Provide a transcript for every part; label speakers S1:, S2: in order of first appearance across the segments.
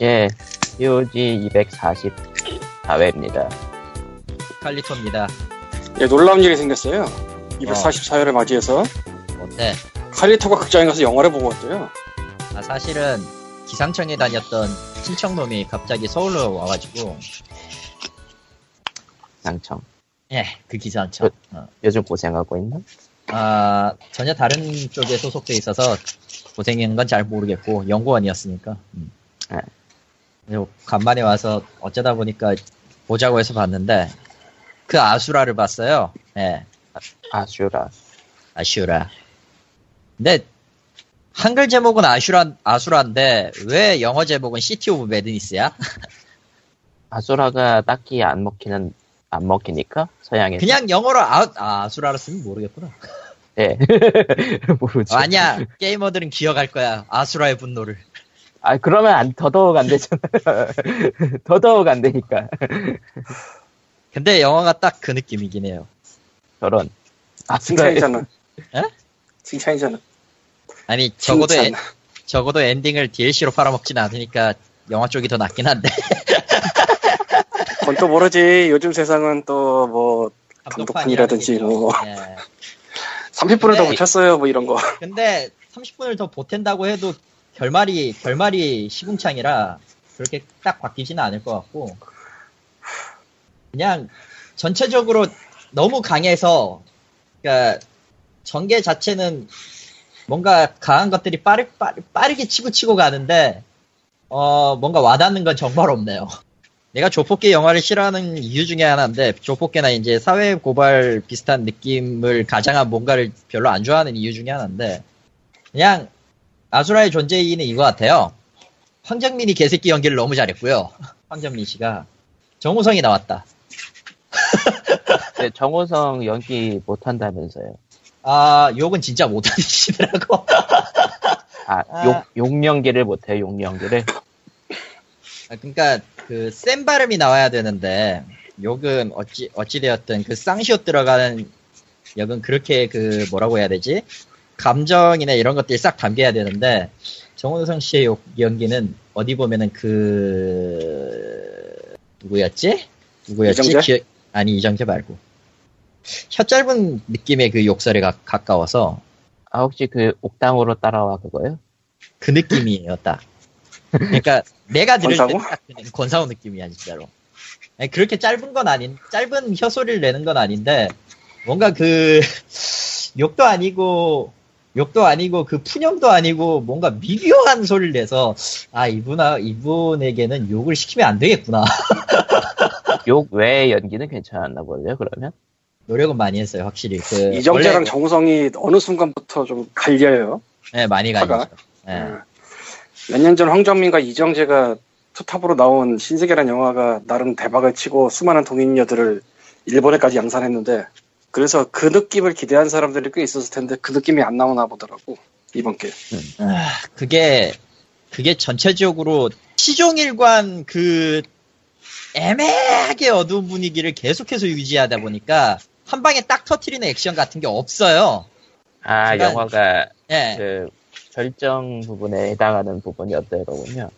S1: 예, POG 244회입니다.
S2: 칼리토입니다.
S3: 예, 놀라운 일이 생겼어요.
S2: 어.
S3: 244회를 맞이해서
S2: 뭔데?
S3: 칼리토가 극장에 가서 영화를 보고 왔대요.
S2: 아, 사실은 기상청에 다녔던 친척놈이 갑자기 서울로 와가지고,
S1: 양청.
S2: 예, 그 기상청. 어.
S1: 요즘 고생하고 있나?
S2: 아, 전혀 다른 쪽에 소속돼 있어서 고생한 건 잘 모르겠고, 연구원이었으니까. 음.
S1: 네.
S2: 그리고 간만에 와서 어쩌다 보니까 보자고 해서 봤는데, 그 아수라를 봤어요. 예,
S1: 아슈라.
S2: 아슈라. 근데, 한글 제목은 아슈라, 아수라인데, 왜 영어 제목은 시티 오브 메드니스야?
S1: 아수라가 딱히 안 먹히는, 안 먹히니까? 서양에서.
S2: 그냥 영어로 아, 아, 수라로 쓰면 모르겠구나. 어,
S1: 예. 모르지.
S2: 아니야, 게이머들은 기억할 거야. 아수라의 분노를.
S1: 아, 그러면 안, 더더욱 안 되잖아. 더더욱 안 되니까.
S2: 근데 영화가 딱 그 느낌이긴 해요.
S1: 저런. 아수라의,
S3: 칭찬이잖아.
S2: 에?
S3: 칭찬이잖아.
S2: 아니, 예? 적어도,
S3: 칭찬.
S2: 엔, 적어도 엔딩을 DLC로 팔아먹진 않으니까 영화 쪽이 더 낫긴 한데.
S3: 그건 또 모르지. 요즘 세상은 또 뭐 감독판이라든지 뭐.
S2: 예.
S3: 30분을 더
S2: 네.
S3: 붙였어요. 뭐 이런 거.
S2: 근데 30분을 더 보탠다고 해도 결말이, 결말이 시궁창이라 그렇게 딱 바뀌지는 않을 것 같고. 그냥 전체적으로 너무 강해서, 그러니까 전개 자체는 뭔가 강한 것들이 빠르, 빠르, 빠르게 치고 치고 가는데, 어, 뭔가 와닿는 건 정말 없네요. 내가 조폭계 영화를 싫어하는 이유 중에 하나인데, 조폭계나 이제 사회 고발 비슷한 느낌을 가장한 뭔가를 별로 안 좋아하는 이유 중에 하나인데, 그냥 아수라의 존재이는 이거 같아요. 황정민이 개새끼 연기를 너무 잘했고요. 황정민 씨가. 정우성이 나왔다.
S1: 근데 정호성 연기 못한다면서요.
S2: 아, 욕은 진짜 못하시더라고.
S1: 아,
S2: 아.
S1: 용, 용연기를 못해요, 용연기를.
S2: 아, 그러니까 그 센 발음이 나와야 되는데 욕은 어찌 어찌 되었든 그 쌍시옷 들어가는 역은 그렇게 그 뭐라고 해야 되지 감정이나 이런 것들이 싹 담겨야 되는데 정원성 씨의 욕 연기는 어디 보면은 그 누구였지 누구였지
S3: 이정재?
S2: 기억- 아니 이정재 말고 혀 짧은 느낌의 그 욕설에 가, 가까워서
S1: 아, 혹시 그 옥당으로 따라와 그거요?
S2: 그 느낌이에요, 딱. 그러니까 내가 들을
S3: 권상우?
S2: 때딱 권상우 느낌이야, 진짜로. 아니, 그렇게 짧은 건 아닌, 짧은 혀 소리를 내는 건 아닌데 뭔가 그 욕도 아니고 욕도 아니고 그 푸념도 아니고 뭔가 미묘한 소리를 내서 아 이분아 이분에게는 욕을 시키면 안 되겠구나
S1: 욕 외의 연기는 괜찮았나 보네요, 그러면? 노력은
S2: 노력은 많이 했어요 확실히 그
S3: 이정재랑
S2: 원래-
S3: 정우성이 어느 순간부터 좀 갈려요.
S2: 네, 많이
S3: 화가. 음.
S2: 가죠 네.
S3: 몇 년 전 황정민과 이정재가 투탑으로 나온 신세계란 영화가 나름 대박을 치고 수많은 동인녀들을 일본에까지 양산했는데 그래서 그 느낌을 기대한 사람들이 꽤 있었을 텐데 그 느낌이 안 나오나 보더라고 이번 게
S2: 아, 그게 그게 전체적으로 시종일관 그 애매하게 어두운 분위기를 계속해서 유지하다 보니까 한 방에 딱 터트리는 액션 같은 게 없어요.
S1: 아,
S2: 제가-
S1: 영화가
S2: 예,
S3: 네.
S1: 그 절정 부분에 해당하는 부분이 어떤 거군요.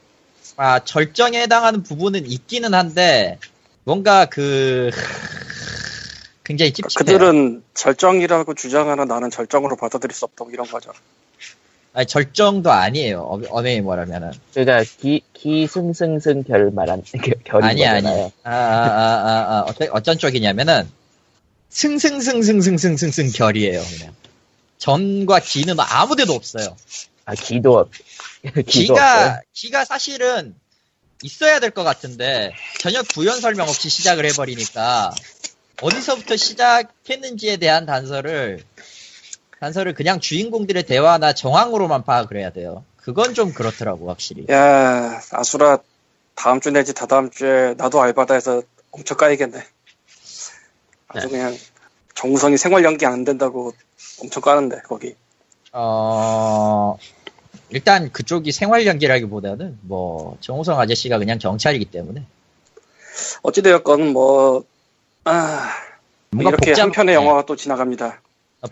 S2: 아 절정에 해당하는 부분은 있기는 한데 뭔가 그 굉장히 찝찝해요.
S3: 그들은 절정이라고 주장하는 나는 절정으로 받아들일 수 없다고 이런 거죠
S2: 아니, 절정도 아니에요. 어, 어메이 뭐라면은
S1: 그러니까 기 기승승승 결 말한 결- 결인
S2: 아니 아니.
S1: 거잖아요.
S2: 아아아아 아, 어떤 어쩐 쪽이냐면은 승승승승승승승승 결이에요. 그냥 전과 기는 아무데도 없어요.
S1: 아 기도 없- 기도 없어요?
S2: 기가 기가 사실은 있어야 될 것 같은데 전혀 부연 설명 없이 시작을 해버리니까 어디서부터 시작했는지에 대한 단서를 단서를 그냥 주인공들의 대화나 정황으로만 파악을 해야 돼요. 그건 좀 그렇더라고 확실히.
S3: 야 아수라 다음 주 내지 다다음 주에 나도 알바다에서 엄청 까이겠네 아주
S2: 네.
S3: 그냥 정우성이 생활 연기 안 된다고 엄청 까는데 거기
S2: 어, 일단 그쪽이 생활 연기라기보다는 뭐 정우성 아저씨가 그냥 경찰이기 때문에
S3: 어찌되었건 뭐 아,
S2: 뭔가
S3: 이렇게
S2: 복잡-
S3: 한
S2: 네.
S3: 편의 영화가 또 지나갑니다.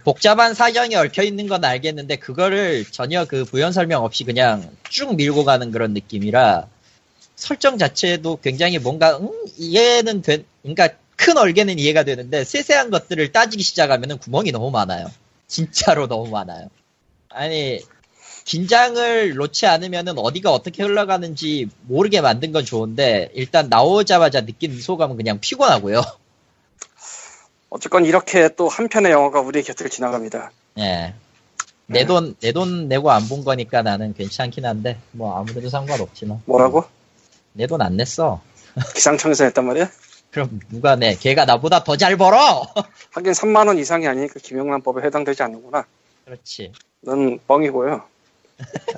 S2: 복잡한 사정이 얽혀 있는 건 알겠는데 그거를 전혀 그 부연 설명 없이 그냥 쭉 밀고 가는 그런 느낌이라 설정 자체도 굉장히 뭔가 음, 이해는 된 그러니까 큰 얼개는 이해가 되는데 세세한 것들을 따지기 시작하면 구멍이 너무 많아요. 진짜로 너무 많아요. 아니 긴장을 놓지 않으면 어디가 어떻게 흘러가는지 모르게 만든 건 좋은데 일단 나오자마자 느낀 소감은 그냥 피곤하고요.
S3: 어쨌건 이렇게 또 한 편의 영화가 우리 곁을 지나갑니다.
S2: 예.
S3: 네.
S2: 내 돈, 내 돈 내고 안 본 거니까 나는 괜찮긴 한데, 뭐 아무래도 상관없지만.
S3: 뭐라고?
S2: 음. 내 돈 안 냈어.
S3: 기상청에서 했단 말이야?
S2: 그럼 누가 내, 걔가 나보다 더 잘 벌어!
S3: 하긴 3만 원 이상이 아니니까 김영란법에 해당되지 않는구나.
S2: 그렇지.
S3: 넌 뻥이고요.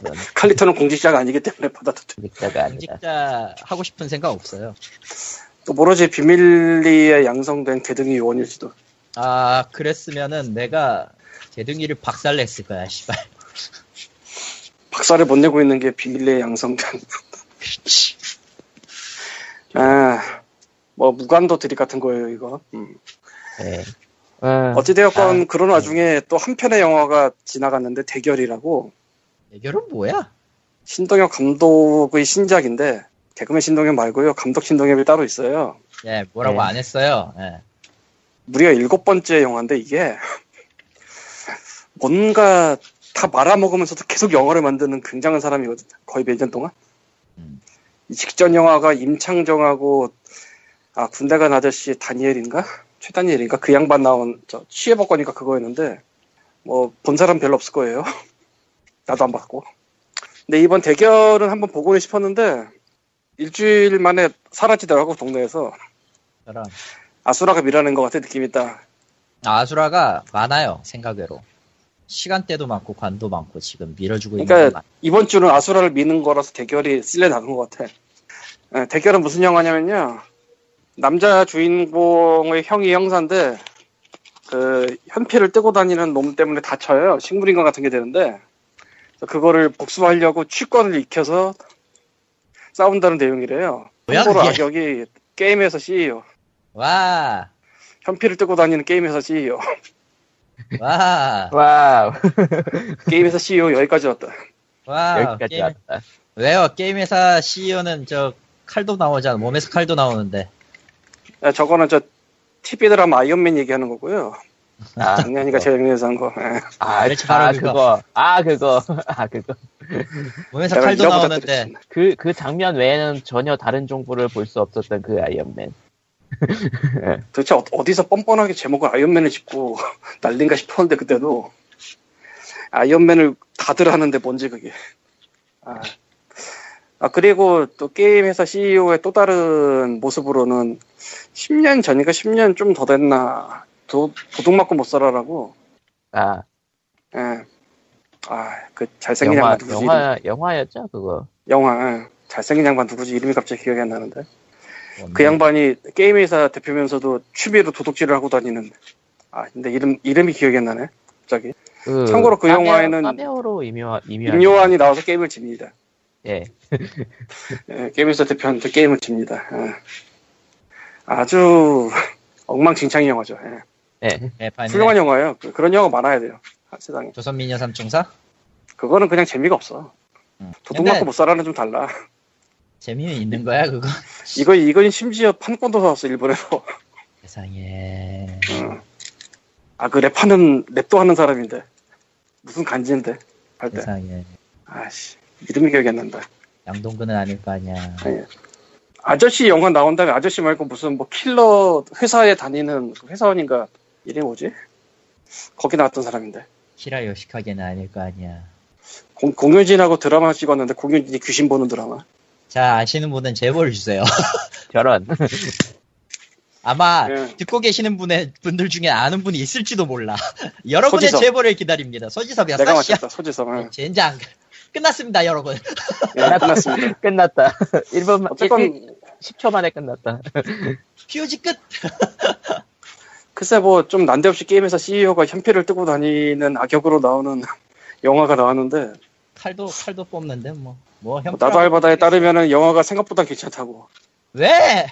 S1: 저런
S3: 칼리터는 공직자가 아니기 때문에 받아도 돼.
S1: 공직자가 아니다.
S2: 공직자 하고 싶은 생각 없어요.
S3: 또 모르지 비밀리에 양성된 개등이 요원일지도.
S2: 아, 그랬으면은 내가 개둥이를 박살 냈을 거야, 씨발.
S3: 박살을 못 내고 있는 게 비밀리에 양성된.
S2: 그렇지.
S3: 아, 뭐 무관도 드립 같은 거예요 이거. 음.
S1: 네. 아,
S3: 어찌되었건 그런 와중에 또 한 편의 영화가 지나갔는데 대결이라고
S2: 해결은 뭐야?
S3: 신동엽 감독의 신작인데 개그맨 신동엽 말고요 감독 신동엽이 따로 있어요.
S2: 예, 뭐라고
S1: 네.
S2: 안 했어요. 예.
S3: 무려 일곱 번째 영화인데 이게 뭔가 다 말아먹으면서도 계속 영화를 만드는 굉장한 사람이거든. 거의 몇 년 동안.
S2: 음.
S3: 이 직전 영화가 임창정하고 아 군대 간 아저씨 다니엘인가 최다니엘인가 그 양반 나온 저 취해복거니까 그거였는데 뭐 본 사람 별로 없을 거예요. 나도 안 봤고. 근데 이번 대결은 한번 보고는 싶었는데 일주일 만에 사라지더라고 동네에서
S2: 저런.
S3: 아수라가 밀어낸 것 같아 느낌이 딱.
S2: 아수라가 많아요, 생각외로. 시간대도 많고, 관도 많고, 지금 밀어주고 있는 게
S3: 그러니까
S2: 많-
S3: 이번 주는 아수라를 미는 거라서 대결이 쓸려 나간 것 같아. 예, 대결은 무슨 영화냐면요. 남자 주인공의 형이 형사인데 그 현피를 뜨고 다니는 놈 때문에 다쳐요. 식물인간 같은 게 되는데 그래서 그거를 복수하려고 취권을 익혀서 싸운다는 내용이래요.
S2: 뭐야,
S3: 참고로
S2: 그게?
S3: 악역이 게임에서 CEO.
S2: 와,
S3: 현피를 뜨고 다니는 게임에서 E CEO.
S2: 와,
S1: 와우.
S3: 게임에서 CEO 여기까지 왔다.
S2: 와.
S1: 여기까지
S2: 게임-
S1: 왔다.
S2: 왜요? 게임회사 CEO는 저 칼도 나오잖아. 몸에서 칼도 나오는데.
S3: 예, 저거는 저 TV 드라마 아이언맨 얘기하는 거고요.
S1: 아, 그거.
S3: 작년이가 제일 유명해서 한 거. 예.
S1: 아,
S2: 그렇지, 바로
S1: 아,
S2: 그거.
S1: 그거. 아, 그거. 아, 그거.
S2: 몸에서
S3: 내가
S2: 칼도
S3: 일화보다
S2: 나오는데.
S3: 들었지.
S1: 그, 그 장면 외에는 전혀 다른 정보를 볼 수 없었던 그 아이언맨.
S3: 도대체 어- 어디서 뻔뻔하게 제목을 아이언맨을 짚고 난린가 싶었는데 그때도 아이언맨을 다들 하는데 뭔지 그게. 아, 아, 그리고 또 게임 회사 CEO의 또 다른 모습으로는 10년 전인가 10년 좀 더 됐나 도, 도둑 맞고 못 살아라고.
S1: 아,
S3: 예. 아, 그 잘생긴
S1: 영화,
S3: 양반 누구지? 이름-
S1: 영화, 영화였죠, 그거.
S3: 영화. 예. 잘생긴 양반 누구지? 이름이 갑자기 기억이 안 나는데. 그 양반이 게임 회사 대표면서도 취미로 도둑질을 하고 다니는 아 근데 이름 이름이 기억이 안 나네 갑자기
S1: 그
S3: 참고로 그
S1: 카메오-
S3: 영화에는
S1: 카메오로 임요한
S3: 임요환이 나와서 게임을 집니다
S1: 예
S3: 예, 게임 회사 대표한테 게임을 집니다 예. 아주 엉망진창의 영화죠 예.
S1: 예.
S2: 네, 파이널.
S3: 훌륭한 영화예요 그- 그런 영화 많아야 돼요 아, 세상에
S2: 조선미녀 삼총사?
S3: 그거는 그냥 재미가 없어
S2: 음.
S3: 도둑
S2: 근데
S3: 맞고 못 살아는 좀 달라
S2: 재미는 있는 거야, 그거?
S3: 이거 이건 심지어 판권도 사왔어 일본에서 어.
S2: 세상에.
S3: 네. 아 그 랩하는 랩도 하는 사람인데 무슨 간지인데 할때
S2: 세상에.
S3: 아씨 이름이 기억이 안 난다
S2: 양동근은 아닐 거 아니야.
S3: 예. 아저씨 영화 나온 다음에 아저씨 말고 무슨 뭐 킬러 회사에 다니는 그 회사원인가 이름이 뭐지? 거기 나왔던 사람인데
S2: 키라 요시카게는 아닐 거 아니야.
S3: 공, 공효진하고 드라마 찍었는데 공효진이 귀신 보는 드라마
S2: 자, 아시는 분은 제보를 주세요.
S1: 저런
S2: 아마
S3: 예.
S2: 듣고 계시는 분의, 분들 중에 아는 분이 있을지도 몰라. 여러분의
S3: 서지섭.
S2: 제보를 기다립니다. 서지섭이야,
S3: 내가
S2: 사시야.
S3: 맞췄다 소지섭을
S2: 젠장. 끝났습니다, 여러분.
S3: 예, 끝났습니다
S1: 끝났다 1분만
S3: 어쨌건
S1: 10초 만에 끝났다
S2: 퓨즈 끝!
S3: 글쎄 뭐 좀 난데없이 게임에서 CEO가 현피를 뜨고 다니는 악역으로 나오는 영화가 나왔는데
S2: 칼도, 칼도 뽑는데, 뭐. 뭐, 형.
S3: 나도 알바다에 따르면은 영화가 생각보다 괜찮다고
S2: 왜?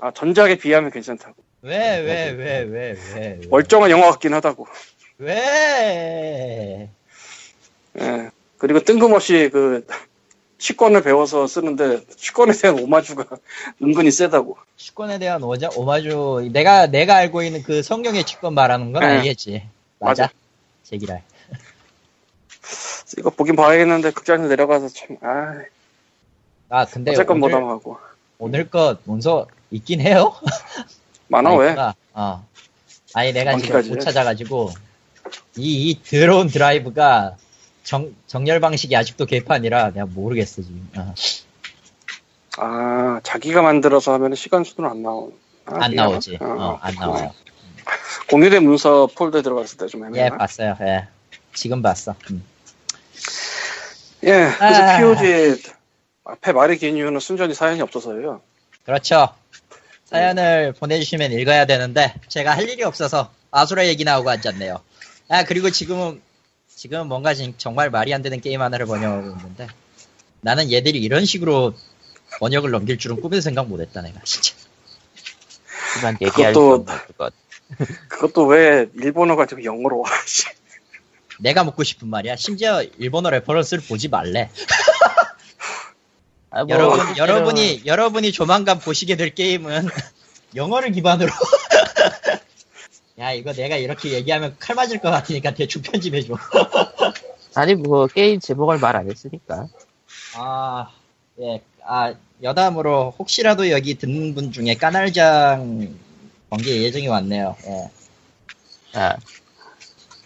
S3: 아 전작에 비하면 괜찮다고
S2: 왜, 왜, 왜, 왜, 왜. 왜?
S3: 멀쩡한 영화 같긴 하다고
S2: 왜?
S3: 예. 그리고 뜬금없이 그 취권을 배워서 쓰는데 취권에 대한 오마주가 은근히 세다고.
S2: 축권에 대한 오자, 오마주 내가 내가 알고 있는 그 성경의 축권 말하는 건
S3: 네.
S2: 알겠지 맞아,
S3: 맞아.
S2: 제기랄
S3: 이거 보긴 봐야겠는데 극장에 내려가서 참 아,
S2: 아 근데
S3: 어쨌건 뭐
S2: 오늘,
S3: 못하고
S2: 오늘 것 문서 있긴 해요
S3: 만화
S2: 아니,
S3: 왜?
S2: 있구나. 어. 아니 내가 지금
S3: 많기까지.
S2: 못 찾아가지고 이, 이 드론 드라이브가 정, 정렬 방식이 아직도 개판이라 내가 모르겠어 지금 어.
S3: 아 자기가 만들어서 하면 시간 수는 안 나온. 아,
S2: 안
S3: 미안하다.
S2: 나오지
S3: 어,
S2: 어, 안 나와요
S3: 공유된 문서 폴더에 들어갔을 때 좀
S2: 예
S3: 애매하나?
S2: 봤어요 예 지금 봤어 음.
S3: 예, 그래서
S2: 아.
S3: POG 앞에 말이 긴 이유는 순전히 사연이 없어서예요.
S2: 그렇죠 사연을 보내주시면 읽어야 되는데 제가 할 일이 없어서 아수라 얘기 나오고 앉았네요 아 그리고 지금은 지금 뭔가 진- 정말 말이 안 되는 게임 하나를 번역하고 있는데 나는 얘들이 이런 식으로 번역을 넘길 줄은 꿈에도 생각 못했다 내가 진짜
S1: 하지만 얘기할 수
S3: 그것도-
S1: 없는 것.
S3: 그것도 왜 일본어 가지고 영어로 와? 씨.
S2: 내가 묻고 싶은 말이야. 심지어 일본어 레퍼런스를 보지 말래.
S1: 아, 뭐,
S2: 여러분,
S1: 실제로-
S2: 여러분이 여러분이 조만간 보시게 될 게임은 영어를 기반으로. 야 이거 내가 이렇게 얘기하면 칼 맞을 것 같으니까 대충 편집해 줘.
S1: 아니 뭐 게임 제목을 말 안 했으니까
S2: 아 예, 아 여담으로 혹시라도 여기 듣는 분 중에 까날장 관계 예정이 왔네요. 예.
S1: 아, 아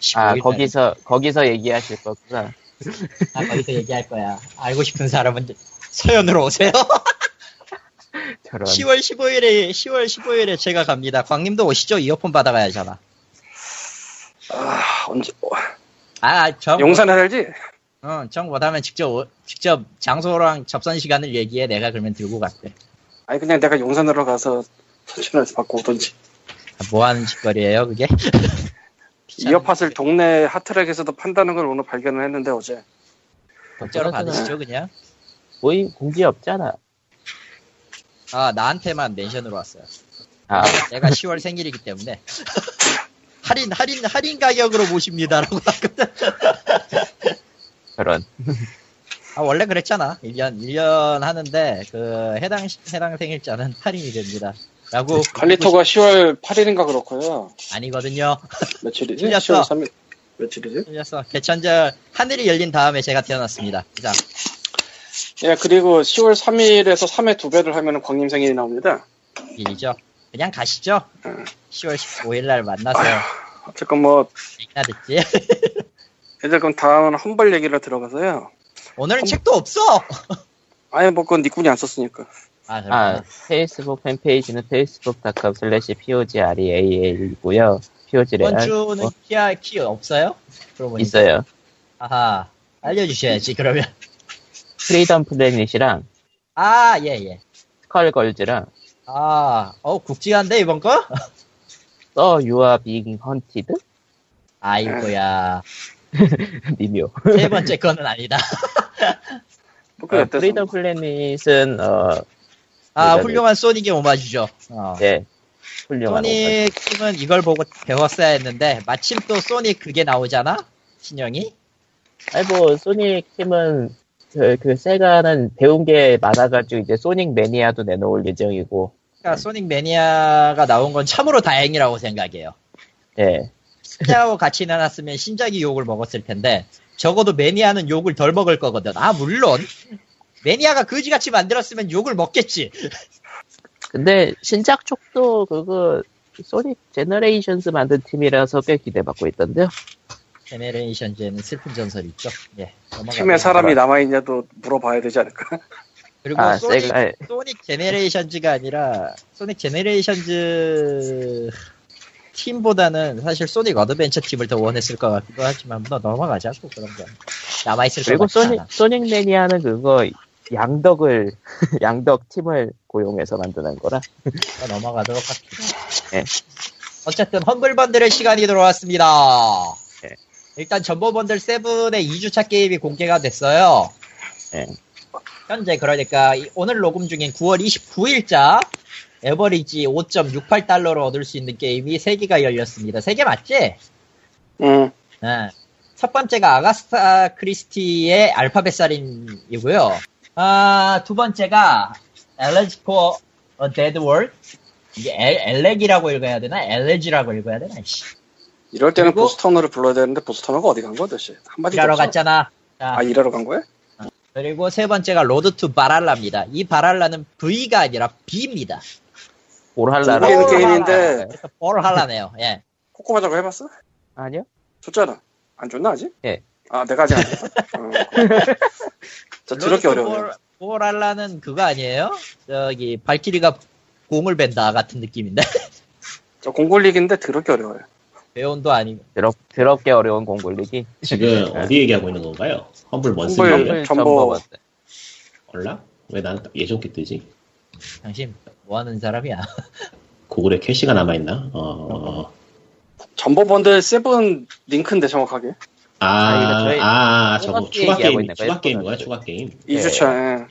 S2: 15일 날.
S1: 거기서 거기서 얘기하실 거구나
S2: 아, 거기서 얘기할 거야. 알고 싶은 사람은 서연으로 오세요.
S1: 저런
S2: 10월 15일에 10월 15일에 제가 갑니다. 광님도 오시죠. 이어폰 받아가야 잖아.
S3: 아, 언제 어,
S2: 아, 정,
S3: 용산에 살지?
S2: 응, 정 못하면 직접 오- 직접 장소랑 접선 시간을 얘기해. 내가 그러면 들고 갈게.
S3: 아니 그냥 내가 용산으로 가서 천천히 받고 오던지.
S2: 아, 뭐 하는 짓거리예요, 그게?
S3: 이어팟을 동네 핫트랙에서도 판다는 걸 오늘 발견을 했는데 어제.
S2: 걱정으로
S3: 아.
S2: 받으시죠, 그냥.
S1: 모임 공지 없잖아
S2: 아, 나한테만 멘션으로 왔어요.
S1: 아
S2: 내가 10월 생일이기 때문에 할인 할인 할인 가격으로 모십니다라고 하거든.
S1: 저런
S2: 아, 원래 그랬잖아. 1년 1년 하는데 그 해당 시- 해당 생일자는 할인이 됩니다. 라고
S3: 관리토가 10월 8일인가 그렇고요.
S2: 아니거든요.
S3: 며칠이지?
S2: 틀렸어.
S3: 10월 3일. 며칠이지?
S2: 틀렸어. 개천절 하늘이 열린 다음에 제가 태어났습니다. 자,
S3: 예, 그리고 10월 3일에서 3회 두 배를 하면 광림 생일이 나옵니다.
S2: 일이죠. 그냥 가시죠. 10월 15일 날 만나서
S3: 어쨌건 뭐
S2: 얘기나 듣지.
S3: 얘들 그럼 다음은 험벌 얘기로 들어가서요.
S2: 오늘은 책도 없어.
S3: 아예 뭐 그건 니꾼이 안 썼으니까.
S2: 아, 그렇구나.
S1: 아 페이스북 팬페이지는 facebook.com slash pogrea이고요 pogreal
S2: 이번 주는 키아 키 없어요? 들어보니까.
S1: 뭐 있어요
S2: 아하. 알려주셔야지 그러면.
S1: 프리덤 플래닛이랑
S2: 아, 예, 예.
S1: 스컬걸즈랑
S2: 아, 어 굵직한데 이번 거?
S1: 써 어, 유아 빙 헌티드
S2: 아이고야.
S1: 리묘
S2: 세 번째 거는 아니다.
S3: 뭐
S1: 어,
S3: 그게 어때서?
S1: 프리덤 플래닛은 어,
S2: 아,
S1: 네,
S2: 훌륭한 소닉의 오마주죠. 어.
S1: 네, 훌륭한
S2: 소닉 팀은 이걸 보고 배웠어야 했는데 마침 또 소닉 그게 나오잖아? 신형이?
S1: 아니 뭐 소닉 팀은 그, 그 세가는 배운 게 많아가지고 이제 소닉 매니아도 내놓을 예정이고
S2: 그러니까 소닉 매니아가 나온 건 참으로 다행이라고 생각해요.
S1: 네
S2: 신작하고 같이 내놨으면 신작이 욕을 먹었을 텐데 적어도 매니아는 욕을 덜 먹을 거거든. 아 물론 매니아가 그지같이 만들었으면 욕을 먹겠지.
S1: 근데 신작 쪽도 그거 소닉 제너레이션스 만든 팀이라서 꽤 기대받고 있던데요
S2: 제네레이션즈에는 슬픈 전설이 있죠. 예. 넘어가고요.
S3: 팀에 사람이 남아있냐도 물어봐야 되지 않을까?
S2: 그리고
S1: 아
S2: 소닉,
S1: 세가 예.
S2: 소닉 제네레이션즈가 아니라 소닉 제네레이션즈 팀보다는 사실 소닉 어드벤처 팀을 더 원했을 것 같기도 하지만 뭐 넘어가자고 그런 건 남아있을 것
S1: 그리고
S2: 같지
S1: 소닉
S2: 않아.
S1: 소닉 매니아는 그거 양덕을 양덕 팀을 고용해서 만드는 거라
S2: 또 넘어가도록 합시다.
S1: 예.
S2: 어쨌든 험블번들의 시간이 돌아왔습니다.
S1: 예.
S2: 일단 전보번들 7의 2주차 게임이 공개가 됐어요.
S1: 예.
S2: 현재 그러니까 이- 오늘 녹음 중인 9월 29일자 에버리지 5.68달러로 얻을 수 있는 게임이 3개가 열렸습니다. 3개 맞지? 네.
S3: 응.
S2: 예. 첫 번째가 아가스타 크리스티의 알파벳 살인이고요. 아, 두 번째가 엘레지포 데드 월 이게 엘- 엘렉이라고 읽어야 되나? 엘레지라고 읽어야 되나? 씨.
S3: 이럴 때는
S2: 그리고-
S3: 보스턴어를 불러야 되는데 보스턴어가 어디 간 거야 도대체? 한마디도
S2: 일하러
S3: 없어.
S2: 갔잖아. 자,
S3: 아 일하러 간 거야?
S2: 그리고 세 번째가 로드 투 바랄라입니다. 이 바랄라는 V가 아니라 B입니다.
S1: 오랄라라.
S3: 중국인 아, 게임인데
S1: 아,
S2: 뭘 하라네요. 예.
S3: 코코마자고 해봤어?
S1: 아니요?
S3: 줬잖아. 안 줬나 아직?
S1: 예.
S3: 아 내가 아직 안 줬다. 어. 저 드럽게 어려워요.
S2: 보랄라는 그거 아니에요? 저기 발키리가 공을 벤다 같은 느낌인데
S3: 저 공골리기인데 드럽게 어려워요.
S2: 배온도 아니고
S1: 드럽, 드럽게 어려운 공굴리기.
S4: 지금
S1: 네.
S4: 어디 얘기하고 있는 건가요? 험블
S3: 험블.
S4: 원스인가요?
S1: 험블
S3: 네, 전보.
S1: 전보버스.
S4: 얼라? 왜 난 예전게 뜨지?
S2: 당신 뭐 하는 사람이야?
S4: 구글에 캐시가 남아있나? 어...
S3: 전보번들 세븐 링크인데 정확하게
S4: 아,
S1: 아, 이거
S4: 아,
S1: 저희
S4: 아, 저거
S1: 초밥
S4: 추가
S1: 얘기하고
S4: 게임,
S1: 있나 봐요,
S4: 추가 게임 뭐야?
S1: 초밥.
S4: 추가 게임.
S1: 예.
S3: 2주차.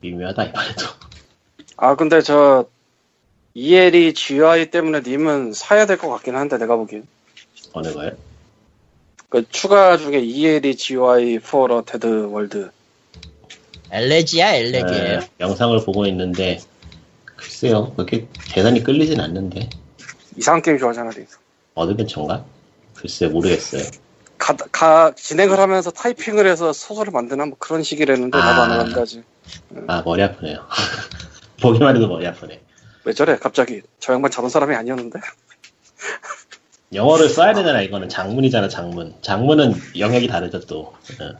S4: 미묘하다, 이번에도.
S3: 아 근데 저 EL이 GUI 때문에 님은 사야 될 것 같긴 한데 내가 보기엔
S4: 어느 거요?
S3: 그 추가 중에 EL이 GUI 포어 데드 월드
S2: 엘레지야
S1: 네
S2: 엘레지예요.
S3: 네.
S4: 예, 영상을 보고 있는데, 글쎄요, 그렇게 대단히 끌리진 않는데.
S3: 이상한 게임 좋아하잖아 님.
S4: 어드벤처인가? 글쎄, 모르겠어요.
S3: 가, 가- 진행을 하면서 타이핑을 해서 소설을 만드는 뭐 그런 식이라는데 나도 안
S4: 아.
S3: 한다지
S4: 아, 머리 아프네요. 보기만 해도 머리 아프네.
S3: 왜 저래 갑자기 저 양반 저런 사람이 아니었는데
S4: 영어를 써야 되잖아 이거는 장문이잖아 장문 장문은 영역이 다르죠 또 응.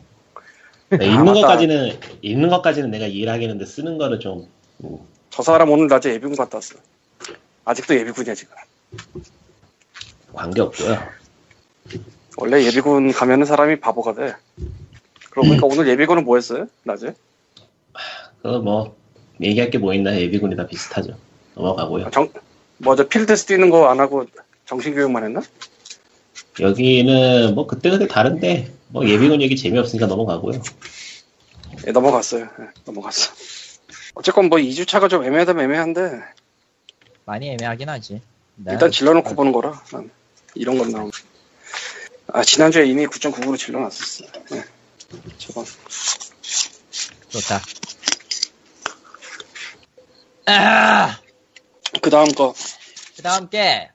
S4: 네,
S3: 아,
S4: 읽는
S3: 맞다.
S4: 것까지는 읽는 것까지는 내가 이해를 하겠는데 쓰는 거를 좀 음,
S3: 저 사람 오늘 낮에 예비군 갔다 왔어 아직도 예비군이야 지금
S4: 관계 없고요
S3: 원래 예비군 가면은 사람이 바보가 돼 그러고 보니까 오늘 예비군은 뭐 했어요 낮에
S4: 그 뭐 얘기할 게 뭐 있나 예비군이 다 비슷하죠 넘어가고요
S3: 아, 정, 뭐저 필드에서 뛰는 거 안 하고 정신교육만 했나?
S4: 여기는 뭐 그때그때 다른데 뭐 예비군 얘기 재미없으니까 넘어가고요
S3: 예, 넘어갔어요. 예, 넘어갔어. 어쨌건 뭐 2주차가 좀 애매하다면 애매한데
S2: 많이 애매하긴 하지. 네.
S3: 일단 질러놓고 보는 거라 난 이런 건 나오면 아 지난주에 이미 9.99로 질러놨었어. 예. 저건
S2: 좋다. 아,
S3: 그 다음 거
S2: 그 다음 게,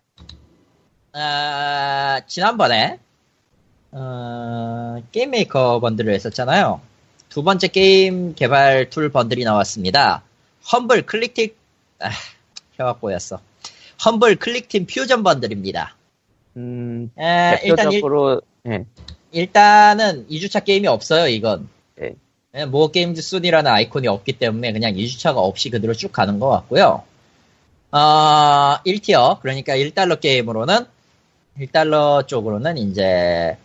S2: 아, 지난번에, 어, 게임 메이커 번들을 했었잖아요. 두 번째 게임 개발 툴 번들이 나왔습니다. 험블 클릭팀, 아, 혀가 꼬였어. 험블 클릭팀 퓨전 번들입니다.
S1: 음,
S2: 에, 아, 일단, 일,
S1: 대표적으로, 예.
S2: 일단은 2주차 게임이 없어요, 이건.
S1: 네.
S2: 네, 모어 게임즈 순이라는 아이콘이 없기 때문에 그냥 2주차가 없이 그대로 쭉 가는 것 같고요. 아, 1티어, 그러니까 1달러 게임으로는, 1달러 쪽으로는 이제,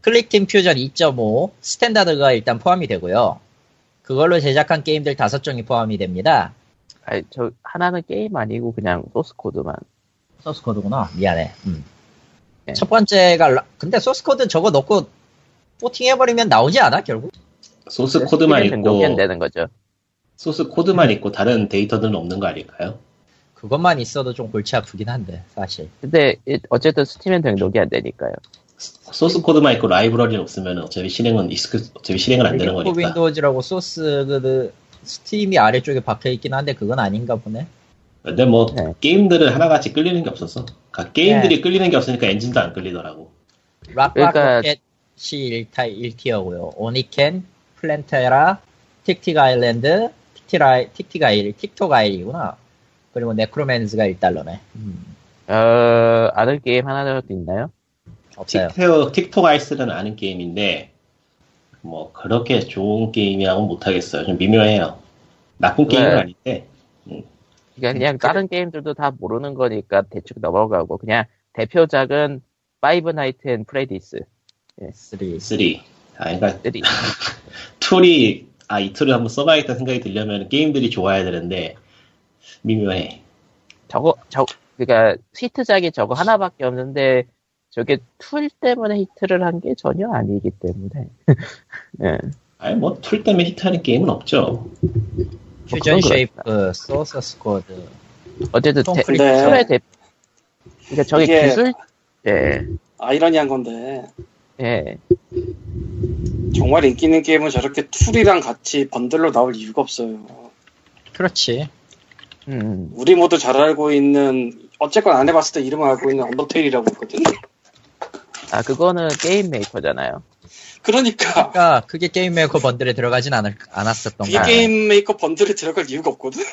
S2: 클릭팀 퓨전 2.5 스탠다드가 일단 포함이 되고요. 그걸로 제작한 게임들 5종이 포함이 됩니다.
S1: 아니, 저, 하나는 게임 아니고 그냥 소스코드만.
S2: 소스 코드구나. 미안해. 음.
S1: 네.
S2: 첫 번째가 라- 근데 소스 코드 저거 넣고 포팅 해버리면 나오지 않아 결국?
S4: 소스
S3: 네,
S4: 코드만 있고
S1: 등록면 되는 거죠.
S4: 소스 코드만 있고 다른 데이터들은 없는 거 아닐까요?
S2: 그것만 있어도 좀 골치 아프긴 한데 사실.
S1: 근데, 이- 어쨌든 스팀엔 등록이 안 되니까요.
S4: 소스 코드만 있고 라이브러리 없으면 어차피 실행은 익스 어차피 실행은 안 되는
S2: 코
S4: 거니까
S2: 윈도우즈라고 소스 그, 그 스팀이 아래쪽에 박혀 있긴 한데 그건 아닌가 보네.
S4: 근데 뭐
S1: 네.
S4: 게임들은 하나같이 끌리는 게 없었어. 그러니까 게임들이 끌리는 게 없으니까 엔진도 안 끌리더라고.
S2: 락락
S1: 그러니까-
S2: 로켓이 1타 1티어고요. 오니켄, 플랜테라, 틱틱 아일랜드, 틱티라 틱틱 아일, 틱톡 아일이구나. 그리고 네크로맨즈가 1달러네. 음,
S1: 어, 아는 게임 하나라도 있나요? 네.
S2: 없어요.
S4: 틱테어 틱톡 아이스는 아는 게임인데 뭐 그렇게 좋은 게임이라고 는 못하겠어요. 좀 미묘해요. 나쁜 게임은
S1: 네.
S4: 아닌데
S1: 그러니까 그냥 다른 게임들도 다 모르는 거니까 대충 넘어가고, 그냥 대표작은 파이브 나이트 앤 프레디스
S2: 쓰리.
S4: 3. 아 그러니까
S1: 3.
S4: 툴이 아이 툴을 한번 써봐야겠다 생각이 들려면 게임들이 좋아야 되는데 미묘해.
S1: 저거 저 그러니까 히트작이 저거 하나밖에 없는데 저게 툴 때문에 히트를 한 게 전혀 아니기 때문에 예.
S4: 아니 뭐 툴 때문에 히트하는 게임은 없죠.
S1: 그건
S2: 퓨전
S1: 그렇다.
S2: 쉐이프, 소스 스쿼드.
S1: 어쨌든 대,
S2: 톰
S3: 크루즈.
S1: 툴의 대 그러니까 저게
S3: 네. 이게-
S1: 기술 예예 예.
S3: 아이러니한 건데 정말 인기 있는 게임은 저렇게 툴이랑 같이 번들로 나올 이유가 없어요.
S2: 그렇지.
S1: 음,
S3: 우리 모두 잘 알고 있는 어쨌건 안 해봤을 때 이름을 알고 있는 언더테일이라고 있거든.
S1: 아 그거는 게임 메이커잖아요.
S3: 그러니까
S2: 그러니까 그게 게임 메이커 번들에 들어가진 않, 않았었던
S3: 이
S1: 아.
S2: 거야.
S3: 게임 메이커 번들에 들어갈 이유가 없거든.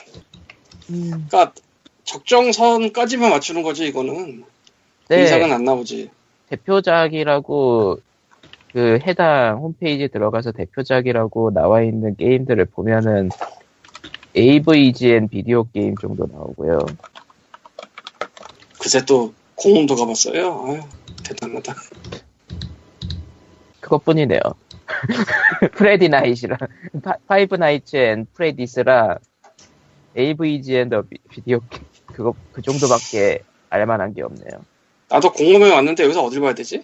S3: 그러니까 적정선까지만 맞추는 거지 이거는
S1: 네,
S3: 이상은 안 나오지.
S1: 대표작이라고 그 해당 홈페이지에 들어가서 대표작이라고 나와 있는 게임들을 보면은 AVGN 비디오 게임 정도 나오고요.
S3: 그새 또 공홈도 가봤어요. 아유, 대단하다.
S1: 그것뿐이네요. 프레디 나이츠랑 파- 파이브 나이츠 앤 프레디스랑 AVGN 더 비- 비디오 게임 그거 그 정도밖에 알만한 게 없네요.
S3: 나도 공홈에 왔는데 여기서 어딜 봐야 되지?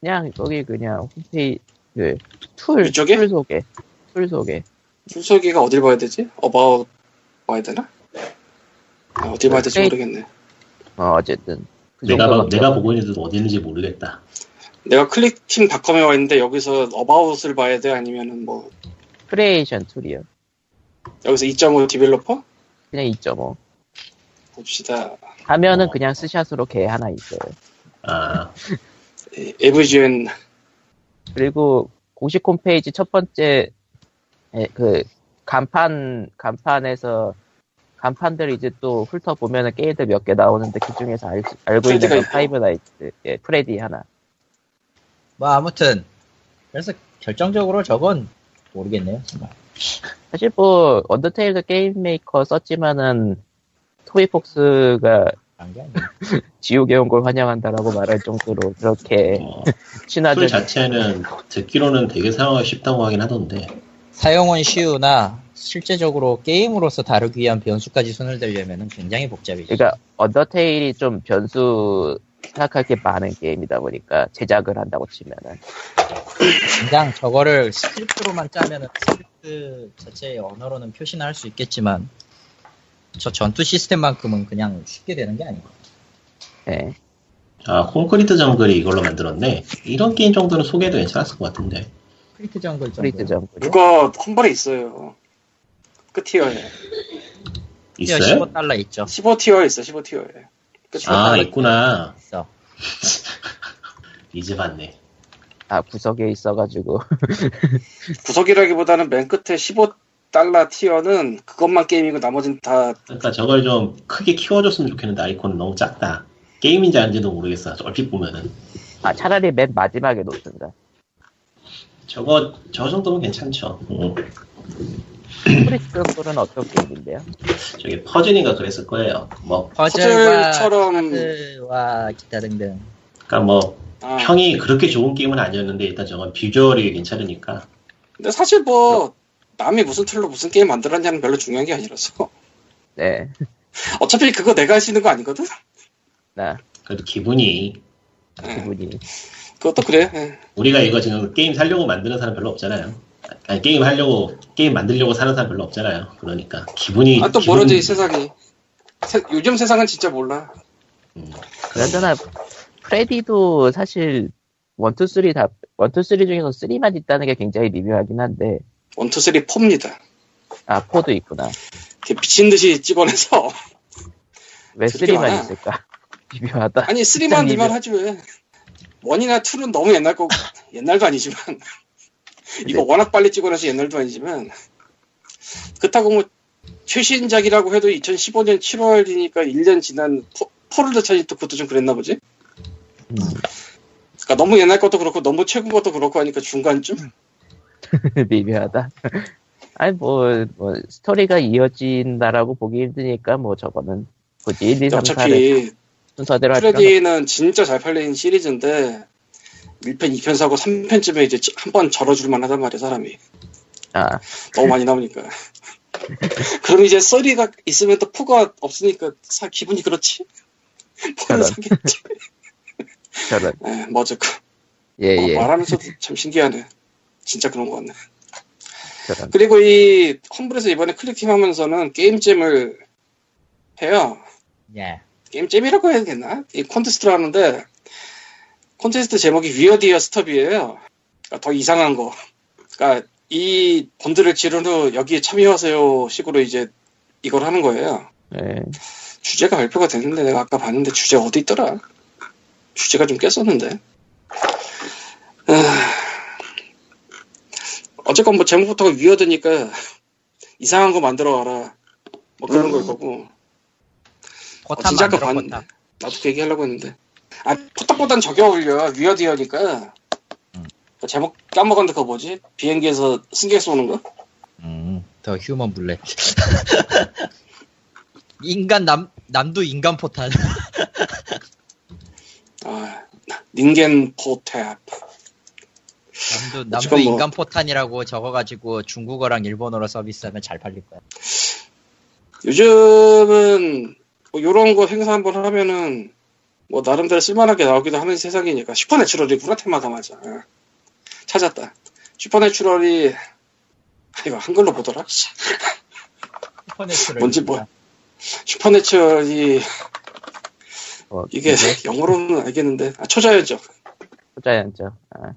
S1: 그냥 거기 그냥 홈페이지 그툴
S3: 이쪽에?
S1: 툴 소개 툴 소개
S3: 줄서기가 어딜 봐야 되지? 어바웃 봐야 되나? 아, 어딜 봐야 될지
S1: 네.
S3: 모르겠네.
S1: 어 어쨌든 그
S4: 내가, 봐-
S1: 정도밖에
S4: 내가 보고 있는데 어디 있는지 모르겠다.
S3: 내가 클릭팀닷컴에 와 있는데 여기서 어바웃을 봐야 돼? 아니면은 뭐
S1: 크리에이션 툴이요.
S3: 여기서 2.5 디벨로퍼?
S1: 그냥 2.5
S3: 봅시다.
S1: 하면은
S4: 어.
S1: 그냥 스샷으로 개 하나 있어요.
S4: 아,
S3: 예, 에브지엔
S1: 그리고 공식 홈페이지 첫 번째 에, 그 간판 간판에서 간판들 이제 또 훑어 보면은 게임들 몇 개 나오는데 그 중에서 알, 알고 있는
S3: 프레디가
S1: 건
S3: 있고.
S1: 파이브 나이트 예 프레디 하나
S2: 뭐 아무튼 그래서 결정적으로 저건 모르겠네요 정말.
S1: 사실 뭐 언더테일도 게임 메이커 썼지만은 토이폭스가
S2: 그런 게 아니에요.
S1: 지옥에 온 걸 환영한다라고 말할 정도로 그렇게
S4: 뭐,
S1: 친화적
S4: 툴 자체는 듣기로는 되게 사용하기 쉽다고 하긴 하던데.
S2: 사용은 쉬우나 실제적으로 게임으로서 다루기 위한 변수까지 손을 대려면 굉장히 복잡해지.
S1: 그러니까 언더테일이 좀 변수 생각할 게 많은 게임이다 보니까 제작을 한다고 치면은
S2: 당장 저거를 스크립트로만 짜면은 스크립트 자체의 언어로는 표시나 할 수 있겠지만 저 전투 시스템만큼은 그냥 쉽게 되는 게 아닌 것 같아요.
S1: 예.
S4: 아, 콘크리트 정글이 이걸로 만들었네. 이런 게임 정도는 소개도 괜찮았을 것 같은데.
S2: 크리트 정글 정도.
S1: 프리트 정글이
S3: 그거 험벌에 있어요. 끝티어에
S4: 있어요?
S2: 15달러 있죠.
S3: 15티어에 있어 15티어에. 그
S4: 아,
S3: 중간에
S4: 있구나.
S2: 있어.
S4: 이제 봤네.
S1: 아 구석에 있어가지고
S3: 구석이라기보다는 맨 끝에 15달러 티어는 그것만 게임이고 나머진 다
S4: 그러니까 저걸 좀 크게 키워줬으면 좋겠는데 아이콘은 너무 작다. 게임인지 아닌지도 모르겠어. 얼핏 보면은.
S1: 아 차라리 맨 마지막에 놓든가
S4: 저거, 저 정도면 괜찮죠. 음.
S1: 프리트 정글은 어떤 게임인데요?
S4: 저기 퍼즐인가 그랬을 거예요. 뭐,
S2: 퍼즐과
S3: 퍼즐처럼-
S2: 카드와 기타 등등.
S4: 그러니까 뭐,
S3: 아,
S4: 평이 그렇게 좋은 게임은 아니었는데 일단 저건 비주얼이 괜찮으니까.
S3: 근데 사실 뭐 남이 무슨 틀로 무슨 게임 만들었냐는 별로 중요한 게 아니라서
S1: 네,
S3: 어차피 그거 내가 할 수 있는 거 아니거든?
S1: 나
S4: 그래도 기분이
S3: 예,
S1: 기분이
S3: 그것도 그래 예.
S4: 우리가 이거 지금 게임 살려고 만드는 사람 별로 없잖아요. 아니, 게임 하려고 게임 만들려고 사는 사람 별로 없잖아요. 그러니까 기분이
S3: 아 또
S4: 기분-
S3: 모르지 이 세상이 세- 요즘 세상은 진짜 몰라
S4: 음,
S1: 그러잖아 프레디도 사실 원투 쓰리 다 원투 쓰리 중에서 쓰리만 있다는 게 굉장히 미묘하긴 한데
S3: 1, 2, 3, 4입니다
S1: 아 포도 있구나
S3: 이렇게 미친 듯이 찍어내서
S1: 왜
S3: 그렇게
S1: 쓰리만
S3: 많아?
S1: 있을까 미묘하다
S3: 아니 3만
S1: 일단
S3: 이만 하지 왜 1이나 2는 너무 옛날 거고 옛날도 아니지만 이거 워낙 빨리 찍어내서 옛날도 아니지만 그렇다고 뭐 최신작이라고 해도 2015년 7월이니까 1년 지난 포- 포르드 차이 또 그것도 좀 그랬나 보지?
S1: 음,
S3: 그러니까 너무 옛날 것도 그렇고 너무 최근 것도 그렇고 하니까 중간쯤
S1: 미묘하다 아니 뭐, 뭐 스토리가 이어진다라고 보기 힘드니까 뭐 저거는 굳이 1,
S3: 네,
S1: 2, 3, 4를
S3: 어차피
S1: 순서대로 할 필요는
S3: 프레디는 진짜 잘 팔린 시리즈인데 1편, 2편 사고 3편쯤에 이제 한 번 절어줄만 하단 말이야 사람이
S1: 없- 아,
S3: 너무 많이 나오니까 그럼 이제 썰이가 있으면 또 포가 없으니까 사, 기분이 그렇지?
S1: 저런.
S3: 포를 사겠지
S1: 저런
S3: 예, 뭐 어쨌건 어,
S1: 예예
S3: 말하면서도 참 신기하네 진짜 그런 것 같네
S1: 저런
S3: 그리고 이 험블에서 이번에 클릭팀 하면서는 게임잼을 해요
S2: 예.
S3: 게임잼이라고 해야 되나? 이 콘테스트를 하는데 콘테스트 제목이 위어디어 스톱이에요. 그러니까 더 이상한 거. 그러니까 이 번들을 지른 후 여기에 참여하세요 식으로 이제 이걸 하는 거예요.
S1: 예.
S3: 주제가 발표가 됐는데 내가 아까 봤는데 주제 어디 있더라? 주제가 좀 깼었는데. 아, 어쨌건 뭐 제목부터가 위어드니까 이상한 거 만들어 와라. 뭐 그런 걸 거고.
S2: 포탑
S3: 진짜 아까
S2: 만들어
S3: 봤는데.
S2: 포탑.
S3: 나도 그 얘기하려고 했는데 아 포탑보단 저게 어울려 위어디어니까 그 제목 까먹었는데 그거 뭐지? 비행기에서 승객 쏘는 거?
S2: 음, 더 휴먼 블랙. 인간 남 남도 인간 포탄.
S3: 아 닌겐 포탑
S2: 남도 남도
S3: 지금 뭐-
S2: 인간 포탄이라고 적어가지고 중국어랑 일본어로 서비스하면 잘 팔릴 거야.
S3: 요즘은 뭐 요런 거 행사 한번 하면은 뭐 나름대로 쓸만하게 나오기도 하는 세상이니까 슈퍼내추럴이구나 테마가 맞아 아, 찾았다 슈퍼내추럴이 아, 이거 한글로 보더라 씨.
S2: 슈퍼내추럴.
S3: 뭔지 뭐야. 슈퍼내추럴이
S1: 뭐,
S3: 이게 영어로는 알겠는데 아, 초자연적
S1: 초자연적. 아,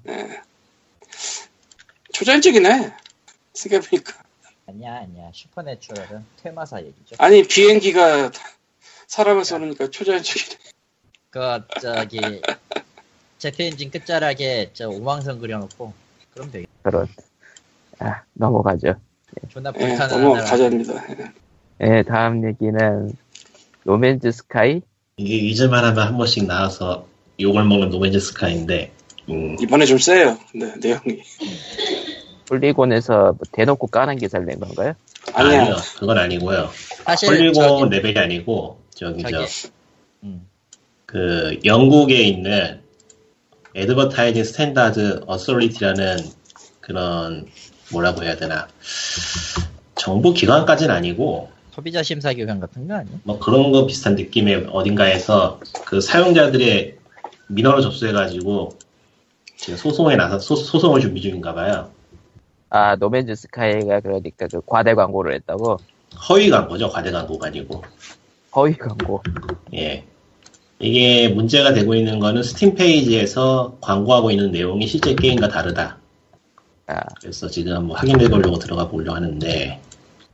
S3: 초자연적이네 생각해보니까
S2: 아니야 아니야 슈퍼내추럴은 퇴마사 얘기죠.
S3: 아니 비행기가 사람을 쏘니까 초자연적이네.
S2: 그 저기 제트 엔진 끝자락에 저 오망선 그려놓고 그럼 되겠.
S1: 그런. 아, 넘어가죠.
S2: 존나
S3: 예,
S2: 불타는
S3: 너무
S2: 하나라.
S3: 가자입니다. 예.
S1: 예, 다음 얘기는 노맨즈 스카이?
S4: 이게 잊을만 하면 한 번씩 나와서 욕을 먹는 노맨즈 스카인데, 음,
S3: 이번에 좀 세요. 네, 내용이
S1: 폴리곤에서 뭐 대놓고 까는 기사를 낸 건가요?
S3: 아니야.
S4: 아니요, 그건 아니고요.
S2: 사실
S4: 폴리곤
S2: 저기
S4: 레벨이 아니고, 저기, 저,
S2: 저기 음,
S4: 그, 영국에 있는 에드버타이징 스탠다드 어소리티라는 그런, 뭐라고 해야 되나. 정부 기관까지는 아니고,
S2: 소비자 심사 기관 같은 거 아니야?
S4: 뭐 그런 거 비슷한 느낌의 어딘가에서 그 사용자들의 민원을 접수해가지고 지금 소송에 나서 소, 소송을 준비 중인가 봐요.
S1: 아, 노맨즈 스카이가 그러니까 그 과대 광고를 했다고?
S4: 허위 광고죠. 과대 광고가 아니고.
S1: 허위 광고.
S4: 예. 이게 문제가 되고 있는 거는 스팀 페이지에서 광고하고 있는 내용이 실제 게임과 다르다.
S1: 아.
S4: 그래서 지금 뭐 확인해 보려고 들어가 보려고 하는데.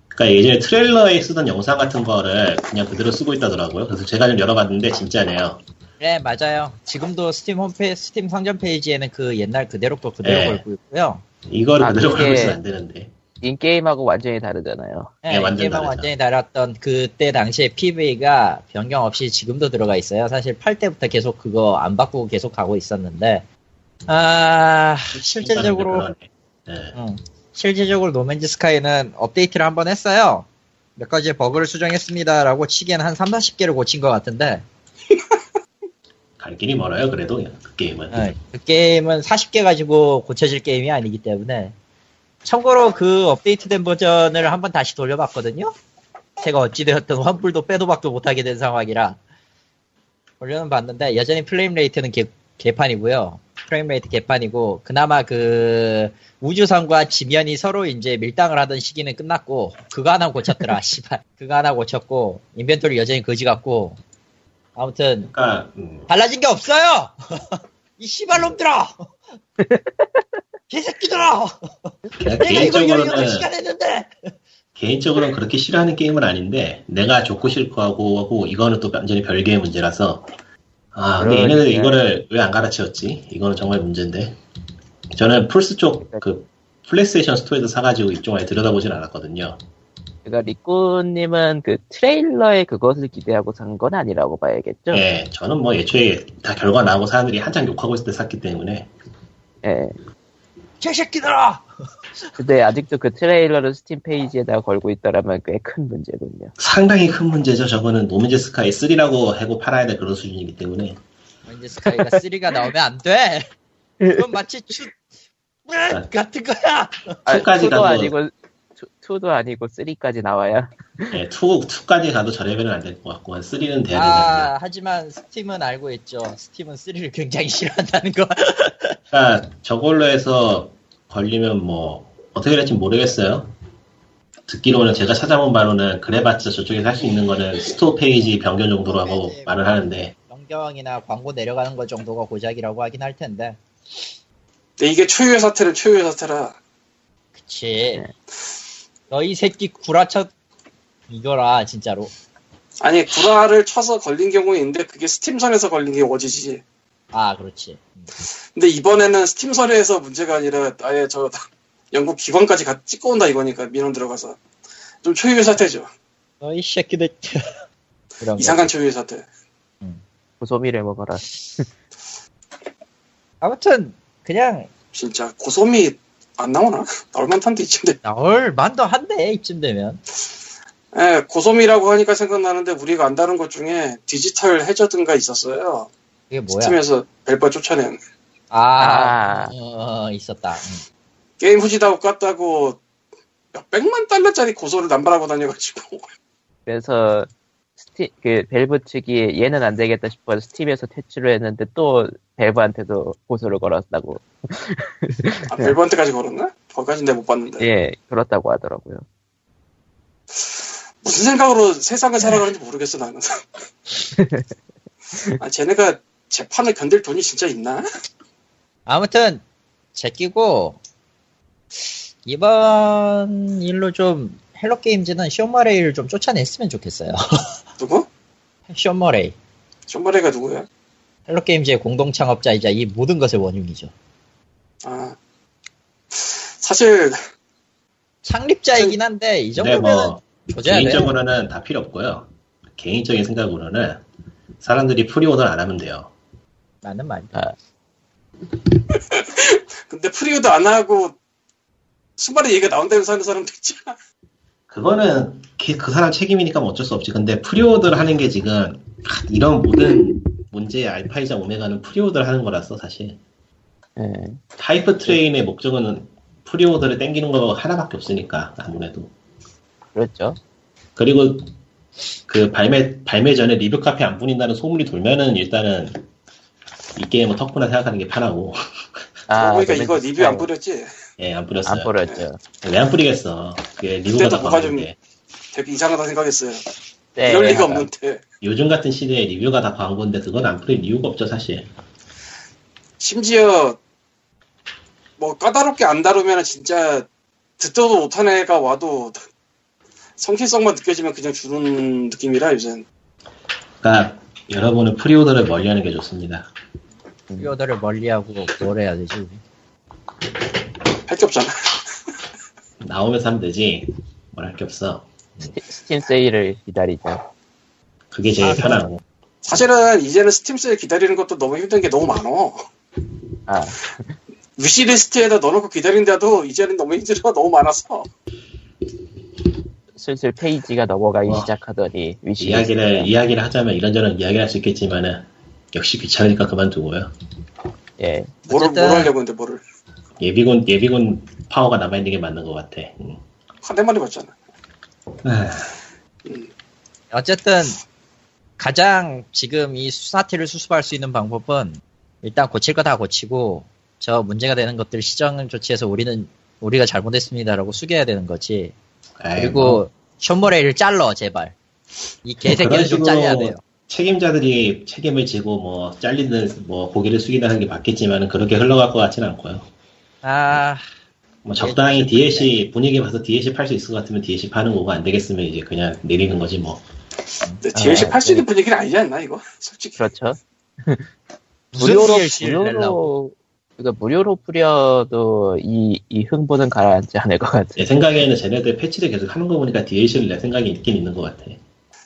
S4: 그러니까 예전에 트레일러에 쓰던 영상 같은 거를 그냥 그대로 쓰고 있다더라고요. 그래서 제가 좀 열어봤는데 진짜네요.
S2: 네 맞아요. 지금도 스팀 홈페 스팀 상점 페이지에는 그 옛날 그대로 거 그대로
S4: 예.
S2: 걸고 있고요.
S4: 이거를
S1: 아,
S4: 그대로
S1: 그게-
S4: 걸고 있으면 안 되는데.
S1: 인게임하고 완전히 다르잖아요.
S2: 예,
S4: 예, 완전
S2: 이게 막
S4: 다르죠.
S2: 완전히 달았던 그때 당시에 PV가 변경 없이 지금도 들어가 있어요. 사실 8때부터 계속 그거 안 바꾸고 계속 가고 있었는데 아 실제적으로
S4: 예.
S2: 응. 실질적으로 노맨즈 스카이는 업데이트를 한 번 했어요. 몇 가지 버그를 수정했습니다라고 치기엔 한 3, 40개를 고친 것 같은데
S4: 갈 길이 멀어요 그래도 그 게임은
S2: 예, 그 게임은 40개 가지고 고쳐질 게임이 아니기 때문에 참고로 그 업데이트된 버전을 한번 다시 돌려봤거든요. 제가 어찌되었든 환불도 빼도 박도 못하게 된 상황이라 돌려는 봤는데 여전히 플레임 레이트는 개, 개판이고요. 프레임 레이트 개판이고 그나마 그 우주선과 지면이 서로 이제 밀당을 하던 시기는 끝났고 그거 하나 고쳤더라 씨발 그거 하나 고쳤고 인벤토리 여전히 거지 같고 아무튼
S4: 그러니까 음,
S2: 달라진 게 없어요! 이 씨발놈들아! 개새끼들아!
S4: 걔가
S2: 내가 이거 이거 이거
S4: 개인적으로는
S2: 시간 했는데!
S4: 개인적으로는 그렇게 싫어하는 게임은 아닌데 내가 좋고 싫고 하고 하고 이거는 또 완전히 별개의 문제라서 아 근데
S1: 그러니까.
S4: 얘네들 이거를 왜 안 가르쳤지 이거는 정말 문제인데 저는 플스 쪽 그 플레이스테이션 스토어에서 사가지고 일종에 들여다보진 않았거든요
S1: 그러니까 리꾸님은 그 트레일러에 그것을 기대하고 산 건 아니라고 봐야겠죠?
S4: 예 저는 뭐 애초에 다 결과 나오고 사람들이 한창 욕하고 있을 때 샀기 때문에
S1: 예.
S2: 개새끼들아!
S1: 근데 아직도 그 트레일러를 스팀 페이지에다 걸고 있더라면 꽤 큰 문제군요.
S4: 상당히 큰 문제죠 저거는 노민즈 스카이 3라고 해고 팔아야 될 그런 수준이기 때문에
S2: 어, 이제 스카이가 3가 나오면 안 돼! 그건 마치 추, 으악! 같은 거야!
S1: 아,
S4: 끝까지
S1: 2도
S4: 가고.
S1: 아니고 2, 도 아니고 3까지 나와야
S4: 네, 2, 2까지 가도 저 레벨은 안 될 것 같고, 한 3는 돼야 되는데.
S2: 아, 하지만 스팀은 알고 있죠. 스팀은 3를 굉장히 싫어한다는 거.
S4: 그러니까 저걸로 해서 걸리면 뭐, 어떻게 될지 모르겠어요. 듣기로는 제가 찾아본 바로는 그래봤자 저쪽에서 할 수 있는 거는 스토어 페이지 변경 정도로
S2: 네,
S4: 하고 말을 하는데,
S2: 변경이나 광고 내려가는 것 정도가 고작이라고 하긴 할 텐데.
S3: 근데 이게 초유의 사태는 초유의 사태라
S2: 그렇지.
S4: 네.
S2: 너희 새끼 구라쳐 이거라 진짜로.
S3: 아니 구라를 쳐서 걸린 경우에 있는데 그게 스팀선에서 걸린 게 워지지.
S2: 아 그렇지.
S3: 근데 이번에는 스팀선에서 문제가 아니라 아예 저 영국 기관까지 가- 찍고 온다 이거니까 민원 들어가서 좀 초유의 사태죠.
S2: 너희 어, 새끼들. 이런 거.
S3: 이상한 초유의 사태.
S1: 고소미를 먹어라.
S2: 아무튼 그냥
S3: 진짜 고소미 안 나오나? 나올 만탄데 이쯤데.
S2: 나올 아, 만도 한데 이쯤 되면.
S3: 예, 고소미라고 하니까 생각나는데 우리가 안다는 것 중에 디지털 해저든가 있었어요.
S2: 이게 뭐야?
S3: 스팀에서 벨바 쫓아낸
S2: 아,
S1: 아.
S2: 어, 있었다. 응.
S3: 게임 후지다고 깠다고 몇 백만 달러짜리 고소를 남발하고 다녀가지고
S1: 그래서 스티 그 벨브 측이 얘는 안 되겠다 싶어서 스팀에서 퇴출을 했는데 또 벨브한테도 고소를 걸었다고.
S3: 아, 벨바한테까지 걸었나? 거기까지 내가 못 봤는데
S1: 예, 그렇다고 하더라고요.
S3: 무슨 생각으로 세상을 살아가는지 모르겠어 나는. 아, 쟤네가 재판을 견딜 돈이 진짜 있나?
S2: 아무튼 제끼고 이번 일로 좀 헬로 게임즈는 쇼머레이를 좀 쫓아냈으면 좋겠어요.
S3: 누구?
S2: 쇼머레이
S3: 쇼머레가 누구야?
S2: 헬로 게임즈의 공동 창업자이자 이 모든 것의 원흉이죠.
S3: 아 사실
S2: 창립자이긴 한데 이
S4: 근데
S2: 정도면
S4: 뭐
S2: 조져야 돼.
S4: 개인적으로는 다 필요 없고요. 개인적인 생각으로는 사람들이 프리오더를 안 하면 돼요.
S2: 라는 말이다.
S1: 아,
S3: 근데 프리우도 안 하고 순발의 얘기가 나온다면서 하는 사람도 있잖아.
S4: 그거는 그, 그 사람 책임이니까 뭐 어쩔 수 없지. 근데 프리오더를 하는 게 지금 하, 이런 모든 문제의 알파이자 오메가는 프리오더를 하는 거라서 사실
S1: 예.
S4: 타이프 트레인의 목적은 프리오더를 땡기는 거 하나밖에 없으니까 아무래도.
S1: 그렇죠.
S4: 그리고 그 발매 발매 전에 리뷰 카페 안 뿌린다는 소문이 돌면은 일단은 이 게임은 턱구나 생각하는 게 편하고
S1: 아,
S3: 그러니까
S1: 그러면
S3: 이거
S1: 진짜
S3: 리뷰 안 뿌렸지?
S4: 예 안
S1: 안
S4: 뿌렸어요. 예,
S1: 뿌렸죠.
S4: 왜 안 뿌리겠어? 그게 리뷰가
S3: 그때도
S4: 더
S3: 뭐가
S4: 광고인데
S3: 되게 이상하다 생각했어요.
S1: 네,
S3: 이럴
S1: 하다.
S3: 리가 없는데
S4: 요즘 같은 시대에 리뷰가 다 광고인데 그건 안 뿌릴 이유가 없죠 사실.
S3: 심지어 뭐 까다롭게 안 다루면 진짜 듣도 못한 애가 와도 성실성만 느껴지면 그냥 주는 느낌이라 요즘
S4: 그러니까 여러분은 프리오더를 멀리하는 게 좋습니다.
S2: 프리오더를 멀리하고 뭘 해야 되지? 우리?
S3: 할 게 없잖아.
S4: 나오면서 하면 되지 뭘 할 게 없어.
S1: 스팀, 스팀 세일을 기다리죠.
S4: 그게 제일
S2: 아,
S4: 편하고
S3: 사실은 이제는 스팀스에 기다리는 것도 너무 힘든 게 너무 많어.
S1: 아,
S3: 위시리스트에다 넣어놓고 기다린다도 이제는 너무 힘들어 너무 많아서
S1: 슬슬 페이지가 넘어가기
S4: 와.
S1: 시작하더니 위시
S4: 이야기를 이야기를 하자면 이런저런 이야기를 할 수 있겠지만은 역시 귀찮으니까 그만두고요.
S1: 예,
S3: 뭐를
S2: 어쨌든-
S3: 뭘 하려고 했는데 뭐를
S4: 예비군 예비군 파워가 남아 있는 게 맞는 것 같아. 음.
S3: 한 대만에 봤잖아.
S4: 네.
S2: 어쨌든 가장 지금 이 수사태를 수습할 수 있는 방법은 일단 고칠 거 다 고치고 저 문제가 되는 것들 시정을 조치해서 우리는 우리가 잘못했습니다라고 숙여야 되는 거지.
S4: 아이, 뭐,
S2: 그리고 쇼머레이를 잘러 제발. 이
S4: 그런
S2: 개새끼를 좀
S4: 식으로
S2: 잘려야 돼요.
S4: 책임자들이 책임을 지고 뭐 잘리든 뭐 고개를 숙이다 하는 게 맞겠지만은 그렇게 흘러갈 것 같지는 않고요.
S2: 아
S4: 뭐 적당히 DLC 분위기 봐서 DLC 팔 수 있을 것 같으면 DLC 파는 거고 안 되겠으면 이제 그냥 내리는 거지 뭐.
S3: 근데 DLC
S1: 아,
S3: 팔 수 있는 분위기는 아니지 않나 이거? 솔직히
S1: 그렇죠.
S2: 무슨
S1: 무료로
S2: DLC를 내려고?
S1: 무료로 그러니까 무료로 뿌려도 이, 이 흥분은 가라앉지 않을 것 같아요.
S4: 내 생각에는 쟤네들 패치를 계속 하는 거 보니까 DLC를 낼 생각이 있긴 있는 것 같아.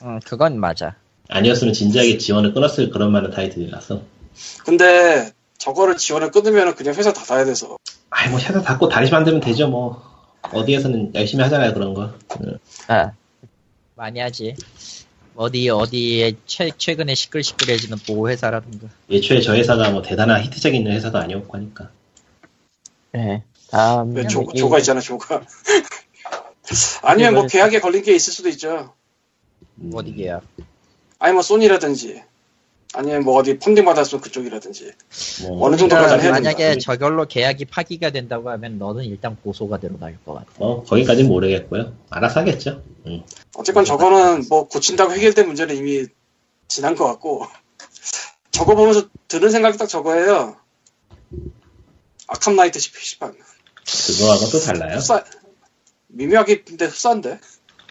S2: 음 그건 맞아.
S4: 아니었으면 진지하게 지원을 끊었을 그런 만한 타이틀이라서.
S3: 근데 저거를 지원을 끊으면 그냥 회사 닫아야 돼서
S4: 아이 뭐 샤다 닫고 다시 만들면 되죠 뭐. 어디에서는 열심히 하잖아요 그런 거. 응.
S1: 아,
S2: 많이 하지. 어디 어디에 최, 최근에 시끌시끌해지는 보호 회사라든가.
S4: 애초에 저 회사가 뭐 대단한 히트작 있는 회사도 아니었고 하니까.
S1: 네. 다음
S3: 왜 조,
S1: 얘기-
S2: 뭐.
S3: 조가 있잖아 조가 아니면 뭐 계약에 걸린 게 있을 수도 있죠
S4: 음,
S2: 어디게요?
S3: 아니면 소니라든지 아니면 뭐 어디 펀딩 받았으면 그쪽이라든지
S4: 뭐,
S3: 어느 정도까지 해야
S2: 음, 만약에
S3: 된다 예.
S2: 저걸로 계약이 파기가 된다고 하면 너는 일단 고소가 들어갈 것 같아.
S4: 어, 거기까지는 모르겠고요. 알아서 하겠죠. 음.
S3: 어쨌건 저거는 뭐 고친다고 해결된 문제는 이미 지난 것 같고 저거 보면서 드는 생각이 딱 저거예요 아캄 나이트 18
S4: 그거하고 또 달라요.
S2: 네.
S3: 사, 미묘하게 근데 흡사한데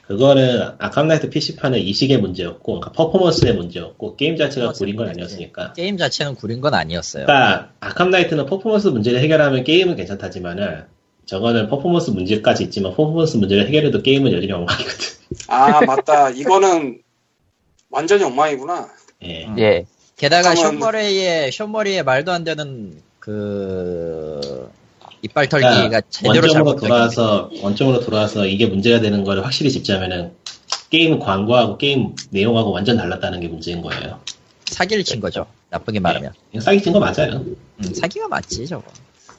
S4: 그거는 아캄나이트 PC판은 이식의 문제였고, 그러니까 퍼포먼스의 문제였고, 게임 자체가
S2: 퍼포먼스
S4: 구린 건
S2: 문제지.
S4: 아니었으니까.
S2: 예. 게임 자체는 구린 건 아니었어요.
S4: 그러니까 아캄나이트는 퍼포먼스 문제를 해결하면 게임은 괜찮다지만은, 저거는 퍼포먼스 문제까지 있지만 퍼포먼스 문제를 해결해도 게임은 여전히 엉망이거든.
S3: 아 맞다 이거는 완전히 엉망이구나
S4: 예.
S2: 음.
S1: 예.
S2: 게다가
S3: 잠깐만.
S2: 쇼머레이의 쇼머리의 말도 안 되는 그 이빨 털기가
S4: 그러니까
S2: 제대로
S4: 원점으로
S2: 잘못된
S4: 돌아와서 원점으로 돌아와서 이게 문제가 되는 거를 확실히 짚자면은 게임 광고하고 게임 내용하고 완전 달랐다는 게 문제인 거예요.
S2: 사기를 친 거죠. 나쁘게 말하면
S4: 이거 사기친 거 맞아요.
S2: 음, 사기가 맞지 저거.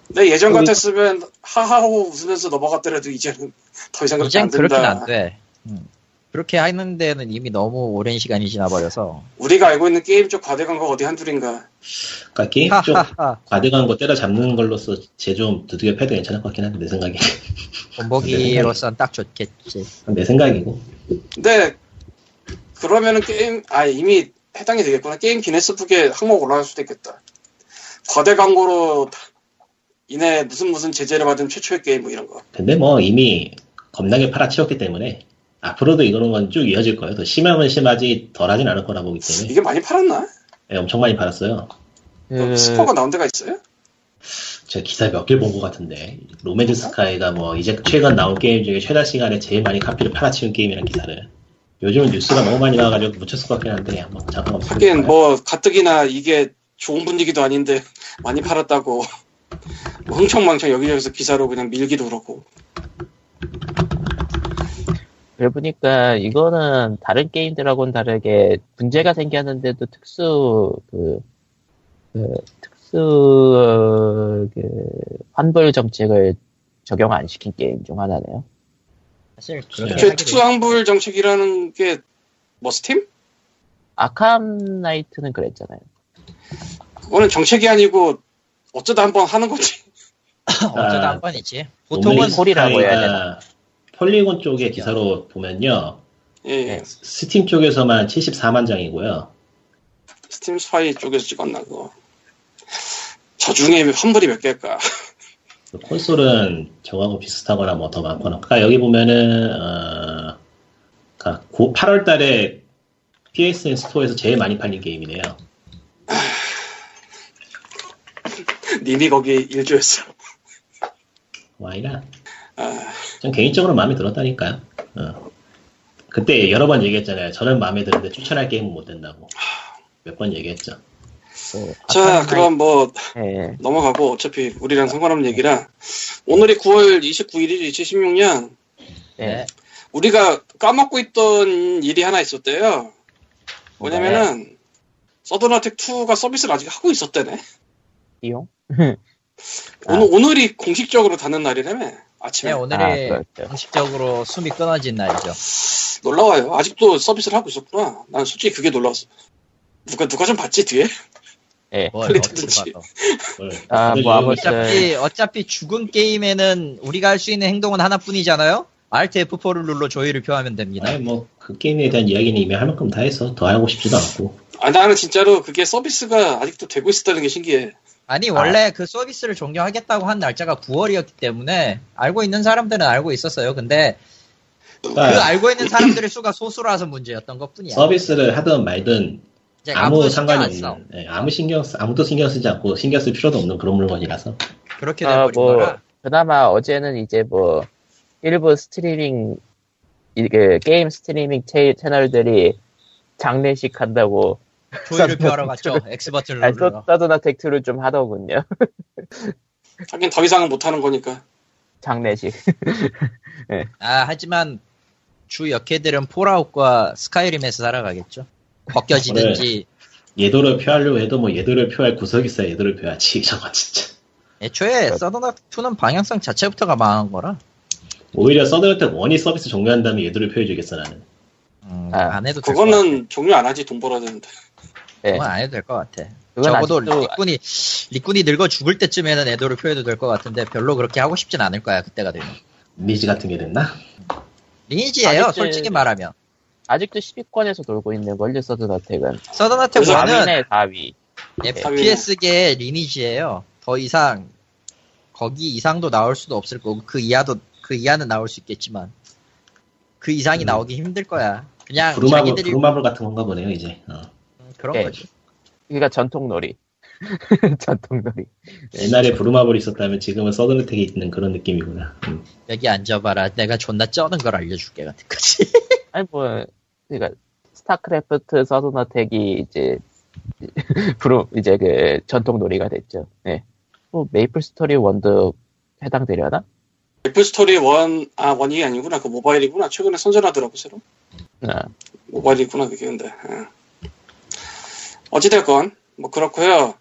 S3: 근데 예전
S1: 우리-
S3: 같았으면 하하호 웃으면서 넘어갔더라도 이제는 더 이상 그렇게
S2: 이젠
S3: 안
S2: 그렇게는
S3: 된다
S2: 안 돼. 음. 그렇게 하는 데는 이미 너무 오랜 시간이 지나버려서
S3: 우리가 알고 있는 게임 쪽 과대광고가 어디 한둘인가
S4: 그러니까 게임 쪽
S2: 하하하
S4: 과대광고 때려잡는 걸로서 제 좀 두드겨 패도 괜찮을 것 같긴 한데 내 생각이 네.
S2: 본보기로선 딱 좋겠지.
S4: 내 생각이고
S3: 근데 그러면은 게임 아 이미 해당이 되겠구나 게임 기네스북에 항목 올라갈 수도 있겠다 과대광고로 이내 무슨 무슨 제재를 받은 최초의 게임 뭐 이런 거
S4: 근데 뭐 이미 겁나게 팔아치웠기 때문에 앞으로도 이런 건 쭉 이어질 거예요. 더 심하면 심하지 덜하진 않을 거라 보기
S2: 네.
S4: 때문에
S3: 이게 많이 팔았나? 뭐
S4: 예, 엄청 많이 팔았어요.
S1: 그,
S3: 스포가 나온 데가
S2: 음,
S3: 있어요?
S4: 제가 기사 몇 개 본 것 같은데 로맨즈 스카이가 뭐 이제 최근 나온 게임 중에 최단 시간에 제일 많이 카피를 팔아치운 게임이라는 기사를 요즘은 뉴스가 너무 많이 나와가지고 묻혔을 것 같긴 한데 한번 잠깐
S3: 하긴 뭐 가뜩이나 이게 좋은 분위기도 아닌데 많이 팔았다고 뭐 흥청망청 여기저기서 기사로 그냥 밀기도 그렇고
S1: 그래 보니까 이거는 다른 게임들하고는 다르게 문제가 생겼는데도 특수 그, 그 특수 그 환불 정책을 적용 안 시킨 게임 중 하나네요.
S2: 사실
S4: 네.
S2: 그렇게
S3: 애초에
S2: 하기도
S3: 특수환불 정책이라는 게 뭐 스팀?
S1: 아캄 나이트는 그랬잖아요.
S3: 그거는 정책이 아니고 어쩌다 한번 하는 거지
S2: 어쩌다
S4: 아.
S2: 한 번이지. 보통은
S1: 로맨스- 콜이라고 해야
S4: 되나 폴리곤 쪽의 기사로 보면요
S3: 예,
S1: 네.
S4: 스팀 쪽에서만 74만 장이고요
S3: 스팀 스파이 쪽에서 찍었나 그거 저 중에 환불이 몇 개일까
S4: 콘솔은 저거하고 비슷하거나 뭐 더 많거나. 그러니까 여기 보면은 어, 그러니까 8월달에 PSN 스토어에서 제일 많이 팔린 게임이네요.
S3: 님이 거기 일조했어
S4: 와이나.
S3: 아,
S4: 전 개인적으로 마음에 들었다니까요. 어. 그때 여러 번 얘기했잖아요. 저는 마음에 드는데 추천할 게임은 못 된다고. 몇 번 얘기했죠.
S1: 그
S3: 자
S1: 아캄
S3: 그럼 뭐
S1: 나이트- 예.
S3: 넘어가고 어차피 우리랑 상관없는 얘기라 오늘이 9월 29일이지 2016년
S2: 네.
S1: 예.
S3: 우리가 까먹고 있던 일이 하나 있었대요. 뭐냐면은 서든어택 2가 서비스를 아직 하고 있었대네.
S1: 이용? 아.
S3: 오늘 오늘이 공식적으로 닫는 날이라며. 아침에
S2: 네,
S1: 아,
S2: 오늘이
S1: 그렇죠.
S2: 공식적으로 숨이 끊어진 날이죠.
S3: 놀라워요. 아직도 서비스를 하고 있었구나. 난 솔직히 그게 놀라웠어. 누가 누가 좀 봤지 뒤에?
S1: 예.
S2: 뭘
S3: 그래,
S2: 어떻게
S3: 그렇지.
S2: 봐도.
S4: 그걸
S1: 아,
S4: 다들
S1: 뭐 아무튼-
S2: 어차피 어차피 죽은 게임에는 우리가 할 수 있는 행동은 하나뿐이잖아요. Alt F4를 눌러 조의를 표하면 됩니다.
S4: 아니 뭐그 게임에 대한 이야기는 이미 할 만큼 다 해서 더 하고 싶지도 않고
S3: 아 나는 진짜로 그게 서비스가 아직도 되고 있었다는 게 신기해.
S2: 아니 원래 그 서비스를 종료하겠다고 한 날짜가 9월이었기 때문에 알고 있는 사람들은 알고 있었어요. 근데 그
S4: 그러니까
S2: 알고 있는 사람들의 수가 소수라서 문제였던 것뿐이야.
S4: 서비스를 하든 말든
S2: 이제
S4: 어? 아무
S2: 아무도 신경 안
S4: 상관이
S2: 써.
S4: 없는, 예, 아무 신경 쓰, 아무도 신경 쓰지 않고 신경 쓸 필요도 없는 그런 물건이라서
S2: 그렇게
S1: 아,
S2: 돼버린
S1: 뭐,
S2: 거라.
S1: 그나마 어제는 이제 뭐, 일부 스트리밍, 이게 게임 스트리밍 채, 채널들이 장례식 한다고
S2: 조의를 표하러 갔죠. 엑스버튼을
S1: 아니, 서-
S2: 눌러.
S1: 서든어 택트를 좀 하더군요.
S3: 하긴 더 이상은 못 하는 거니까.
S1: 장례식.
S2: 아 하지만 주 역캐들은 폴아웃과 스카이림에서 살아가겠죠. 벗겨지든지
S4: 예도를 표하려고 해도 뭐 예도를 표할 구석이 있어야 예도를 표하지 저거 진짜
S2: 애초에 서든어택2는 방향성 자체부터가 망한 거라
S4: 오히려 서든어택 원이 서비스 종료한 다음에 예도를 표해주겠어 나는
S2: 음,
S1: 아,
S2: 안 해도 될것
S3: 그거는 종료 안 하지 돈 벌어야 되는데.
S1: 예.
S2: 그건 안 해도 될 것 같아.
S1: 그건
S2: 적어도
S1: 아직도,
S2: 리꾼이 리꾼이 늙어 죽을 때쯤에는 애도를 표해도 될 것 같은데 별로 그렇게 하고 싶진 않을 거야 그때가 되면.
S4: 리니지 같은 게 됐나?
S2: 리니지예요
S1: 아직은-
S2: 솔직히 말하면.
S1: 아직도 10위권에서 돌고 있는 걸요, 서든어 택은.
S2: 서든어택
S3: 그래서
S2: 1은
S1: 4위네, 4위.
S2: 예,
S3: 아, 예.
S2: FPS계의 리니지예요. 더 이상 거기 이상도 나올 수도 없을 거고 그 이하도 그 이하는 나올 수 있겠지만 그 이상이
S4: 음.
S2: 나오기 힘들 거야. 그냥
S4: 부루마블,
S2: 자기들이
S4: 부루마블 같은 건가 보네요, 이제. 어.
S2: 그런
S1: 예.
S2: 거지.
S1: 그러니까 전통놀이. 전통놀이.
S4: 옛날에 부루마블이 있었다면 지금은 서든어택이 있는 그런 느낌이구나. 음.
S2: 여기 앉아봐라. 내가 존나 쩌는 걸 알려줄게 같은 거지.
S1: 아니 뭐 그러니까 스타크래프트 서든어택이 이제 브로 이제 그 전통놀이가 됐죠. 예. 뭐 메이플 스토리 원도 해당되려나?
S3: 애플 스토리 원, 아, 원이 아니구나. 그 모바일이구나. 최근에 선전하더라고, 새로.
S1: 아,
S3: 모바일이구나, 그게 근데. 예. 어찌됐건, 뭐 그렇고요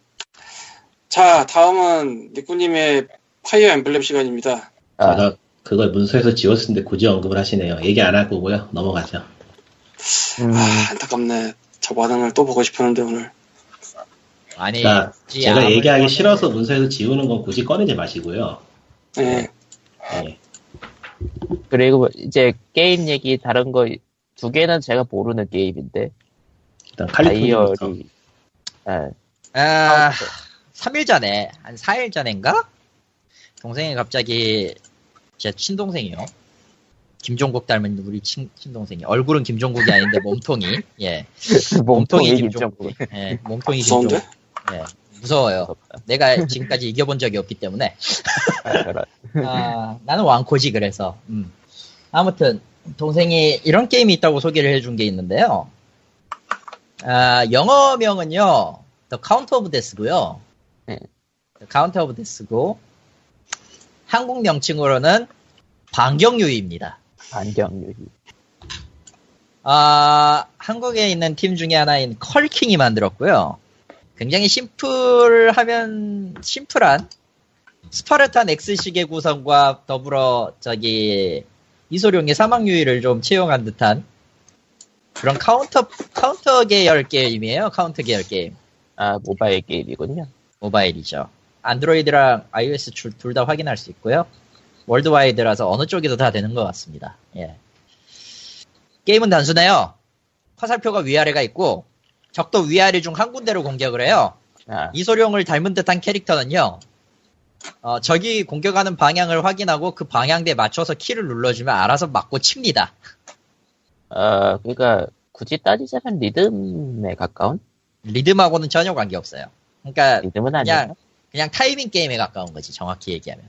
S3: 자, 다음은 니꾸님의 파이어 엠블렘 시간입니다.
S1: 아,
S4: 제가 그걸 문서에서 지웠는데 굳이 언급을 하시네요. 얘기 안 할 거고요. 넘어가죠.
S1: 음,
S3: 아, 안타깝네. 저 반응을 또 보고 싶었는데, 오늘.
S2: 아니,
S4: 그러니까
S2: 지
S4: 제가
S2: 네, 아무리
S4: 얘기하기
S2: 꺼내도-
S4: 싫어서 문서에서 지우는 건 굳이 꺼내지 마시고요.
S3: 예.
S4: 예.
S1: 그리고 이제 게임 얘기 다른 거 두 개는 제가 모르는 게임인데
S4: 일단 칼리토니부터
S1: 다이어리. 아,
S2: 아, 3일 전에 한 4일 전인가 동생이 갑자기 제 친동생이요. 김종국 닮은 우리 친, 친동생이 얼굴은 김종국이 아닌데 몸통이 예,
S1: 몸통이
S2: 몸통이
S1: 김정국.
S2: 예 몸통이
S3: 아, 무서운데?
S2: 김종국 예 무서워요. 내가 지금까지 이겨본 적이 없기 때문에
S1: 아, 그런.
S2: 아, 나는 왕코지 그래서 음. 아무튼 동생이 이런 게임이 있다고 소개를 해준 게 있는데요. 아, 영어명은요, The Count of Death고요.
S1: 네.
S2: The Count of Death고 한국 명칭으로는 반경유입니다.
S1: 안경 유희.
S2: 아, 한국에 있는 팀 중에 하나인 컬킹이 만들었고요. 굉장히 심플하면 심플한 스파르탄 X식의 구성과 더불어 저기 이소룡의 사망유의를 좀 채용한 듯한 그런 카운터 카운터 계열 게임이에요. 카운터 계열 게임
S1: 아 모바일 게임이군요.
S2: 모바일이죠. 안드로이드랑 iOS 둘 다 확인할 수 있고요. 월드와이드라서 어느 쪽에도 다 되는 것 같습니다. 예. 게임은 단순해요. 화살표가 위아래가 있고 적도 위아래 중 한 군데로 공격을 해요.
S1: 아,
S2: 이소룡을 닮은 듯한 캐릭터는요. 어, 적이 공격하는 방향을 확인하고 그 방향대에 맞춰서 키를 눌러주면 알아서 맞고 칩니다.
S1: 아 그러니까 굳이 따지자면 리듬에 가까운
S2: 리듬하고는 전혀 관계없어요. 그러니까
S1: 리듬은 아니야.
S2: 그냥 그냥 타이밍 게임에 가까운 거지 정확히 얘기하면.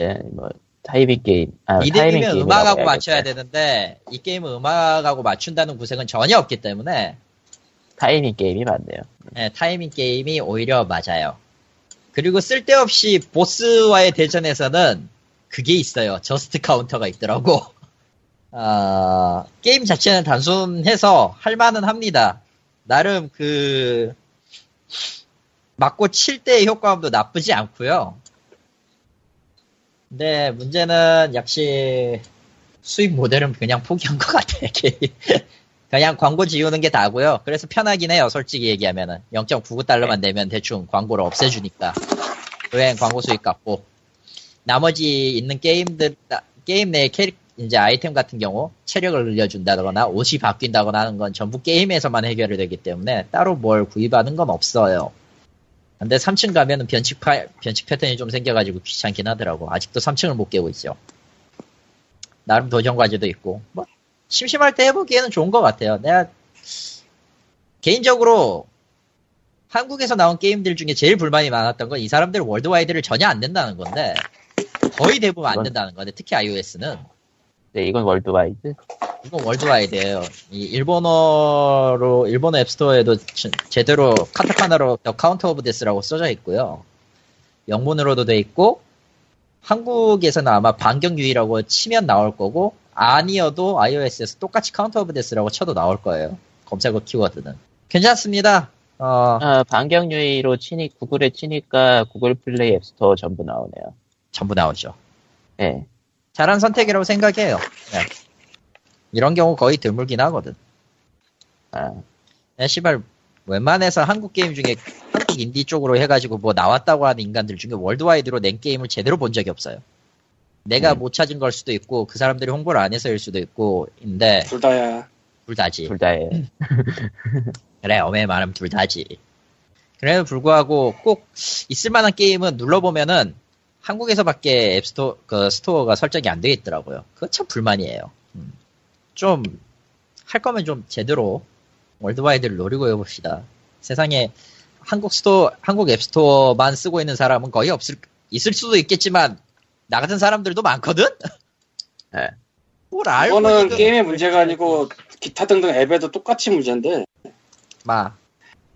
S1: 예, 뭐 타이밍 게임. 아, 타이밍
S2: 리듬이면
S1: 게임이라고
S2: 음악하고
S1: 해야겠다.
S2: 맞춰야 되는데 이 게임은 음악하고 맞춘다는 구색은 전혀 없기 때문에
S1: 타이밍 게임이 맞네요.
S2: 예, 타이밍 게임이 오히려 맞아요. 그리고 쓸데없이 보스와의 대전에서는 그게 있어요. 저스트 카운터가 있더라고. 아, 게임 자체는 단순해서 할만은 합니다. 나름 그 맞고 칠 때의 효과음도 나쁘지 않고요. 근데 문제는 역시 수입 모델은 그냥 포기한 것 같아. 게임. 그러니까 그냥 광고 지우는 게 다고요. 그래서 편하긴 해요. 솔직히 얘기하면은 0.99달러만 내면 대충 광고를 없애주니까 여행 광고 수익 갚고 나머지 있는 게임들 아, 게임 내 캐릭 이제 아이템 같은 경우 체력을 늘려준다거나 옷이 바뀐다거나 하는 건 전부 게임에서만 해결이 되기 때문에 따로 뭘 구입하는 건 없어요. 근데 3층 가면은 변칙 파, 변칙 패턴이 좀 생겨가지고 귀찮긴 하더라고. 아직도 3층을 못 깨고 있죠. 나름 도전 과제도 있고 뭐 심심할 때 해보기에는 좋은 것 같아요. 내가 개인적으로 한국에서 나온 게임들 중에 제일 불만이 많았던 건 이 사람들 월드와이드를 전혀 안 된다는 건데 거의 대부분 안
S1: 이건-
S2: 된다는 건데 특히 iOS는
S1: 네, 이건 월드와이드.
S2: 이건 월드와이드예요. 이 일본어로 일본어 앱스토어에도 제- 제대로 카타카나로 The Count of Death라고 써져 있고요. 영문으로도 돼 있고 한국에서는 아마 반경유의라고 치면 나올 거고 아니어도 iOS에서 똑같이 Count of Death라고 쳐도 나올 거예요. 검색어 키워드는 괜찮습니다. 어,
S1: 아, 반경 유의로 치니 구글에 치니까 구글 플레이 앱스토어 전부 나오네요.
S2: 전부 나오죠.
S1: 예.
S2: 잘한 선택이라고 생각해요. 네. 이런 경우 거의 드물긴 하거든.
S1: 아,
S2: 야, 씨발, 웬만해서 한국 게임 중에 한국 인디 쪽으로 해가지고 뭐 나왔다고 하는 인간들 중에 월드와이드로 낸 게임을 제대로 본 적이 없어요. 내가
S1: 음.
S2: 못 찾은 걸 수도 있고, 그 사람들이 홍보를 안 해서일 수도 있고, 인데,
S3: 둘 다야.
S2: 둘 다지.
S1: 둘 다예요.
S2: 그래, 엄의 말하면 둘 다지. 그래도 불구하고 꼭 있을 만한 게임은 눌러보면은 한국에서밖에 앱스토어 그 스토어가 설정이 안 되어 있더라고요. 그거 참 불만이에요. 음. 좀 할 거면 좀 제대로 월드와이드를 노리고 해봅시다. 세상에 한국 스토어 한국 앱 스토어만 쓰고 있는 사람은 거의 없을 있을 수도 있겠지만 나 같은 사람들도 많거든. 예. 뭘 알고
S3: 이거는
S2: 지금
S3: 게임의 문제가 아니고 기타 등등 앱에도 똑같이 문제인데
S2: 막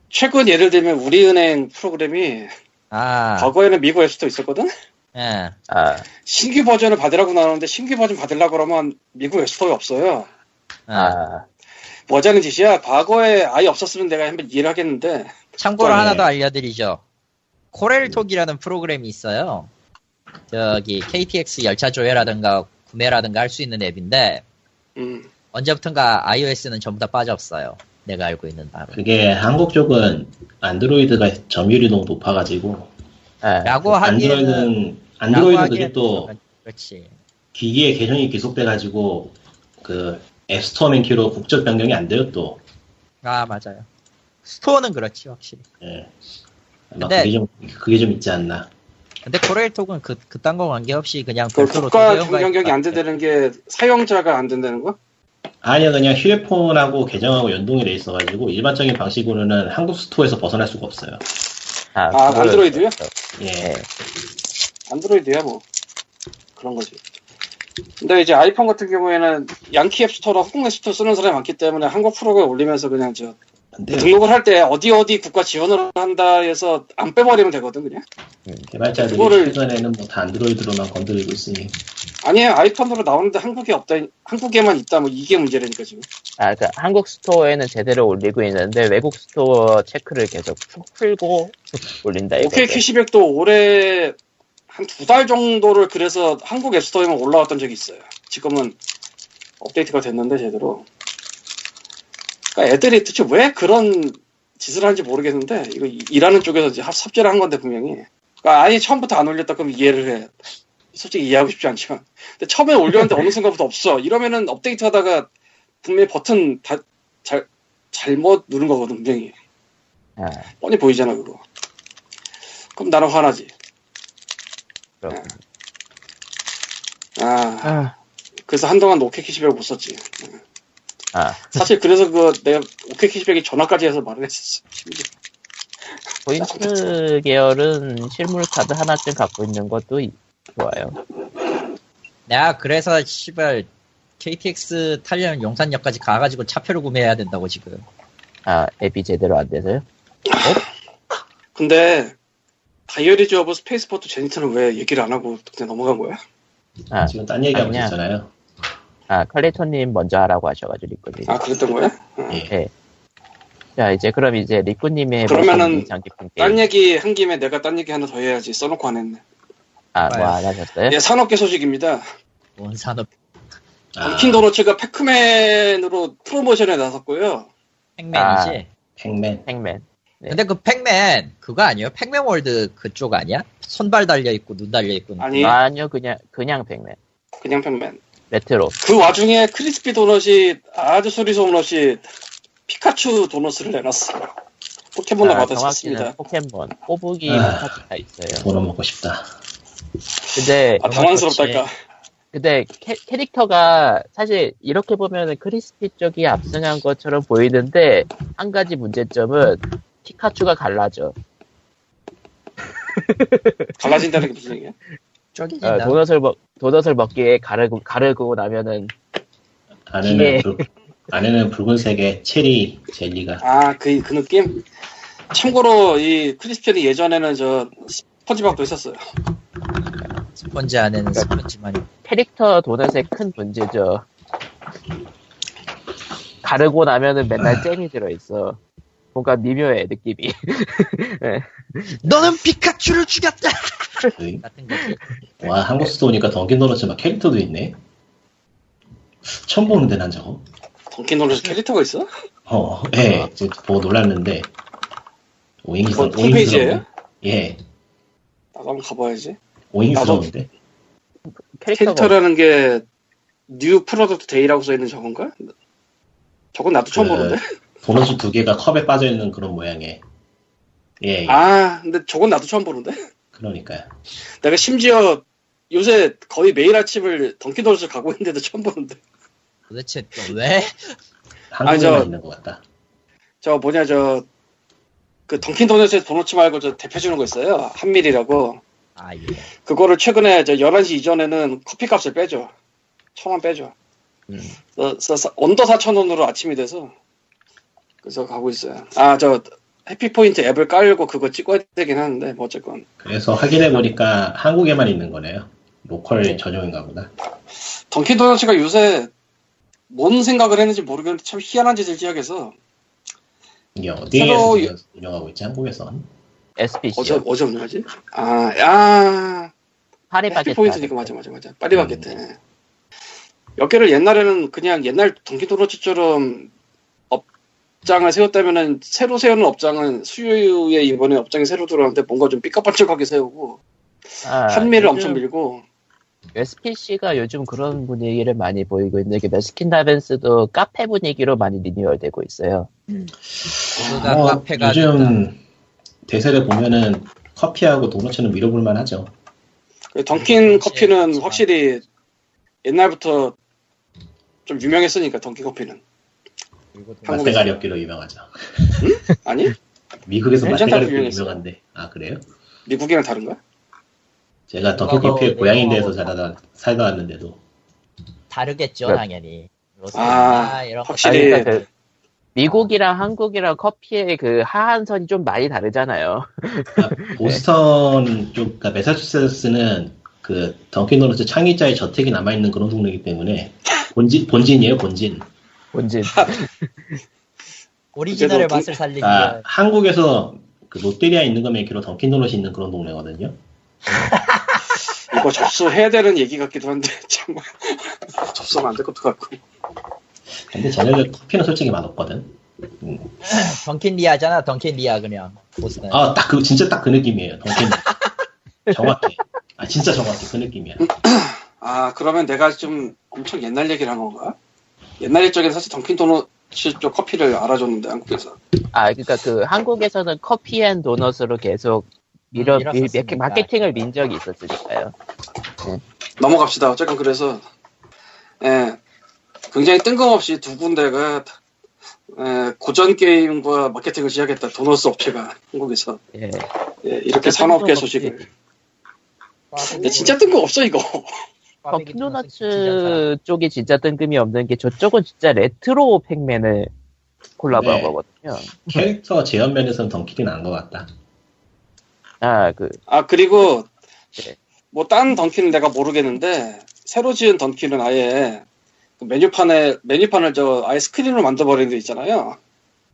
S3: 최근 예를 들면 우리은행 프로그램이
S2: 아,
S3: 과거에는 미국 앱스토어 있었거든?
S2: 예.
S1: 아,
S3: 신규 버전을 받으라고 나오는데 신규 버전 받으려고 그러면 미국 앱스토어에 없어요.
S2: 아.
S1: 아,
S3: 뭐자는 짓이야. 과거에 아예 없었으면 내가 한번 이해를 하겠는데
S2: 참고로
S4: 네.
S2: 하나 더 알려드리죠. 코렐톡이라는 프로그램이 있어요. 저기 KTX 열차 조회라든가 구매라든가 할 수 있는 앱인데
S3: 음,
S2: 언제부턴가 iOS는 전부 다 빠져 없어요. 내가 알고 있는 바로.
S4: 그게 한국 쪽은 안드로이드가 점유율이 너무 높아가지고
S1: 아,
S2: 라고 하기에는
S4: 안드로이드는 안드로이드
S2: 라고
S4: 그게
S2: 하기에는
S4: 또
S2: 그렇지.
S4: 기기의 계정이 귀속돼가지고 그 앱스토어 맨키로 국적 변경이 안 돼요 또.
S2: 아 맞아요. 스토어는 그렇지 확실히.
S4: 예. 아마
S2: 근데-
S4: 그게 좀 그게 좀 있지 않나.
S2: 근데 코렐톡은 그 그딴 거 관계없이 그냥
S3: 그
S2: 별도로
S3: 국가
S2: 대형
S3: 중견격이
S2: 가입-
S3: 안 된다는 게 사용자가 안 된다는 거?
S4: 아니요 그냥 휴대폰하고 계정하고 연동이 돼 있어가지고 일반적인 방식으로는 한국 스토어에서 벗어날 수가 없어요.
S3: 아,
S1: 그걸-
S3: 안드로이드요?
S4: 예.
S1: 예.
S3: 안드로이드야 뭐 그런 거지. 근데 이제 아이폰 같은 경우에는 양키 앱스토어나 홍콩 앱스토어 쓰는 사람이 많기 때문에 한국 프로그램 올리면서 그냥 저
S4: 근데
S3: 등록을 할 때 어디 어디 국가 지원을 한다 해서 안 빼버리면 되거든 그냥.
S4: 개발자들이
S3: 그거를-
S4: 최근에는 뭐 다 안드로이드로만 건드리고 있으니
S3: 아니에요 아이폰으로 나오는데 한국에 없다 한국에만 있다 뭐 이게 문제라니까 지금.
S1: 아, 그러니까 한국 스토어에는 제대로 올리고 있는데 외국 스토어 체크를 계속 푹 풀고 올린다 이거.
S3: 오케이 큐시백도 올해 한 두 달 정도를 그래서 한국 앱스토어에만 올라왔던 적이 있어요. 지금은 업데이트가 됐는데 제대로. 그러니까 애들이 도대체 왜 그런 짓을 하는지 모르겠는데 이거 이- 일하는 쪽에서 이제 합- 삽질을 한 건데 분명히. 그러니까 아예 처음부터 안 올렸다 그럼 이해를 해. 솔직히 이해하고 싶지 않지만. 근데 처음에 올렸는데 어느 순간부터 없어. 이러면은 업데이트하다가 분명히 버튼 다 잘, 잘못 누른 거거든 분명히.
S1: 아,
S3: 뻔히 보이잖아 그거 그럼 나는 화나지
S1: 그렇군.
S3: 아
S1: 아,
S3: 그래서 한동안 오케이 키시백 못 썼지
S1: 아,
S3: 사실 그래서 그 내가 오케이 키시백이 전화까지 해서 말을 했었어 심지어.
S1: 포인트 계열은 실물 카드 하나쯤 갖고 있는 것도 이- 좋아요.
S2: 야 그래서 씨발 KTX 타려면 용산역까지 가가지고 차표를 구매해야 된다고 지금.
S1: 아, 앱이 제대로 안 돼서요?
S3: 근데 다이어리즈 오브 스페이스포트 제니트는 왜 얘기를 안 하고 그냥 넘어간 거야?
S1: 아,
S4: 지금 딴 얘기하고
S1: 아니야.
S4: 있잖아요.
S1: 아, 칼리토님 먼저 하라고 하셔가지고 리꾸님.
S3: 아 그랬던 거야?
S4: 예.
S1: 예. 자, 이제 그럼 이제 리꾸님의
S3: 그러면은
S1: 모습이 장기품
S3: 딴
S1: 게임.
S3: 얘기 한 김에 내가 딴 얘기 하나 더 해야지 써놓고 안 했네
S1: 아, 뭐 안 하셨어요?
S4: 네?
S3: 예, 산업계 소식입니다
S2: 원 산업
S4: 아,
S3: 던킨 도너츠가 패크맨으로 프로모션에 나섰고요
S2: 팩맨이지.
S1: 아.
S4: 팩맨.
S1: 행맨.
S2: 근데 그 팩맨 그거 아니에요? 팩맨 월드 그쪽 아니야? 손발 달려 있고 눈 달려 있고.
S3: 아니
S1: 아니요, 그냥, 그냥 백맨.
S3: 그냥 팩맨
S1: 레트로.
S3: 그 와중에 크리스피 도넛이 아주 소리 소문 없이 피카츄 도넛을 내놨어요. 포켓몬을
S1: 아, 정확히는
S3: 받았습니다.
S1: 포켓몬. 꼬부기
S4: 아.
S1: 마카치가 있어요.
S4: 보러 먹고 싶다.
S1: 근데,
S3: 아, 당황스럽달까.
S1: 근데 캐, 캐릭터가 사실 이렇게 보면은 크리스피 쪽이 압승한 것처럼 보이는데, 한 가지 문제점은 피카츄가 갈라져. 어,
S3: 갈라진다는 게 무슨 얘기야?
S1: 어,
S2: 쪼개진다.
S1: 도넛을 먹, 도넛을 먹기에 가르고, 가르고 나면은
S4: 안에는
S1: 예.
S4: 붉, 안에는 붉은색의 체리 젤리가
S3: 아, 그, 그 느낌? 참고로 이 크리스피는 예전에는 저 스펀지밥도 있었어요.
S2: 스펀지 안에는 스펀지만 있고.
S1: 캐릭터 도넛의 큰 문제죠. 가르고 나면은 맨날 잼이 들어있어. 뭔가 미묘해, 느낌이.
S2: 너는 피카츄를 죽였다
S4: 거의.
S2: 같은 거지.
S4: 와 한국 스토어 오니까 던킨 도너츠 막 캐릭터도 있네. 처음 보는데 난 저거.
S3: 던킨도넛에 캐릭터가 있어?
S4: 어,
S2: 아.
S4: 예, 지금 보고 놀랐는데. 오잉이
S3: 그거 어, 홈페이지예요?
S4: 예,
S3: 나도 한번 가봐야지. 아,
S4: 오잉스러운데.
S1: 캐릭터가.
S3: 캐릭터라는 게 뉴 프로덕트 데이라고 써있는 저건가? 저건 나도 처음
S4: 그,
S3: 보는데?
S4: 도넛 두 개가 컵에 빠져 있는 그런 모양의. 예, 예.
S3: 아, 근데 저건 나도 처음 보는데?
S4: 그러니까요.
S3: 내가 심지어 요새 거의 매일 아침을 던키도스 가고 있는데도 처음 보는데
S2: 도대체 또 왜?
S4: 한국에만
S3: 아, 저-
S4: 있는 것 같다.
S3: 저 뭐냐 저 그 던킨도넛에서 돈 넣지 말고 저 대표 주는 거 있어요 한밀이라고
S2: 아 예.
S3: 그거를 최근에 저 11시 이전에는 커피값을 빼줘 천 원 빼줘
S2: 음.
S3: 그래서 사- 언더 4천 원으로 아침이 돼서 그래서 가고 있어요 아 저 해피포인트 앱을 깔고 그거 찍어야 되긴 하는데 뭐 어쨌건
S4: 그래서 확인해 보니까 한국에만 있는 거네요. 로컬 전용인가 보다.
S3: 던킨도넛가 요새 뭔 생각을 했는지 모르겠는데 참 희한한 짓을 지어서
S4: 이게 어디에서
S3: 새로
S4: 운영하고 있지? 한국에선?
S1: SPC.
S3: 어제 어제 없나 하지? 아, 아,
S1: 파리바게트.
S3: 해피포인트니까 맞아 맞아 맞아. 파리바게트. 여기를 옛날에는 그냥 옛날 동기도로치처럼 업장을 세웠다면은 새로 세우는 업장은 수요일에 이번에 업장이 새로 들어왔는데 뭔가 좀 삐까뻔쩍하게 세우고
S1: 아, 요즘
S3: 한미를 엄청 밀고
S1: SPC가 요즘 그런 분위기를 많이 보이고 있는데 이게 메스킨라벤스도 카페 분위기로 많이 리뉴얼되고 있어요.
S2: 모두가
S4: 어,
S2: 아, 카페가 된다.
S4: 요즘 대세를 보면은 커피하고 도넛은 밀어볼 만하죠.
S3: 그 던킨
S2: 음,
S3: 커피는
S2: 그렇지.
S3: 확실히 옛날부터 좀 유명했으니까 던킨 커피는
S2: 그리고 또
S3: 한국에서.
S4: 라떼가 렵기로 유명하죠.
S3: 아니
S4: 미국에서
S3: 네, 괜찮다,
S4: 라떼가 렵기로
S3: 유명했어.
S4: 유명한데. 아 그래요?
S3: 미국이랑 다른가?
S4: 제가 더
S2: 그거,
S4: 키피의
S2: 그거.
S4: 고향인 데서 살다 살다 왔는데도
S2: 다르겠죠
S1: 네.
S2: 당연히.
S3: 아,
S2: 로스나 이런
S3: 확실히.
S1: 아니, 그러니까 그 미국이랑 한국이랑 커피의 그 하한선이 좀 많이 다르잖아요.
S4: 아, 보스턴 쪽, 그러니까 매사추세츠는 그 던킨도넛 창의자의 저택이 남아 있는 그런 동네이기 때문에 본진 본진이에요 본진.
S1: 뭔지
S2: 오리지널의
S3: 그래도
S2: 맛을 살리기
S4: 그러니까
S2: 위한
S4: 한국에서 그 롯데리아 있는 것만 기로 던킨도넛이 있는 그런 동네거든요.
S3: 이거 접수해야 되는 얘기 같기도 한데 참 접수하면 안 될 것도 같고
S4: 근데 쟤네들 커피는 솔직히 맛없거든.
S2: 던킨 리아잖아 던킨 리아 그냥 보스는.
S4: 아 딱 그 진짜 딱 그 느낌이에요 던킨. 정확해. 아 진짜 정확해 그 느낌이야.
S3: 아 그러면 내가 좀 엄청 옛날 얘기를 한 건가? 옛날 옛적엔 사실 던킨 도넛 쪽 커피를 알아줬는데 한국에서
S1: 아 그러니까 그 한국에서는 커피앤 도넛으로 계속 밀어
S2: 음,
S1: 밀,
S2: 밀었었으니까.
S1: 마케팅을 민 적이 있었으니까요.
S3: 넘어갑시다 어쨌건 그래서 예, 굉장히 뜬금없이 두 군데가 예, 고전 게임과 마케팅을 시작했다 도넛 업체가 한국에서
S1: 예.
S3: 예, 이렇게 산업계 소식을 근데 진짜 뜬금없어 이거
S1: 킹도너츠 쪽이 진짜 뜬금이 없는 게 저쪽은 진짜 레트로 팩맨을 콜라보한
S4: 네.
S1: 거거든요.
S4: 캐릭터 재현 면에서는 던킨이 나은 것 같다.
S1: 아, 그,
S3: 아 그리고
S1: 네.
S3: 뭐 딴 던킨은 내가 모르겠는데 새로 지은 던킨은 아예 그 메뉴판에 메뉴판을 저 아예 스크린으로 만들어버린 데 있잖아요.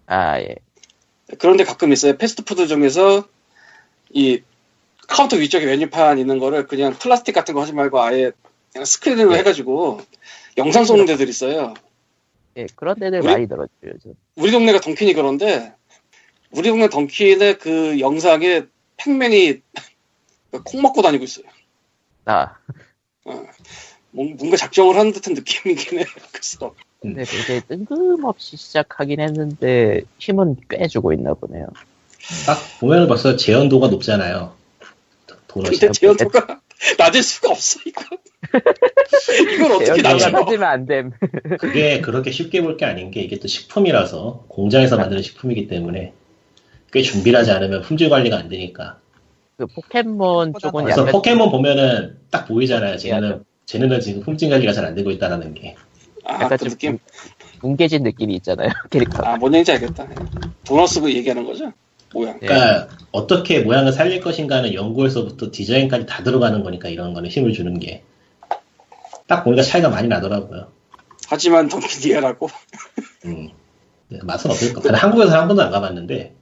S1: 아, 예.
S3: 그런데 가끔 있어요. 패스트푸드 중에서 이 카운터 위쪽에 메뉴판 있는 거를 그냥 플라스틱 같은 거 하지 말고 아예 그냥 스크린으로
S1: 네.
S3: 해가지고 영상 쏘는 데들 있어요.
S1: 예, 그런 데들
S3: 우리-
S1: 많이 늘었죠, 요즘.
S3: 우리 동네가 던킨이 그런데 우리 동네 던킨의 그 영상에 팩맨이 콩 먹고 다니고 있어요.
S1: 아,
S3: 뭔- 뭔가 작정을 하는 듯한 느낌이긴 해. 그래서
S1: 근데 굉장히 뜬금없이 시작하긴 했는데 힘은 꽤 주고 있나 보네요.
S4: 딱 보면은 벌써 재현도가 높잖아요. 도넛이.
S3: 근데 재현도가 낮을 수가 없어 이거. 이걸 어떻게
S1: 대형도가
S4: 재현도가
S3: 낮춰?
S4: 나죠?
S1: 낮으면 안 됨.
S4: 그게 그렇게 쉽게 볼 게 아닌 게 이게 또 식품이라서 공장에서 만드는 식품이기 때문에 꽤 준비를 하지 않으면 품질 관리가 안 되니까
S1: 그 포켓몬 쪽은
S4: 그래서
S1: 약간
S4: 아, 포켓몬 보면은 딱 보이잖아요 쟤네는 쟤네는 지금 품질 관리가 잘 안 되고 있다라는 게
S3: 아,
S1: 약간
S3: 그
S1: 좀
S3: 느낌.
S1: 뭉개진 느낌이 있잖아요, 캐릭터.
S3: 아, 뭔 얘기인지 알겠다. 도넛스 그 얘기하는 거죠? 모양.
S1: 예.
S4: 그러니까 어떻게 모양을 살릴 것인가는 연구에서부터 디자인까지 다 들어가는 거니까 이런 거는 힘을 주는 게 딱 보니까 차이가 많이 나더라고요
S3: 하지만 던키디아라고.
S4: 음. 근데 맛은 어떨 것 같아요 한국에서 한 번도 안 가봤는데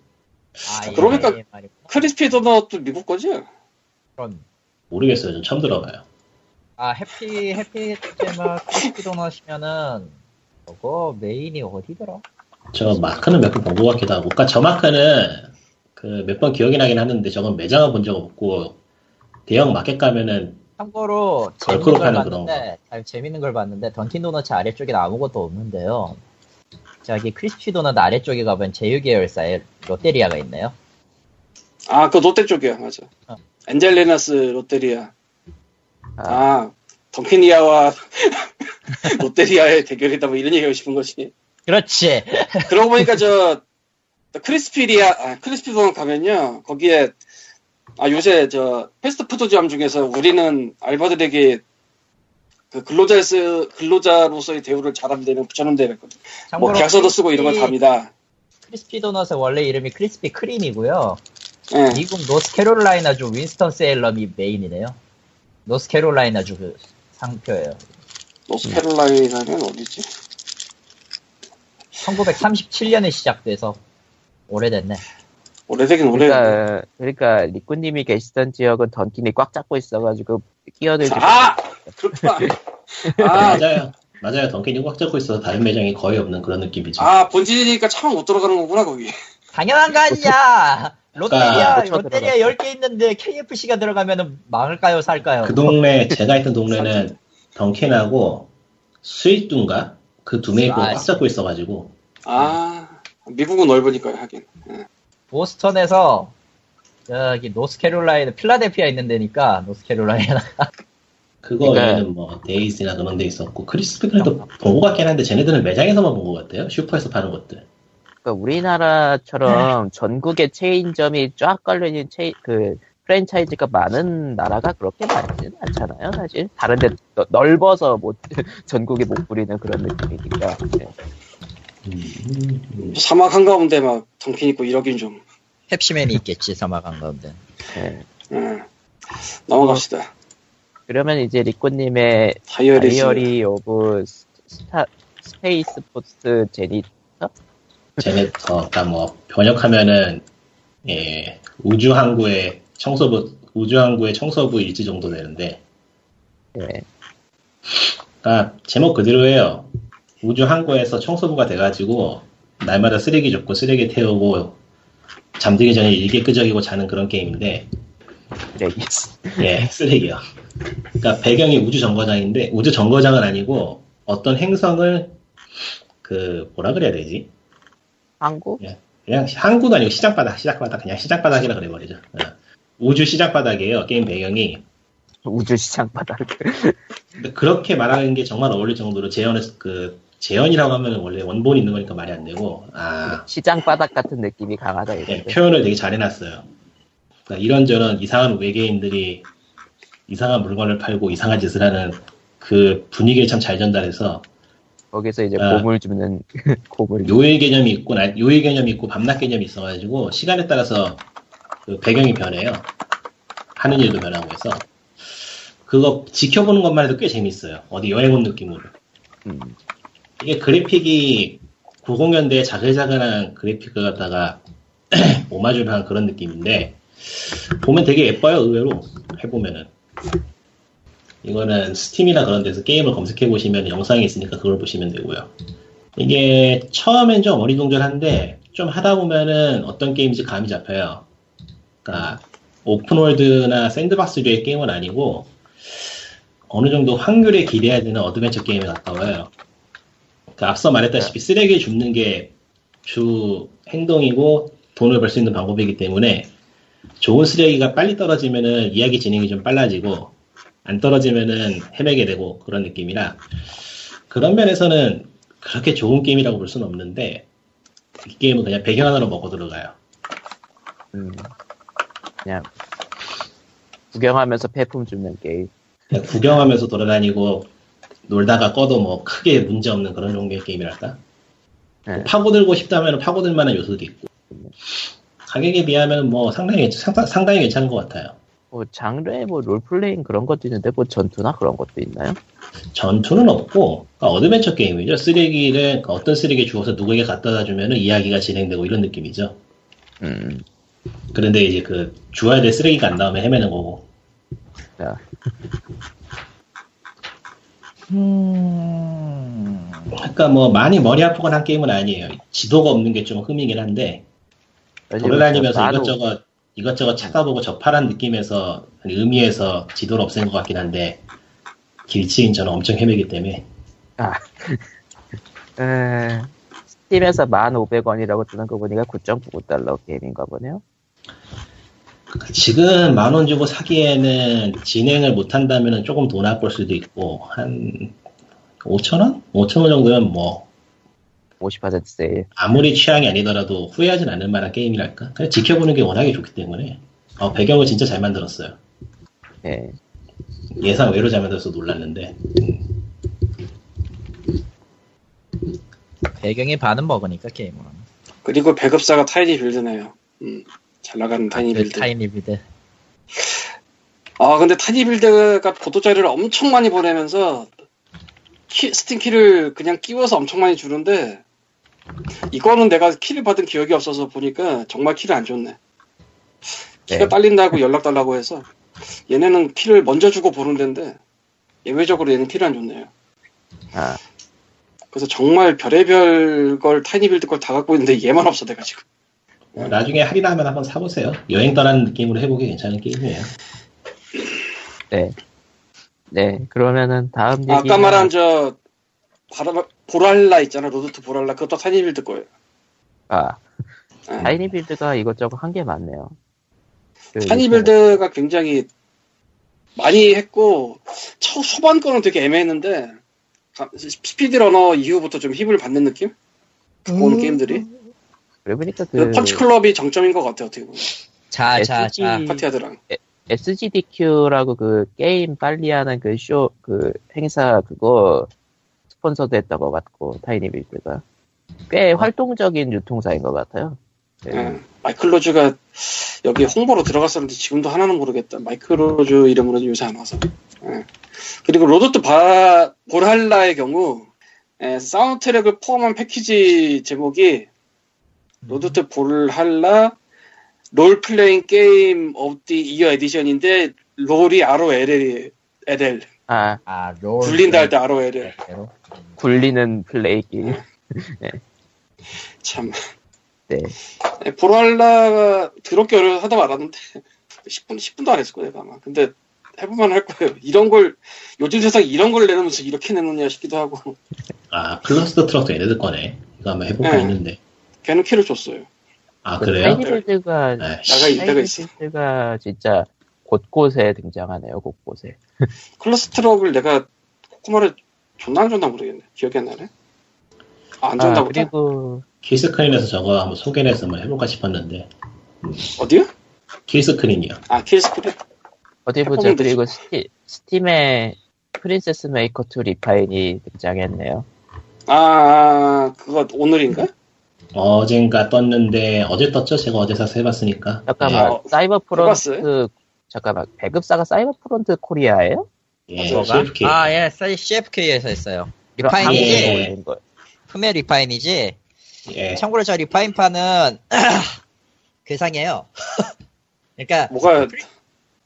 S2: 아, 예,
S3: 그러니까-
S2: 예, 말이고.
S3: 크리스피 도넛도 미국 거죠?
S2: 그럼
S4: 모르겠어요 좀 처음 들어봐요
S2: 아 해피 해피 테마 크리스피 도넛이면은 그거 메인이 어디더라?
S4: 저 마크는 몇 번 본 것 같기도 하고, 그러니까 저 마크는 그 몇 번 기억이 나긴 하는데 저건 매장은 본 적 없고 대형 마켓 가면은
S2: 참고로 재밌는
S4: 걸크롭
S2: 걸
S4: 하는 그런
S2: 봤는데 아, 재밌는 걸 봤는데 던킨 도넛 아래쪽에 아무것도 없는데요. 저기 크리스피 도넛 아래쪽에 가면 제휴 계열사에 롯데리아가 있네요.
S3: 아, 그 롯데 쪽이야, 맞아. 엔젤리나스 롯데리아. 아, 던키니아와 롯데리아의 대결이다 뭐 이런 얘기하고 싶은 거지.
S2: 그렇지.
S3: 그러고 보니까 저 크리스피리아, 아, 크리스피동 가면요. 거기에 아, 요새 저 패스트푸드점 중에서 우리는 알바들에게 그 근로자에서 근로자로서의 대우를 잘하면 되는 붙여놓은 데였거든. 뭐
S2: 참고로
S3: 계약서도 쓰고 이런 건 답니다.
S2: 크리스피 도넛의 원래 이름이 크리스피 크림이고요.
S3: 예.
S2: 미국 노스캐롤라이나주 윈스턴 세일럼이 메인이네요. 노스캐롤라이나주 그 상표예요.
S3: 노스캐롤라이나는 어디지?
S2: 1937년에 시작돼서 오래됐네.
S3: 오래되긴 오래.
S1: 그러니까 그러니까 리꾸님이 계시던 지역은 던킨이 꽉 잡고 있어가지고 끼어들지
S3: 아, 그렇구나. 아,
S4: 맞아요. 맞아요. 던킨이 꽉 잡고 있어서 다른 매장이 거의 없는 그런 느낌이죠.
S3: 아 본진이니까 참 못 들어가는 거구나 거기.
S2: 당연한 거 아니야. 롯데리아
S1: 아,
S2: 롯데리아 10개 있는데 KFC가 들어가면 망할까요, 살까요?
S4: 그 동네 제가 있던 동네는 던킨하고 스윗둔가 그 두 메이커
S2: 아,
S4: 꽉 잡고 있어가지고
S3: 아, 미국은 넓으니까요 하긴.
S2: 보스턴에서 여기 노스캐롤라이나 필라델피아 있는 데니까 노스캐롤라이나
S4: 그거
S1: 그러니까-
S4: 외에는 뭐 데이스나 그런 데 있었고 크리스피크도 본것 같긴 한데 쟤네들은 매장에서만 본 것 같아요. 슈퍼에서 파는 것들.
S1: 그러니까
S3: 아.
S1: 우리나라처럼 전국에 체인점이 쫙 깔려있는 체인, 그 프랜차이즈가 많은 나라가 그렇게 많지는 않잖아요, 사실. 다른데 너- 넓어서 못, 전국에 못 부리는 그런 느낌이니까. 네.
S4: 음.
S3: 사막 한가운데 막 던킨 있고 이러긴 좀.
S2: 펩시맨이 있겠지 사막 한 가운데.
S1: 네.
S3: 예. 넘어갑시다.
S1: 그러면 이제 리코님의
S3: 다이어리.
S1: 다이어리 오브 스- 스타, 스페이스 포스 제니,
S4: 제네터가 뭐 번역하면은 예, 우주 항구의 청소부 우주 항구의 청소부 일지 정도 되는데
S1: 네.
S4: 아, 제목 그대로예요. 우주 항구에서 청소부가 돼가지고 날마다 쓰레기 줍고 쓰레기 태우고 잠들기 전에 일개 끄적이고 자는 그런 게임인데
S1: 쓰레기.
S4: 예 쓰레기요. 그러니까 배경이 우주 정거장인데 우주 정거장은 아니고 어떤 행성을 그 뭐라 그래야 되지?
S1: 항구?
S4: 예. 그냥 항구도 아니고 시장바닥 시장바닥 그냥 시장바닥이라 그래버리죠. 어. 우주 시장바닥이에요 게임 배경이.
S1: 우주시장 바닥.
S4: 근데 그렇게 말하는 게 정말 어울릴 정도로 재현의 그 재현이라고 하면 원래 원본이 있는 거니까 말이 안 되고 아
S1: 시장 바닥 같은 느낌이 강하다,
S4: 예,
S1: 이거죠.
S4: 표현을 되게 잘 해놨어요. 그러니까 이런저런 이상한 외계인들이 이상한 물건을 팔고 이상한 짓을 하는 그 분위기를 참 잘 전달해서
S1: 거기서 이제
S4: 아.
S1: 고물 주는, 고물.
S4: 요일 개념이 있고 날- 요일 개념이 있고 밤낮 개념이 있어가지고 시간에 따라서 그 배경이 변해요. 하는 일도 변하고 해서 그거 지켜보는 것만 해도 꽤 재밌어요. 어디 여행 온 느낌으로.
S1: 음.
S4: 이게 그래픽이 90년대 자글자글한 그래픽을 갖다가 오마주를 한 그런 느낌인데 보면 되게 예뻐요 의외로 해보면은 이거는 스팀이나 그런 데서 게임을 검색해 보시면 영상이 있으니까 그걸 보시면 되고요 이게 처음엔 좀 어리둥절한데 좀 하다 보면은 어떤 게임인지 감이 잡혀요 그러니까 오픈월드나 샌드박스류의 게임은 아니고 어느 정도 확률에 기대해야 되는 어드벤처 게임에 가까워요 그 앞서 말했다시피 쓰레기 줍는 게 주 행동이고 돈을 벌 수 있는 방법이기 때문에 좋은 쓰레기가 빨리 떨어지면은 이야기 진행이 좀 빨라지고 안 떨어지면은 헤매게 되고 그런 느낌이라 그런 면에서는 그렇게 좋은 게임이라고 볼 수는 없는데 이 게임은 그냥 배경 하나로 먹어 들어가요.
S1: 음. 그냥 구경하면서 폐품 줍는 게임.
S4: 그냥 구경하면서 돌아다니고 놀다가 꺼도 뭐 크게 문제 없는 그런 종류의 게임이랄까.
S1: 네.
S4: 파고들고 싶다면 파고들 만한 요소도 있고. 가격에 비하면 뭐 상당히, 상당, 상당히 괜찮은 것 같아요.
S1: 뭐 장르에 뭐 롤플레잉 그런 것도 있는데 뭐 전투나 그런 것도 있나요?
S4: 전투는 없고, 그러니까 어드벤처 게임이죠. 쓰레기를, 그러니까 어떤 쓰레기 주워서 누구에게 갖다 주면 이야기가 진행되고 이런 느낌이죠.
S1: 음.
S4: 그런데 이제 그, 주어야 될 쓰레기가 안 나오면 헤매는 거고.
S1: 자,
S2: 음.
S4: 그러니까 뭐 많이 머리 아프거나 한 게임은 아니에요. 지도가 없는 게 좀 흠이긴 한데, 돌아다니면서
S1: 나도
S4: 이것저것 이것저것 찾아보고 접하란 느낌에서 의미에서 지도를 없앤 것 같긴 한데 길치인 저는 엄청 헤매기 때문에
S1: 아. 에, 스팀에서 1,500원이라고 뜨는 거 보니까 9.99달러 게임인가 보네요.
S4: 지금 만 원 주고 사기에는 진행을 못 한다면 조금 돈 아낄 수도 있고 한 5천 원? 5천 원 정도면 뭐
S1: 50% 세일.
S4: 아무리 취향이 아니더라도 후회하진 않을 만한 게임이랄까. 그냥 지켜보는 게 워낙에 좋기 때문에 어, 배경을 진짜 잘 만들었어요.
S1: 예.
S4: 예상 외로 잘 만들어서 놀랐는데
S2: 배경이 반은 먹으니까 게임은.
S3: 그리고 배급사가 타이니 빌드네요. 음, 잘 나가는 타이니
S2: 그
S3: 빌드.
S2: 타이니 빌드.
S3: 아 근데 타이니 빌드가 보도자료를 엄청 많이 보내면서 키- 스팀 키를 그냥 끼워서 엄청 많이 주는데 이거는 내가 키를 받은 기억이 없어서 보니까 정말 키를 안 줬네. 키가
S1: 네.
S3: 딸린다고 연락 달라고 해서 얘네는 키를 먼저 주고 보는 데인데 예외적으로 얘는 키를 안 줬네요.
S1: 아,
S3: 그래서 정말 별의별 걸 타이니 빌드 걸 다 갖고 있는데 얘만 없어 내가 지금.
S4: 뭐 나중에 할인하면 한번 사보세요. 여행 떠나는 느낌으로 해보기 괜찮은 게임이에요.
S1: 네. 네. 그러면은 다음 얘기.
S3: 아, 아까 말한 저 바라- 보랄라 있잖아 로드 투 보랄라 그것도 타이니 빌드 거예요.
S1: 아,
S3: 아.
S1: 타이니 빌드가 이것저것 한 게 많네요. 그
S3: 타이니 빌드가 굉장히 많이 했고 초 초반 거는 되게 애매했는데 가- 스피드 러너 이후부터 좀 힘을 받는 느낌? 보는 게임들이
S1: 그래 보니까 그
S3: 그 펀치 클럽이 정점인 것 같아 요 어떻게 보면
S2: 자, 자, 자.
S1: SG.
S3: 파티아드랑
S1: SGDQ라고 그 게임 빨리 하는 그 쇼 그 행사 그거 스폰서도 했던 것 같고 타이니 빌드가 꽤
S3: 아.
S1: 활동적인 유통사인 것 같아요. 네.
S3: 예. 마이클 로즈가 여기 홍보로 들어갔었는데 지금도 하나는 모르겠다 마이클 로즈 이름으로는 요새 안 와서 예. 그리고 로드 투 바- 보랄라의 경우 예, 사운드 트랙을 포함한 패키지 제목이 로드트 볼할라 롤플레잉 게임 오브 디 이어 에디션인데 롤이 ROLL LL
S1: 아
S2: 아, 롤. 네,
S3: 굴린다 할 때 ROLL
S2: 그대로.
S1: 굴리는 플레이 게임.
S3: 아. 참
S1: 네.
S3: 보랄라가 예, 더럽게 어려 하다 말았는데 10분 10분도 안 했을 거예요 내가 아마 근데 해보면 할 거예요 이런 걸 요즘 세상 이런 걸 내놓으면서 이렇게 내놓냐 싶기도 하고
S4: 아 클러스터 트럭도 얘네들 거네. 이거 한번 해볼까
S3: 네.
S4: 했는데.
S3: 걔는 키를 줬어요
S4: 아 그래요?
S1: 타이니 빌드가
S4: 아, 씨.
S3: 나가
S1: 타이니
S3: 이때가 있어
S1: 빌드가 진짜 곳곳에 등장하네요. 곳곳에.
S3: 클러스트럭을 내가 코코마를 존나 안 줬나 모르겠네 기억이 안 나네 아, 안 줬나
S1: 아,
S3: 보다
S1: 그리고
S4: 킬스크린에서 저거 한번 소개를 해서 한번 해볼까 싶었는데
S3: 어디요?
S4: 킬스크린이요.
S3: 아 킬스크린
S1: 어디 보자.
S3: 해보면 되지.
S1: 그리고 스티, 스팀에 프린세스 메이커 2 리파인이 등장했네요.
S3: 아, 그거 오늘인가?
S4: 어젠가 떴는데 어제 떴죠? 제가 어제 사서 해봤으니까. 예,
S1: 잠깐만.
S3: 어,
S1: 사이버
S3: 해봤어요?
S1: 프론트 잠깐만. 배급사가 사이버 프론트 코리아예요?
S4: 예, 예,
S2: 뭐가?
S4: CFK.
S2: 아, 예, 사실 CFK에서 했어요.
S1: 이런
S2: 리파인이지. 예.
S1: 한국에 올린 거.
S2: 품의 리파인이지.
S4: 예.
S2: 참고로 저 네, 리파인판은 괴상해요. 그러니까
S3: 뭐가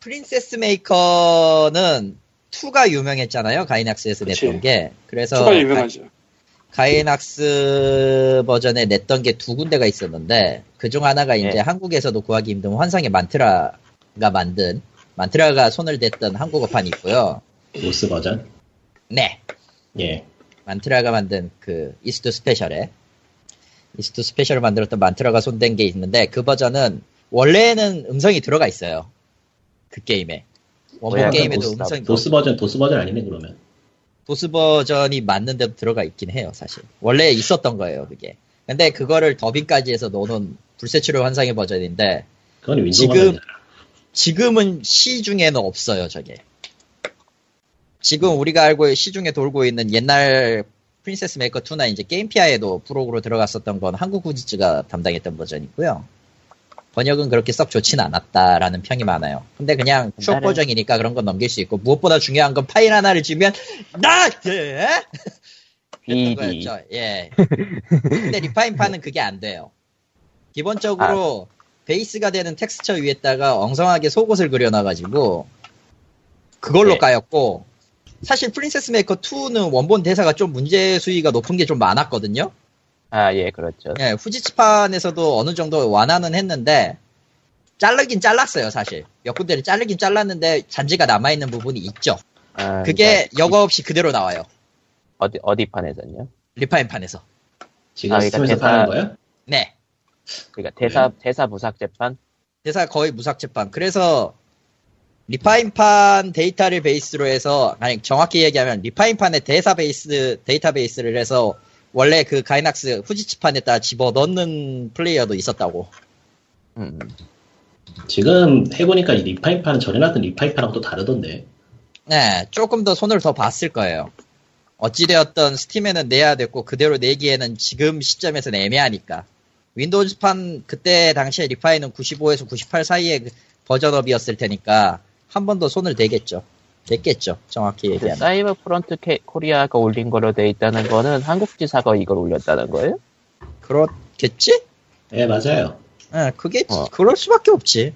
S2: 프린세스 메이커는 2가 유명했잖아요. 가이낙스에서
S3: 그치.
S2: 냈던 게. 그래서
S3: 추가 유명하죠.
S2: 가이낙스 버전에 냈던 게 두 군데가 있었는데 그중 하나가 이제
S1: 네.
S2: 한국에서도 구하기 힘든 환상의 만트라가 만든 만트라가 손을 댔던 한국어판이 있고요.
S4: 로스 버전.
S2: 네,
S4: 예.
S2: 만트라가 만든 그 이스트 스페셜에 이스트 스페셜을 만들었던 만트라가 손댄 게 있는데 그 버전은 원래는 음성이 들어가 있어요. 그 게임에 원본
S1: 뭐야,
S2: 게임에도
S1: 그 보스,
S2: 음성이
S4: 도스 버전, 도스 버전 아니네 그러면.
S2: 보스 버전이 맞는데도 들어가 있긴 해요, 사실. 원래 있었던 거예요, 그게. 근데 그거를 더빙까지 해서 넣어놓은 불세출의 환상의 버전인데,
S4: 그건 윈도우
S2: 지금-
S4: 버전이잖아.
S2: 지금은 C 중에는 없어요, 저게. 지금 우리가 알고 C 중에 돌고 있는 옛날 프린세스 메이커 2나 이제 게임피아에도 프로그로 들어갔었던 건 한국 후지츠가 담당했던 버전이고요. 번역은 그렇게 썩 좋진 않았다라는 평이 많아요. 근데 그냥 추억
S1: 옛날에-
S2: 버전이니까 그런 건 넘길 수 있고 무엇보다 중요한 건 파일 하나를 주면 나 예?
S1: BD.
S2: 했던 거였죠. 예. 근데 리파인판은 그게 안 돼요. 기본적으로 베이스가 되는 텍스처 위에다가 엉성하게 속옷을 그려놔가지고 그걸로
S1: 네.
S2: 까였고 사실 프린세스 메이커 2는 원본 대사가 좀 문제 수위가 높은 게 좀 많았거든요.
S1: 아, 예, 그렇죠.
S2: 예, 후지츠판에서도 어느 정도 완화는 했는데 잘르긴 잘랐어요 사실 몇 군데를 잘르긴 잘랐는데 잔지가 남아있는 부분이 있죠.
S1: 아,
S2: 그게
S1: 그러니까
S2: 여과 없이 그대로 나와요
S1: 어디 어디 판에서요? 리파인판에서.
S4: 지금
S1: 아, 그러니까
S4: 스팀에서
S1: 대사-
S4: 파는 거예요?
S2: 네.
S1: 그러니까 대사 대사 부삭 재판.
S2: 회사 거의 무삭제판. 그래서 리파인판 데이터를 베이스로 해서 아니 정확히 얘기하면 리파인판의 대사 베이스 데이터 베이스를 해서 원래 그 가이낙스 후지치판에다 집어 넣는 플레이어도 있었다고.
S1: 음.
S4: 지금 해보니까 이 리파인판은 전에 나왔던 리파인판하고 또 다르던데.
S2: 네, 조금 더 손을 더 봤을 거예요. 어찌되었던 스팀에는 내야 됐고 그대로 내기에는 지금 시점에서는 애매하니까. 윈도우즈판 그때 당시에 리파이는 95에서 98 사이의 그 버전업이었을 테니까 한 번 더 손을 대겠죠. 됐겠죠. 정확히
S1: 그
S2: 얘기하면.
S1: 사이버 프론트 케- 코리아가 올린 걸로 돼 있다는 거는 한국 지사가 이걸 올렸다는 거예요?
S2: 그렇겠지?
S4: 예, 맞아요.
S2: 예, 그게
S1: 어.
S2: 그럴 수밖에 없지.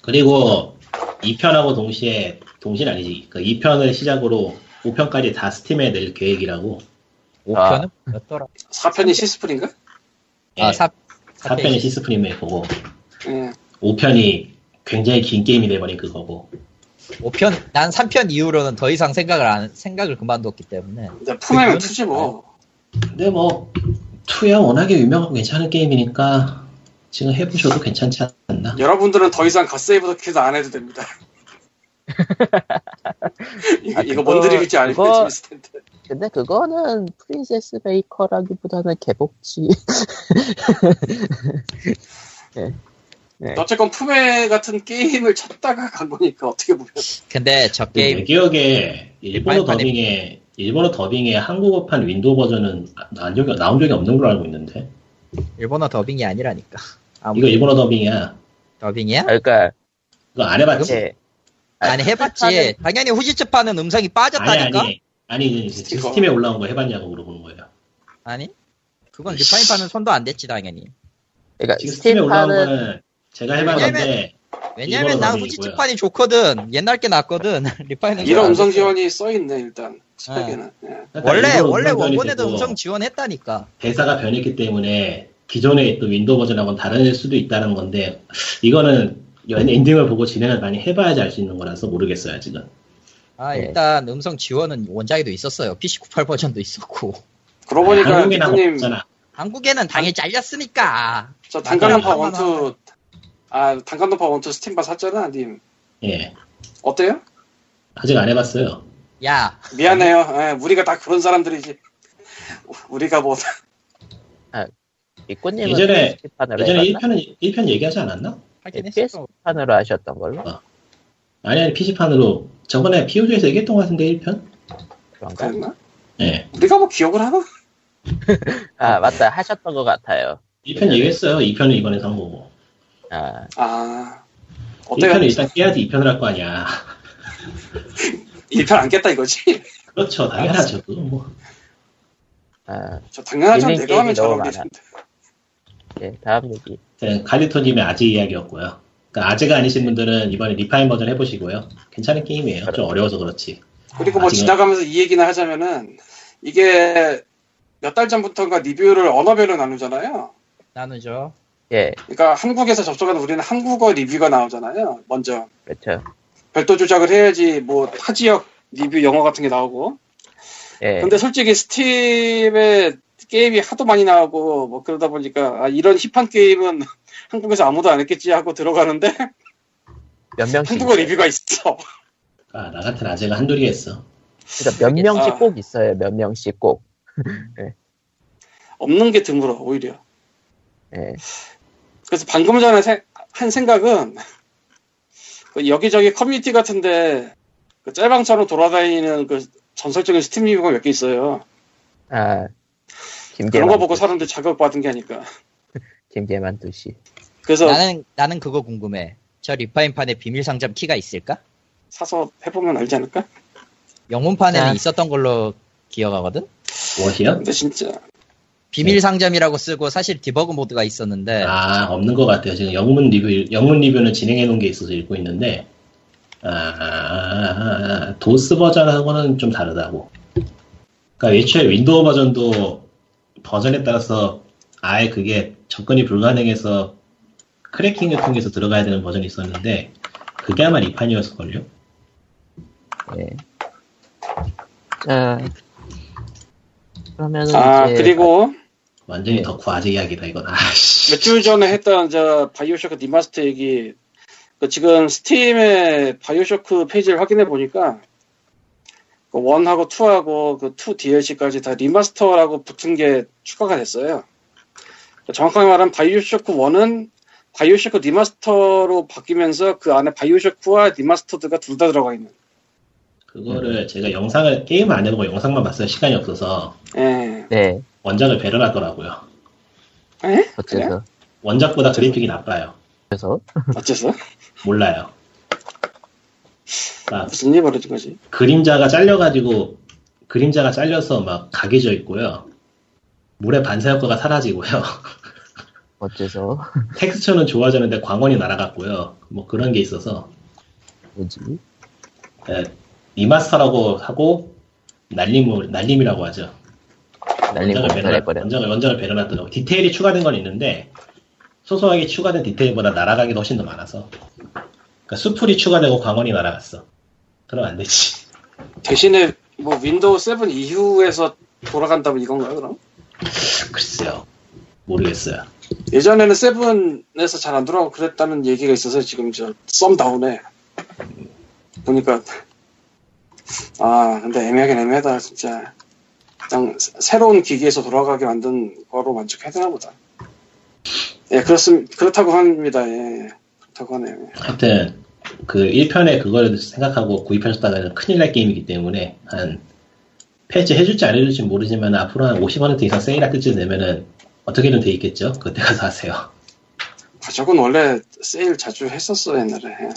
S4: 그리고 2편하고 동시에, 동시는 아니지. 그 2편을 시작으로 5편까지 다 스팀에 낼 계획이라고.
S2: 5편은 몇더라?
S3: 4편이 시스프린가?
S4: 예,
S2: 아, 4,
S4: 4편이 시스프림일 거고,
S3: 예.
S4: 5편이 굉장히 긴 게임이 돼버린 그거고.
S2: 5편, 난 3편 이후로는 더 이상 생각을 안, 생각을 그만뒀기 때문에.
S3: 이제 품에면 투지 뭐.
S4: 근데 뭐, 2야 워낙에 유명하고 괜찮은 게임이니까 지금 해보셔도 괜찮지 않나.
S3: 여러분들은 더 이상 갓세이브더 퀴즈 안 해도 됩니다. 이거,
S1: 아,
S3: 이거
S1: 그거-
S3: 뭔 드립일지 알면
S1: 그거-
S3: 재밌을 텐데.
S1: 근데 그거는 프린세스 베이커라기보다는 개복치. 네.
S3: 어쨌건 품에 같은 게임을 찾다가 간 거니까 어떻게 보면
S2: 근데 저
S4: 내
S2: 게임,
S4: 기억에 일본어
S2: 리파인판이-
S4: 더빙에, 일본어 더빙에 한국어판 윈도우 버전은 안 적이, 나온 적이 없는 걸로 알고 있는데.
S2: 일본어 더빙이 아니라니까. 아무
S4: 이거 일본어 더빙이야.
S2: 더빙이야?
S1: 아, 그러니까
S4: 이거 안 해봤지?
S2: 네.
S1: 이제
S2: 아니, 해봤지.
S1: 후지츠판은-
S2: 당연히 후지츠판은 음성이
S4: 아니
S2: 빠졌다니까?
S4: 아니 아니 이제 지금
S3: 스티커.
S4: 스팀에 올라온 거 해봤냐고 물어보는 거예요.
S2: 아니? 그건 리파인판은 손도 안 댔지, 당연히.
S1: 그러니까
S4: 지금 스팀에 올라온
S1: 스팀판은
S4: 거는 제가 해봤는데
S2: 왜냐면
S4: 일본어
S2: 난
S4: 더빙이고요.
S2: 후지츠판이 좋거든. 옛날 게 낫거든. 리파인은.
S3: 이런
S2: 안
S3: 음성
S2: 됐어.
S3: 지원이 써 있네 일단 스펙에는. 예.
S4: 그러니까
S2: 원래,
S4: 일본어
S2: 원래
S4: 음성 변이
S2: 원본에도
S4: 되고
S2: 음성 지원했다니까.
S4: 대사가 변했기 때문에 기존에 또 윈도우 버전하고는 다를 수도 있다는 건데 이거는 연- 엔딩을 보고 진행을 많이 해봐야지 알 수 있는 거라서 모르겠어요 지금.
S2: 아,
S1: 네.
S2: 일단 음성 지원은 원작에도 있었어요. PC98 버전도 있었고.
S3: 그러고 보니까
S4: 한국이나
S3: 대표님
S4: 없잖아.
S2: 한국에는 당연히 잘렸으니까.
S3: 저 단간노파
S2: 나가라.
S3: 원투 아 단간노파 원투 스팀바 샀잖아 님.
S4: 예
S3: 어때요?
S4: 아직 안 해봤어요.
S2: 야,
S3: 미안해요. 예, 우리가 다 그런 사람들이지. 우리가 뭐
S1: 이꽃님은
S4: 예전에-
S1: PS판으로
S4: 예전에
S1: 하셨나?
S4: 1편은 1편 얘기하지 않았나?
S2: 하긴
S1: 네,
S2: 했어.
S1: PS판으로 하셨던 걸로
S4: 아니 아니 PC판으로 저번에 POG에서 얘기했던 것 같은데 1편?
S1: 그런가?
S3: 그랬나?
S4: 예
S3: 우리가 뭐 기억을 하나?
S1: 아 맞다 하셨던 것 같아요.
S4: 1편 얘기했어요. 2편은 이번에 산 거고.
S1: 아
S3: 아 어때요?
S4: 1편을 일단 깨야지 2편을 할 거 아니야.
S3: 1편 안 깼다 이거지?
S4: 그렇죠. 당연하죠. 그거 뭐.
S1: 아,
S3: 저 당연하죠.
S1: 있는
S3: 내가
S1: 게임이
S3: 하면 잘
S1: 너무
S3: 어울리는데.
S1: 네, 다음 얘기.
S4: 네, 갈리토님의 아재 이야기였고요. 그러니까 아재가 아니신 분들은 이번에 리파인 버전 해보시고요. 괜찮은 게임이에요. 좀 어려워서 그렇지.
S3: 그리고 뭐
S4: 아직은-
S3: 지나가면서 이 얘기나 하자면은 이게 몇 달 전부터인가 리뷰를 언어별로 나누잖아요.
S2: 나누죠.
S1: 예,
S3: 그러니까 한국에서 접속하는 우리는 한국어 리뷰가 나오잖아요. 먼저
S1: 그렇죠.
S3: 별도 조작을 해야지 뭐 타지역 리뷰 영어 같은 게 나오고.
S1: 예,
S3: 근데 솔직히 스팀에 게임이 하도 많이 나오고 뭐 그러다 보니까 아, 이런 힙한 게임은 한국에서 아무도 안 했겠지 하고 들어가는데
S1: 몇 명씩
S3: 한국어
S1: 있어요.
S3: 리뷰가 있어.
S4: 아, 나 같은 아재가 한둘이 했어.
S1: 그러니까 몇
S3: 아.
S1: 명씩 꼭 있어요. 몇 명씩 꼭.
S3: 없는 게 드물어 오히려.
S1: 예,
S3: 그래서 방금 전에 세- 한 생각은 그 여기저기 커뮤니티 같은데 그 짤방처럼 돌아다니는 그 전설적인 스팀 리뷰가 몇 개 있어요.
S1: 아
S3: 그런 거
S1: 김재만,
S3: 보고 사람들 자극받은 게 아닐까.
S1: 김재만 두씨.
S3: 그래서
S2: 나는 나는 그거 궁금해. 저 리파인판에 비밀 상점 키가 있을까?
S3: 사서 해보면 알지 않을까?
S2: 영문판에는
S1: 아. 네.
S2: 있었던 걸로 기억하거든.
S4: 무엇이요?
S3: 근데 진짜
S2: 비밀 상점이라고 쓰고 사실 디버그 모드가 있었는데
S4: 아, 없는 것 같아요. 지금 영문 리뷰, 영문 리뷰는 진행해 놓은 게 있어서 읽고 있는데, 아, 아, 아, 도스 버전하고는 좀 다르다고. 그러니까 애초에 윈도우 버전도 버전에 따라서 아예 그게 접근이 불가능해서 크래킹을 통해서 들어가야 되는 버전이 있었는데, 그게 아마 리판이었을걸요?
S1: 예. 자, 그러면
S3: 아
S1: 이제
S3: 그리고
S4: 완전히 덕후 아재 이야기다 이건 아씨
S3: 몇 주 전에 했던 저 바이오쇼크 리마스터 얘기 그 지금 스팀의 바이오쇼크 페이지를 확인해 보니까 그 1하고 2하고 그 2 DLC까지 다 리마스터라고 붙은 게 추가가 됐어요. 그러니까 정확하게 말하면 바이오쇼크 1은 바이오쇼크 리마스터로 바뀌면서 그 안에 바이오쇼크와 리마스터드가 둘 다 들어가 있는.
S4: 그거를 제가 영상을 게임 안 해보고 영상만 봤어요 시간이 없어서
S3: 예.
S1: 네.
S4: 원작을 배려하더라고요
S3: 에?
S1: 어째서.
S4: 원작보다 그래픽이 나빠요
S1: 그래서.
S3: 어째서?
S4: 몰라요 막
S3: 무슨 일이 벌어진 거지?
S4: 그림자가 잘려가지고 그림자가 잘려서 막 각이져 있고요 물의 반사 효과가 사라지고요
S1: 어째서.
S4: 텍스처는 좋아졌는데 광원이 날아갔고요 뭐 그런 게 있어서
S1: 뭐지?
S4: 예, 리마스터라고 하고 날림 날림이라고 하죠
S1: 날림
S4: 원작을
S1: 공사를
S4: 배려,
S1: 해버려.
S4: 원작을, 원작을 배려놨더라고. 디테일이 추가된 건 있는데, 소소하게 추가된 디테일보다 날아가기 가 훨씬 더 많아서. 그러니까 수풀이 추가되고 광원이 날아갔어. 그럼 안 되지.
S3: 대신에 뭐 윈도우 7 이후에서 돌아간다면 이건가요 그럼?
S4: 글쎄요. 모르겠어요.
S3: 예전에는 세븐에서 잘 안 돌아가고 그랬다는 얘기가 있어서 지금 저 썸 다운에 보니까 아 근데 애매하긴 애매하다 진짜 그냥 새- 새로운 기기에서 돌아가게 만든 거로 만족해야 되나 보다 예 그렇습 그렇다고 합니다 예 그렇다고 하네요
S4: 하여튼, 그 1편에 그거를 생각하고 구입하셨다가는 큰일 날 게임이기 때문에, 한, 패치 해줄지 안 해줄지 모르지만, 앞으로 한 50% 이상 세일할 때쯤 되면은, 어떻게든 돼 있겠죠? 그때 가서 하세요.
S3: 아, 저건 원래 세일 자주 했었어 옛날에 예.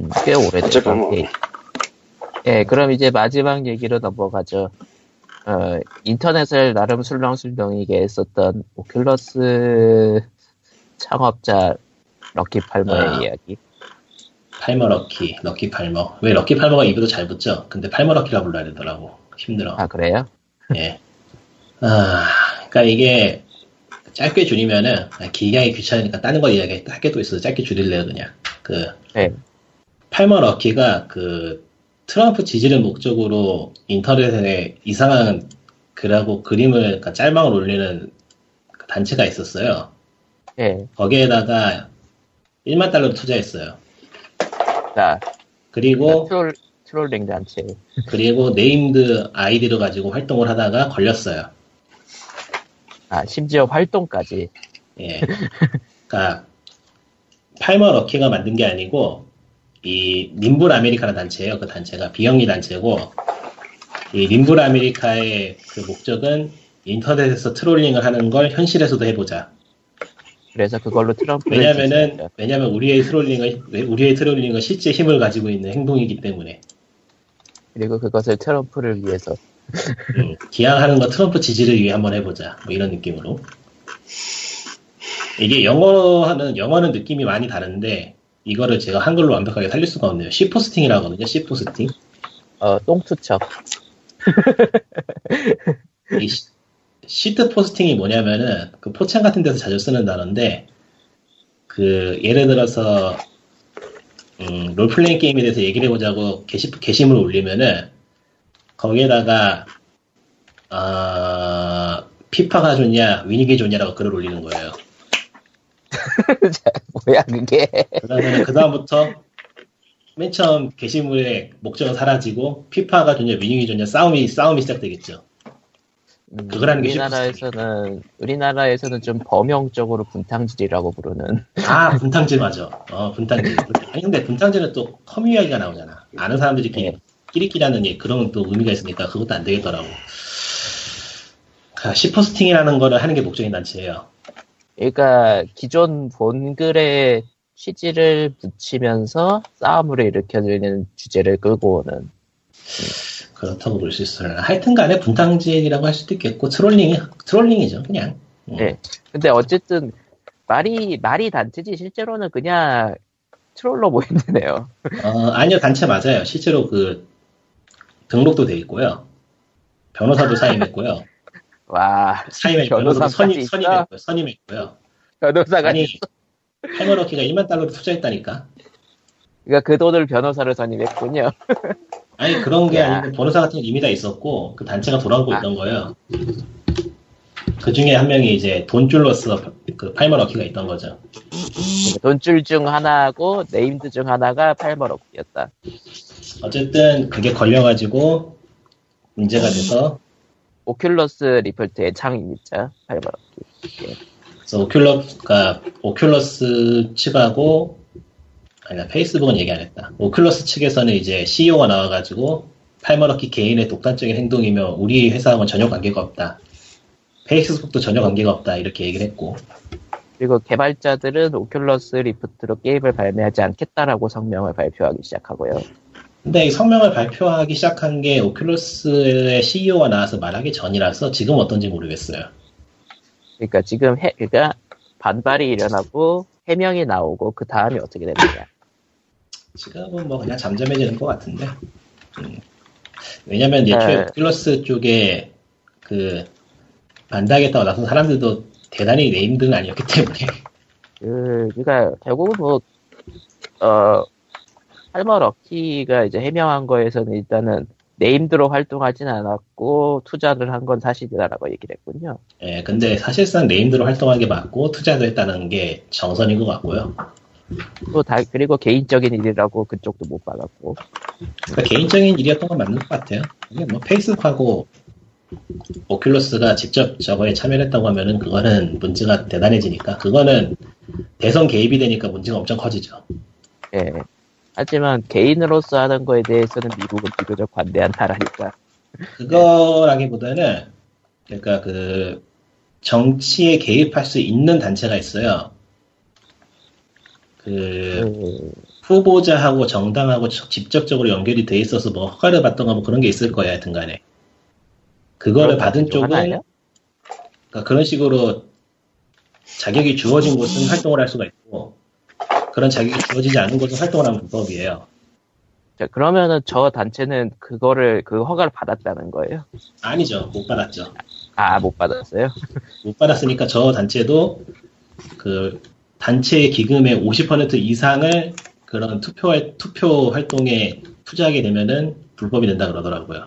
S1: 음, 꽤
S3: 어쨌건
S1: 오래됐던
S3: 뭐.
S1: 게임. 예, 그럼 이제 마지막 얘기로 넘어가죠. 어, 인터넷을 나름 술렁술렁이게 했었던 오큘러스 창업자 럭키 팔머의
S4: 아.
S1: 이야기.
S4: 팔머 럭키, 럭키 팔머. 왜 럭키 팔머가 입에도 잘 붙죠? 근데 팔머 럭키라 불러야 되더라고. 힘들어.
S1: 아, 그래요?
S4: 예. 아, 그러니까 이게 짧게 줄이면은 아, 기량이 귀찮으니까 다른 거 이야기 짧게 또 있어서 짧게 줄일래요 그냥. 그
S1: 네.
S4: 팔머 럭키가 그 트럼프 지지를 목적으로 인터넷에 이상한 글하고 그림을 그러니까 짤망을 올리는 그 단체가 있었어요.
S1: 예.
S4: 거기에다가 1만 달러를 투자했어요.
S1: 자,
S4: 그리고
S1: 트롤, 트롤링 단체.
S4: 그리고 네임드 아이디를 가지고 활동을 하다가 걸렸어요.
S1: 아, 심지어 활동까지.
S4: 예. 그니까, 팔머 럭키가 만든 게 아니고, 이, 림블 아메리카라는 단체예요. 그 단체가 비영리 단체고, 이 림블 아메리카의 그 목적은 인터넷에서 트롤링을 하는 걸 현실에서도 해보자.
S1: 그래서 그걸로 트럼프를.
S4: 왜냐면은,
S1: 지지합니다.
S4: 왜냐면 우리의 트롤링을, 우리의 트롤링은 실제 힘을 가지고 있는 행동이기 때문에.
S1: 그리고 그것을 트럼프를 위해서.
S4: 음, 기왕하는 거 트럼프 지지를 위해 한번 해보자. 뭐 이런 느낌으로. 이게 영어하는, 영어는 느낌이 많이 다른데, 이거를 제가 한글로 완벽하게 살릴 수가 없네요. C포스팅이라고 하거든요, C포스팅.
S1: 어, 똥투척.
S4: 이 시- 시트 포스팅이 뭐냐면은, 그 포찬 같은 데서 자주 쓰는 단어인데, 그, 예를 들어서, 음, 롤플레잉 게임에 대해서 얘기를 해보자고 게시, 게시물 올리면은, 거기에다가, 아, 피파가 좋냐, 위닉이 좋냐라고 글을 올리는 거예요.
S1: 뭐야, 그게.
S4: 그러면 그다음부터 맨 처음 게시물의 목적은 사라지고 피파가 좋냐 위닝이 좋냐 싸움이 싸움이 시작되겠죠.
S1: 음,
S4: 그거라는 게
S1: 우리나라에서는 우리나라에서는 좀 범용적으로 분탕질이라고 부르는
S4: 아 분탕질 맞아. 어 분탕질. 아니 근데 분탕질은 또 커뮤 이야기가 나오잖아. 아는 사람들끼리
S1: 네.
S4: 끼리끼리 하는 게 그런 또 의미가 있으니까 그것도 안 되겠더라고. 그 시퍼스팅이라는 거를 하는 게 목적인 단체예요.
S1: 그러니까 기존 본글에 취지를 붙이면서 싸움으로 일으켜지는 주제를 끌고 오는
S4: 그렇다고 볼 수 있어요. 하여튼간에 분탕질이라고 할 수도 있겠고 트롤링이 트롤링이죠 그냥. 음.
S1: 네. 근데 어쨌든 말이 말이 단체지 실제로는 그냥 트롤러 보이네요
S4: 어, 아니요, 단체 맞아요. 실제로 그, 등록도 돼 있고요. 변호사도 사임했고요.
S1: 와
S4: 사임했, 변호사도
S1: 변호사까지
S4: 선임,
S1: 있어?
S4: 선임했고요. 선임했고요.
S1: 변호사가
S4: 아니, 팔머럭키가 1만 달러를 투자했다니까.
S1: 그러니까 그 돈을 변호사를 선임했군요
S4: 아니, 그런 게
S1: 야.
S4: 아니고, 변호사 같은 건 이미 다 있었고, 그 단체가 돌아오고
S1: 아.
S4: 있던 거예요. 그 중에 한 명이 이제 돈줄로서 그 팔머럭키가 있던 거죠.
S1: 네, 돈줄 중 하나고 네임드 중 하나가 팔머럭이었다.
S4: 어쨌든 그게 걸려가지고 문제가 돼서
S1: 오큘러스 리프트의 창입니다. 팔머럭.
S4: 그래서 오큘러, 그러니까 오큘러스 측하고 아니야 페이스북은 얘기 안 했다. 오큘러스 측에서는 이제 CEO가 나와가지고 팔머럭키 개인의 독단적인 행동이며 우리 회사하고는 전혀 관계가 없다. 페이스북도 전혀 관계가 없다 이렇게 얘기를 했고
S1: 그리고 개발자들은 오큘러스 리프트로 게임을 발매하지 않겠다라고 성명을 발표하기 시작하고요.
S4: 근데 이 성명을 발표하기 시작한 게 오큘러스의 CEO가 나와서 말하기 전이라서 지금 어떤지 모르겠어요.
S1: 그러니까 지금 해, 그러니까 반발이 일어나고 해명이 나오고 그 다음이 어떻게 되느냐.
S4: 지금은 뭐 그냥 잠잠해지는 것 같은데. 음. 왜냐면 예초에
S1: 네.
S4: 오큘러스 쪽에 그 반대하겠다고 나선 사람들도 대단히 네임드는 아니었기 때문에
S1: 그, 그러니까 결국은 뭐, 어, 할머 럭키가 이제 해명한 거에서는 일단은 네임드로 활동하진 않았고 투자를 한 건 사실이다라고 얘기를 했군요.
S4: 예, 근데 사실상 네임드로 활동한 게 맞고 투자도 했다는 게 정선인 것 같고요.
S1: 또 다, 그리고 개인적인 일이라고 그쪽도 못 받았고.
S4: 그러니까 개인적인 일이었던 건 맞는 것 같아요. 근데 뭐 페이스북하고 오큘러스가 직접 저거에 참여를 했다고 하면은 그거는 문제가 대단해지니까 그거는 대선 개입이 되니까 문제가 엄청 커지죠.
S1: 예. 하지만 개인으로서 하는 거에 대해서는 미국은 비교적 관대한 나라니까.
S4: 그거라기보다는 그러니까 그 정치에 개입할 수 있는 단체가 있어요. 그
S1: 그,
S4: 후보자하고 정당하고 저- 직접적으로 연결이 돼 있어서 뭐 허가를 받던가 뭐 그런 게 있을 거예요, 하여튼간에. 그거를 받은
S1: 좀
S4: 쪽은
S1: 하나예요?
S4: 그러니까 그런 식으로 자격이 주어진 곳은 활동을 할 수가 있고 그런 자격이 주어지지 않은 곳은 활동을 하면 불법이에요.
S1: 자, 그러면은 저 단체는 그거를, 그 허가를 받았다는 거예요?
S4: 아니죠, 못 받았죠.
S1: 아, 못 받았어요?
S4: 못 받았으니까 저 단체도 그 단체의 기금의 50% 이상을 그런 투표 활- 투표 활동에 투자하게 되면은 불법이 된다 그러더라고요.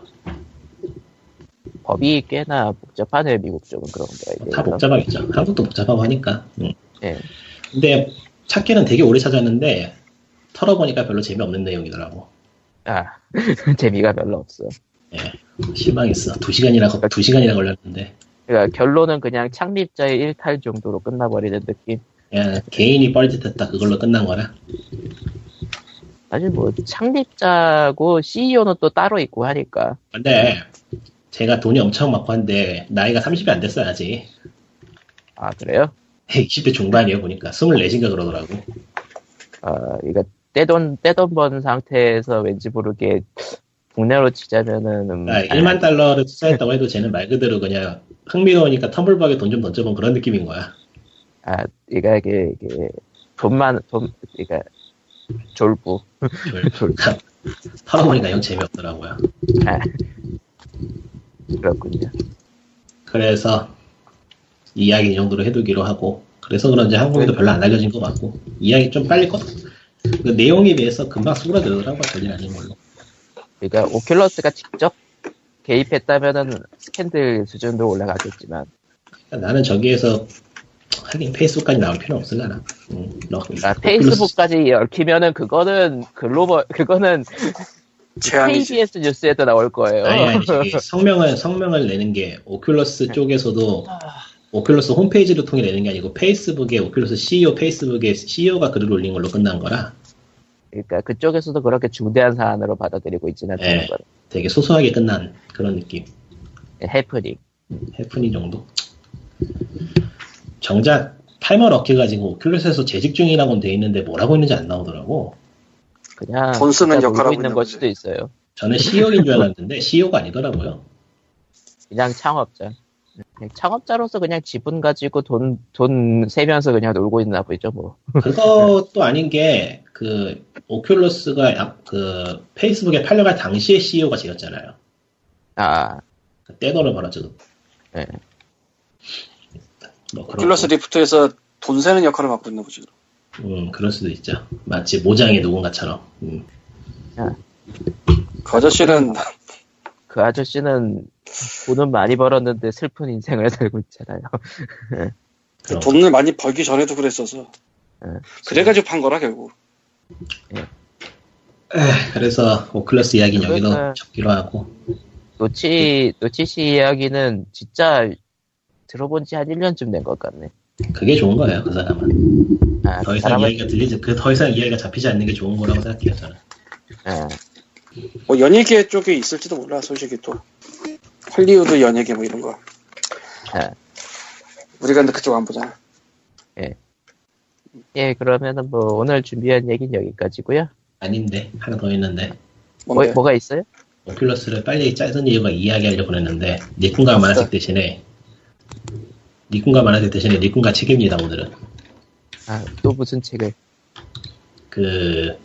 S1: 법이 꽤나 복잡하네요, 미국 쪽은 그런 거에
S4: 다
S1: 대해서.
S4: 복잡하겠죠. 한국도 복잡하고 하니까. 음.
S1: 예.
S4: 근데 찾기는 되게 오래 찾았는데 털어보니까 별로 재미없는 내용이더라고.
S1: 아, 재미가 별로 없어.
S4: 실망했어. 두 시간이나 걸- 두 시간이나 걸렸는데
S1: 그러니까 결론은 그냥 창립자의 일탈 정도로 끝나버리는 느낌.
S4: 그냥 예, 개인이 뻘짓했다 그걸로 끝난 거라.
S1: 사실 뭐, 창립자고 CEO는 또 따로 있고 하니까.
S4: 근데 제가 돈이 엄청 많고 한데 나이가 30이 안 됐어 아직.
S1: 아, 그래요?
S4: 20대 중반이에요 보니까 24인가 그러더라고
S1: 아, 이거 떼돈, 떼돈 번 상태에서 왠지 모르게 국내로 치자면은. 음,
S4: 그러니까 1만 달러를 투자했다고 해도 쟤는 말 그대로 그냥 흥미로우니까 텀블벅에 돈 좀 던져본 그런 느낌인 거야
S1: 아, 그러니까 이게, 이게, 돈만, 돈, 그러니까, 졸부.
S4: 그걸 털어보니까 영 재미없더라고요
S1: 아, 그렇군요.
S4: 그래서 이야기 이 정도로 해두기로 하고 그래서 그런지 한국에도 별로 안 알려진 것 같고 이야기 좀 빨리 껐 그 내용에 비해서 금방 수그러들더라고요 별일 아닌 걸로
S1: 그러니까 오큘러스가 직접 개입했다면은 스캔들 수준으로 올라갔겠지만
S4: 그러니까 나는 저기에서 하긴 페이스북까지 나올 필요는 없으려나 음, 너-
S1: 아, 페이스북까지 얽히면은 그거는 글로벌 그거는
S3: 제한이지.
S1: KBS 뉴스에도 나올 거예요.
S4: 아니, 아니, 저기 성명을, 성명을 내는
S1: 네.
S4: 게 오큘러스 쪽에서도
S1: 아.
S4: 오큘러스 홈페이지를 통해 내는 게 아니고 페이스북에 오큘러스 CEO 페이스북에 CEO가 글을 올린 걸로 끝난 거라
S1: 그러니까 그쪽에서도 그렇게 중대한 사안으로 받아들이고 있지는 않다는
S4: 예.
S1: 건
S4: 되게 소소하게 끝난 그런 느낌.
S1: 해프닝.
S4: 해프닝 정도. 정작 팔머 럭키가 지금 오큘러스에서 재직 중이라고는 돼 있는데 뭐라고 있는지 안 나오더라고.
S1: 그냥
S3: 돈 쓰는
S1: 그냥
S3: 역할하고
S1: 놀고 있는
S3: 있는
S1: 걸
S3: 거지.
S1: 수도 있어요.
S4: 저는 CEO인 줄 알았는데 CEO가 아니더라고요.
S1: 그냥 창업자. 그냥 창업자로서 그냥 지분 가지고 돈 돈 세면서 그냥 놀고 있나 보죠 뭐.
S4: 그것도 아닌 게, 그, 오큘러스가, 약- 그, 페이스북에 팔려갈 당시에 CEO가 지었잖아요.
S1: 아
S4: 그 떼돈을 벌어줘도.
S1: 네.
S4: 뭐, 그런.
S3: 오큘러스 리프트에서 돈 세는 역할을 맡고 있는 거지.
S4: 음, 그럴 수도 있죠. 마치 모장의 누군가처럼. 음.
S3: 그 아저씨는
S1: 아, 그 아저씨는 돈은 많이 벌었는데 슬픈 인생을 살고 있잖아요.
S4: 그럼.
S3: 돈을 많이 벌기 전에도 그랬어서
S1: 예.
S3: 그래가지고 판 거라 결국
S4: 그래서 오클러스 이야기는 여기도
S1: 그러니까.
S4: 접기로 하고
S1: 노치 노치씨 이야기는 진짜 들어본 지 한 1년쯤 된 것 같네.
S4: 그게 좋은 거예요 그 사람은
S1: 아,
S4: 더
S1: 그
S4: 이상
S1: 사람은
S4: 이야기가 들리지 그 더 이상 이야기가 잡히지 않는 게 좋은 거라고 생각해요 저는
S1: 예.
S3: 뭐 연예계 쪽에 있을지도 몰라 솔직히 또 헐리우드 연예계 뭐 이런 거
S1: 예.
S3: 우리가 근데 그쪽 안 보잖아
S1: 예, 그러면은 뭐 오늘 준비한 얘기는 여기까지고요.
S4: 아닌데 하나 더 있는데
S1: 뭐,
S3: 뭔데
S1: 뭐가 있어요?
S4: 오큘러스를 빨리 짜던 이유가 이야기하려고 했는데 니쿤과 만화책 대신에 니쿤과 만화책 대신에 니쿤과 책입니다 오늘은
S1: 아, 또 무슨 책을?
S4: 그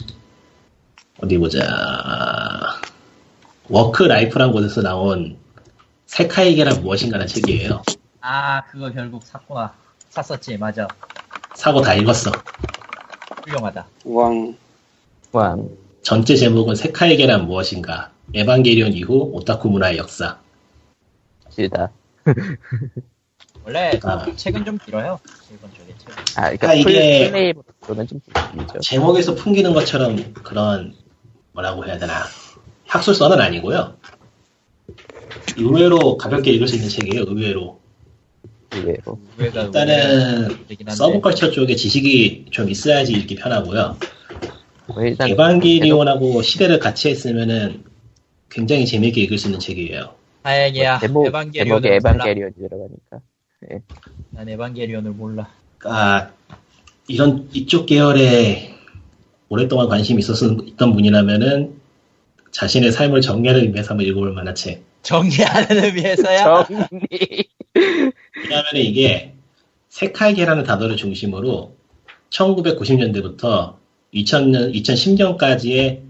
S4: 어디 보자 워크 라이프라는 곳에서 나온 세카이게란 무엇인가라는 책이에요
S2: 아 그거 결국 샀구나. 샀었지 맞아.
S4: 사고 다 읽었어
S2: 훌륭하다.
S3: 왕
S1: 왕.
S4: 전체 제목은 세카이게란 무엇인가 에반게리온 이후 오타쿠 문화의 역사
S1: 시다.
S2: 원래 그
S4: 아.
S2: 책은 좀 길어요. 일본 쪽의 책.
S1: 아, 그러니까
S4: 아, 이게-
S1: 플레이보다는 좀 길죠.
S4: 제목에서 풍기는 것처럼 그런 뭐라고 해야 되나 학술서는 아니고요. 의외로 가볍게 읽을 수 있는 책이에요. 의외로
S1: 의외로.
S2: 우회가
S4: 일단은
S2: 되긴 한데.
S4: 서브컬처 쪽에 지식이 좀 있어야지 읽기 편하고요.
S1: 뭐 일단
S4: 에반게리온하고 뭐 시대를 같이 했으면은 굉장히 재미있게 읽을 수 있는 책이에요.
S2: 다행이야.
S1: 뭐 제목,
S2: 에반게리온을
S1: 제목에
S2: 몰라.
S1: 에반게리온이 들어가니까.
S2: 난 에반게리온을 몰라.
S4: 아 이런 이쪽 계열에 오랫동안 관심이 있었던 있던 분이라면은 자신의 삶을 정리하는 의미에서 한번 읽어볼 만한 책.
S2: 정리하는 의미에서야.
S1: 정리.
S4: 왜냐하면 이게 세카이계라는 단어를 중심으로 1990년대부터 2000년, 2010년까지의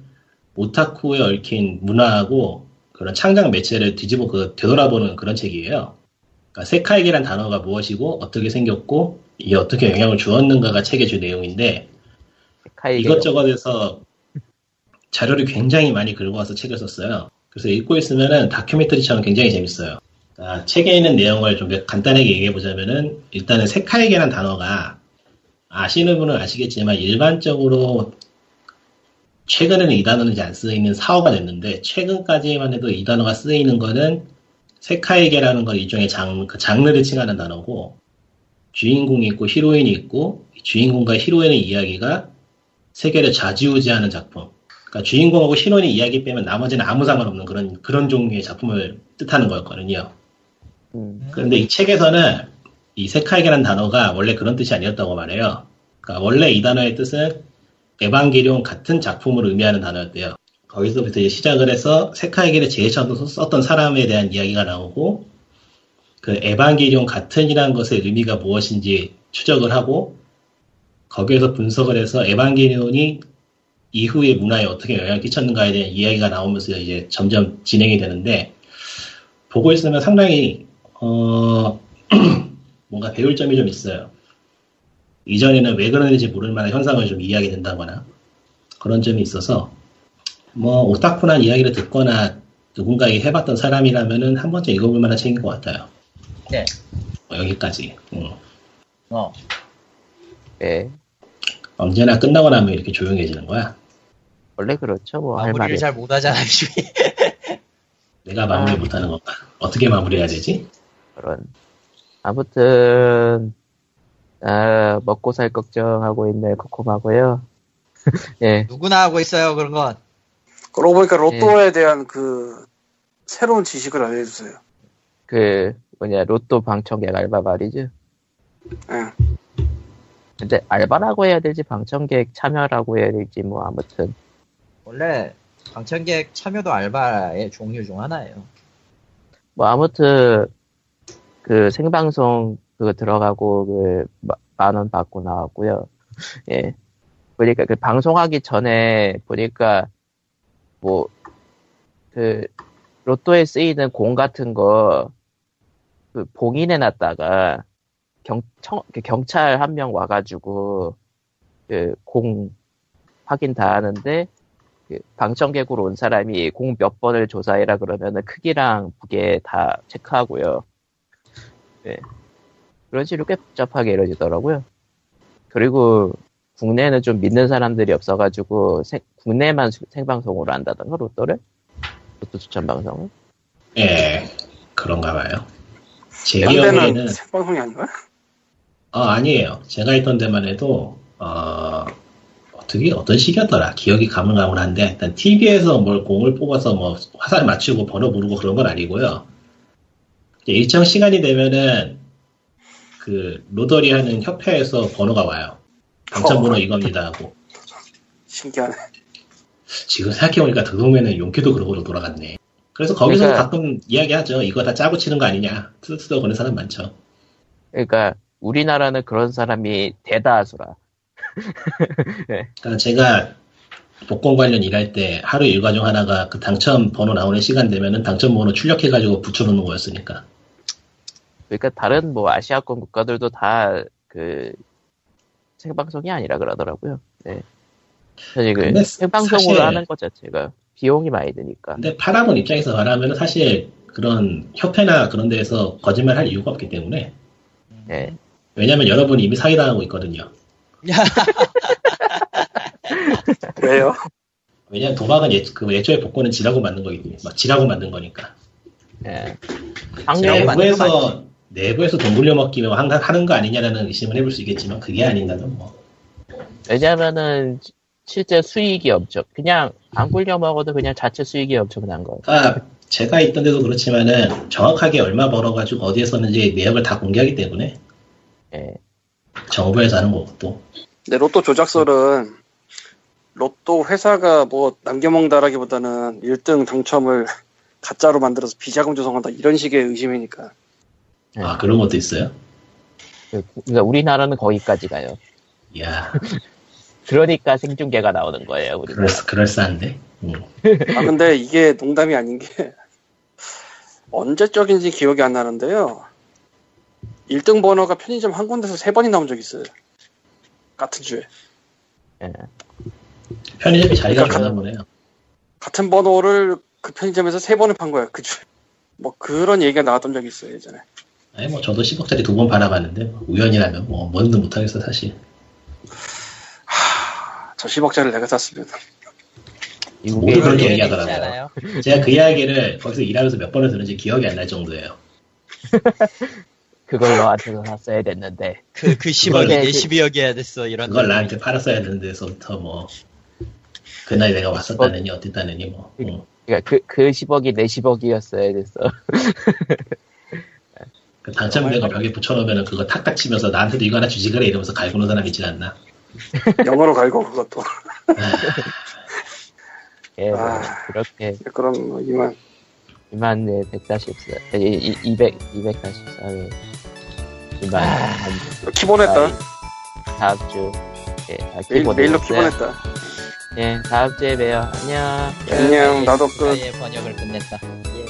S4: 오타쿠에 얽힌 문화하고 그런 창작 매체를 뒤집어 그 되돌아보는 그런 책이에요. 그러니까 세카이계란 단어가 무엇이고 어떻게 생겼고 이게 어떻게 영향을 주었는가가 책의 주 내용인데
S1: 카이게.
S4: 이것저것에서 자료를 굉장히 많이 긁어와서 책을 썼어요. 그래서 읽고 있으면은 다큐멘터리처럼 굉장히 재밌어요. 아, 책에 있는 내용을 좀 간단하게 얘기해 보자면은 일단은 세카이계란 단어가 아시는 분은 아시겠지만 일반적으로 최근에는 이 단어는 이제 안 쓰이는 사어가 됐는데 최근까지만 해도 이 단어가 쓰이는 거는 세카이계라는 건 일종의 장, 그 장르를 칭하는 단어고 주인공이 있고 히로인이 있고 주인공과 히로인의 이야기가 세계를 좌지우지하는 작품. 그러니까 주인공하고 신혼의 이야기 빼면 나머지는 아무 상관없는 그런 그런 종류의 작품을 뜻하는 거였거든요.
S1: 음.
S4: 그런데 이 책에서는 이 세카이게라는 단어가 원래 그런 뜻이 아니었다고 말해요. 그러니까 원래 이 단어의 뜻은 에반게리온 같은 작품을 의미하는 단어였대요. 거기서부터 이제 시작을 해서 세카이게를 제일 처음 썼던 사람에 대한 이야기가 나오고 그 에반게리온 같은이라는 것의 의미가 무엇인지 추적을 하고 거기에서 분석을 해서 에반게리온이 이후의 문화에 어떻게 영향을 끼쳤는가에 대한 이야기가 나오면서 이제 점점 진행이 되는데 보고 있으면 상당히 어, 뭔가 배울 점이 좀 있어요. 이전에는 왜 그러는지 모를 만한 현상을 좀 이해하게 된다거나 그런 점이 있어서 뭐 오타쿠나 이야기를 듣거나 누군가에게 해봤던 사람이라면은 한 번쯤 읽어볼 만한 책인 것 같아요.
S2: 네.
S4: 어, 여기까지. 음.
S2: 어.
S1: 예.
S4: 언제나 끝나고 나면 이렇게 조용해지는 거야.
S1: 원래 그렇죠. 뭐 할 말이.
S2: 마무리를 잘 못하잖아 이 중에.
S4: 내가 마무리 못하는 건가? 어떻게 마무리해야 되지?
S1: 그런. 아무튼 아, 먹고 살 걱정하고 있는 코코마고요. 예.
S2: 누구나 하고 있어요 그런 건.
S3: 그러고 보니까 로또에 대한 그 새로운 지식을 알려주세요
S1: 그 뭐냐 로또 방청객 알바 말이죠.
S3: 예.
S1: 근데 알바라고 해야 될지 방청객 참여라고 해야 될지 뭐 아무튼
S2: 원래 방청객 참여도 알바의 종류 중 하나예요.
S1: 뭐 아무튼 그 생방송 그거 들어가고 그 만 원 받고 나왔고요. 예. 보니까 그 방송하기 전에 보니까 뭐 그 로또에 쓰이는 공 같은 거 그 봉인해 놨다가 경청 그 경찰 한 명 와가지고 그 공 확인 다 하는데 그 방청객으로 온 사람이 공 몇 번을 조사해라 그러면은 크기랑 무게 다 체크하고요. 네. 그런 식으로 꽤 복잡하게 이루어지더라고요. 그리고 국내에는 좀 믿는 사람들이 없어가지고 생- 국내만 수- 생방송으로 한다던가 로또를 로또 추천 방송을
S4: 예, 그런가 봐요. 제
S3: 현대는
S4: 기억에는,
S3: 생방송이 아닌가?
S4: 어, 아니에요. 제가 있던 데만 해도, 어, 어떻게, 어떤 식이었더라. 기억이 가물가물한데, 일단 TV에서 뭘 공을 뽑아서 뭐 화살 맞추고 번호 부르고 그런 건 아니고요. 이제 일정 시간이 되면은, 그, 로더리 하는 협회에서 번호가 와요. 당첨번호
S3: 어.
S4: 이겁니다 하고.
S3: 신기하네.
S4: 지금 생각해보니까 드동에는 용기도 그러고로 돌아갔네. 그래서 거기서
S1: 그러니까-
S4: 가끔 이야기하죠. 이거 다 짜고 치는 거 아니냐. 투덜투덜 거는 사람 많죠.
S1: 그러니까 우리나라는 그런 사람이 대다수라
S4: 그러니까 제가 복권 관련 일할 때 하루 일과 중 하나가 그 당첨 번호 나오는 시간 되면은 당첨 번호 출력해가지고 붙여놓는 거였으니까.
S1: 그러니까 다른 뭐 아시아권 국가들도 다 그 생방송이 아니라 그러더라고요. 네. 사실 그
S4: 근데
S1: 생방송으로
S4: 사실-
S1: 하는 것 자체가 비용이 많이 드니까.
S4: 근데 팔아본 입장에서 말하면 사실 그런 협회나 그런 데에서 거짓말 할 이유가 없기 때문에. 음.
S1: 네.
S4: 왜냐면 여러분이 이미 사기당하고 있거든요.
S3: 왜요?
S4: 왜냐면 도박은 예, 그 애초에 복권은 지라고 만든 거기 때문에. 막 지라고 만든 거니까.
S1: 네.
S4: 제가
S1: 방송이 많이 많지.
S4: 내부에서 내부에서 돈 굴려먹기면 항상 하는 거 아니냐라는 의심을 해볼 수 있겠지만 그게 아닌다는 뭐
S1: 왜냐면은 시- 실제 수익이 엄청 그냥 안 굴려 먹어도 그냥 자체 수익이 엄청난 거예요.
S4: 그러니까 제가 있던 데도 그렇지만은 정확하게 얼마 벌어가지고 어디에 썼는지 내역을 다 공개하기 때문에
S1: 예.
S4: 정부에서 하는 거고 또
S3: 근데 로또 조작설은 로또 회사가 뭐 남겨먹다라기보다는 1등 당첨을 가짜로 만들어서 비자금 조성한다 이런 식의 의심이니까
S1: 네.
S4: 아, 그런 것도 있어요?
S1: 그- 그러니까 우리나라는 거기까지 가요.
S4: 이야
S1: 그러니까 생중계가 나오는 거예요. 우리.
S4: 그럴, 그럴싸한데 음.
S3: 아 근데 이게 농담이 아닌 게 언제적인지 기억이 안 나는데요 1등 번호가 편의점 한 군데서 세 번이 나온 적 있어요 같은 주에
S1: 네.
S4: 편의점이 자기가
S3: 그러니까
S4: 주나 보네요
S3: 같은 번호를 그 편의점에서 세 번을 판 거야 그 주에 뭐 그런 얘기가 나왔던 적이 있어요 예전에
S4: 아니 뭐 저도 10억짜리 두 번 받아봤는데 뭐 우연이라면 뭐 뭔도 못하겠어 사실
S2: 네,
S3: 저 10억짜리를 내가 샀으면
S1: 미국에
S4: 모든 그렇게
S1: 있는-
S4: 얘기하더라고요.
S2: 있잖아요.
S4: 제가 그 이야기를 거기서 일하면서 몇 번을 들은지 기억이 안 날 정도예요
S1: 그걸 너한테서 샀어야 됐는데
S2: 그, 그 10억이
S1: 그거는-
S2: 12억이어야 됐어. 이런.
S4: 그걸 나한테 팔았어야 되는 데서부터 뭐 그날 내가 왔었다느니 어땠다느니 뭐 음.
S1: 그러니까 그, 그 10억이 내 10억이었어야 됐어.
S4: 그 당첨된 거 벽에 붙여놓으면 그거 탁탁 치면서 나한테도 이거 하나 주지 그래 이러면서 갈구는 사람 있진 않나?
S3: 영어로 갈고 그것도
S1: 예, 뭐
S3: 아.
S1: 그렇게
S3: 그럼 뭐 이만
S1: 이만 예, 144, 예, 예, 이- 200, 244, 예. 이만
S3: 아. 기본했다
S1: 아, 다음 주 예, 아,
S3: 메일,
S1: 기본
S3: 메일로
S1: 해봤어요.
S3: 기본했다.
S1: 예, 다음 주에 봬요. 안녕.
S3: 안녕, 나도 끝.
S2: 예, 번역을 끝냈다. 예.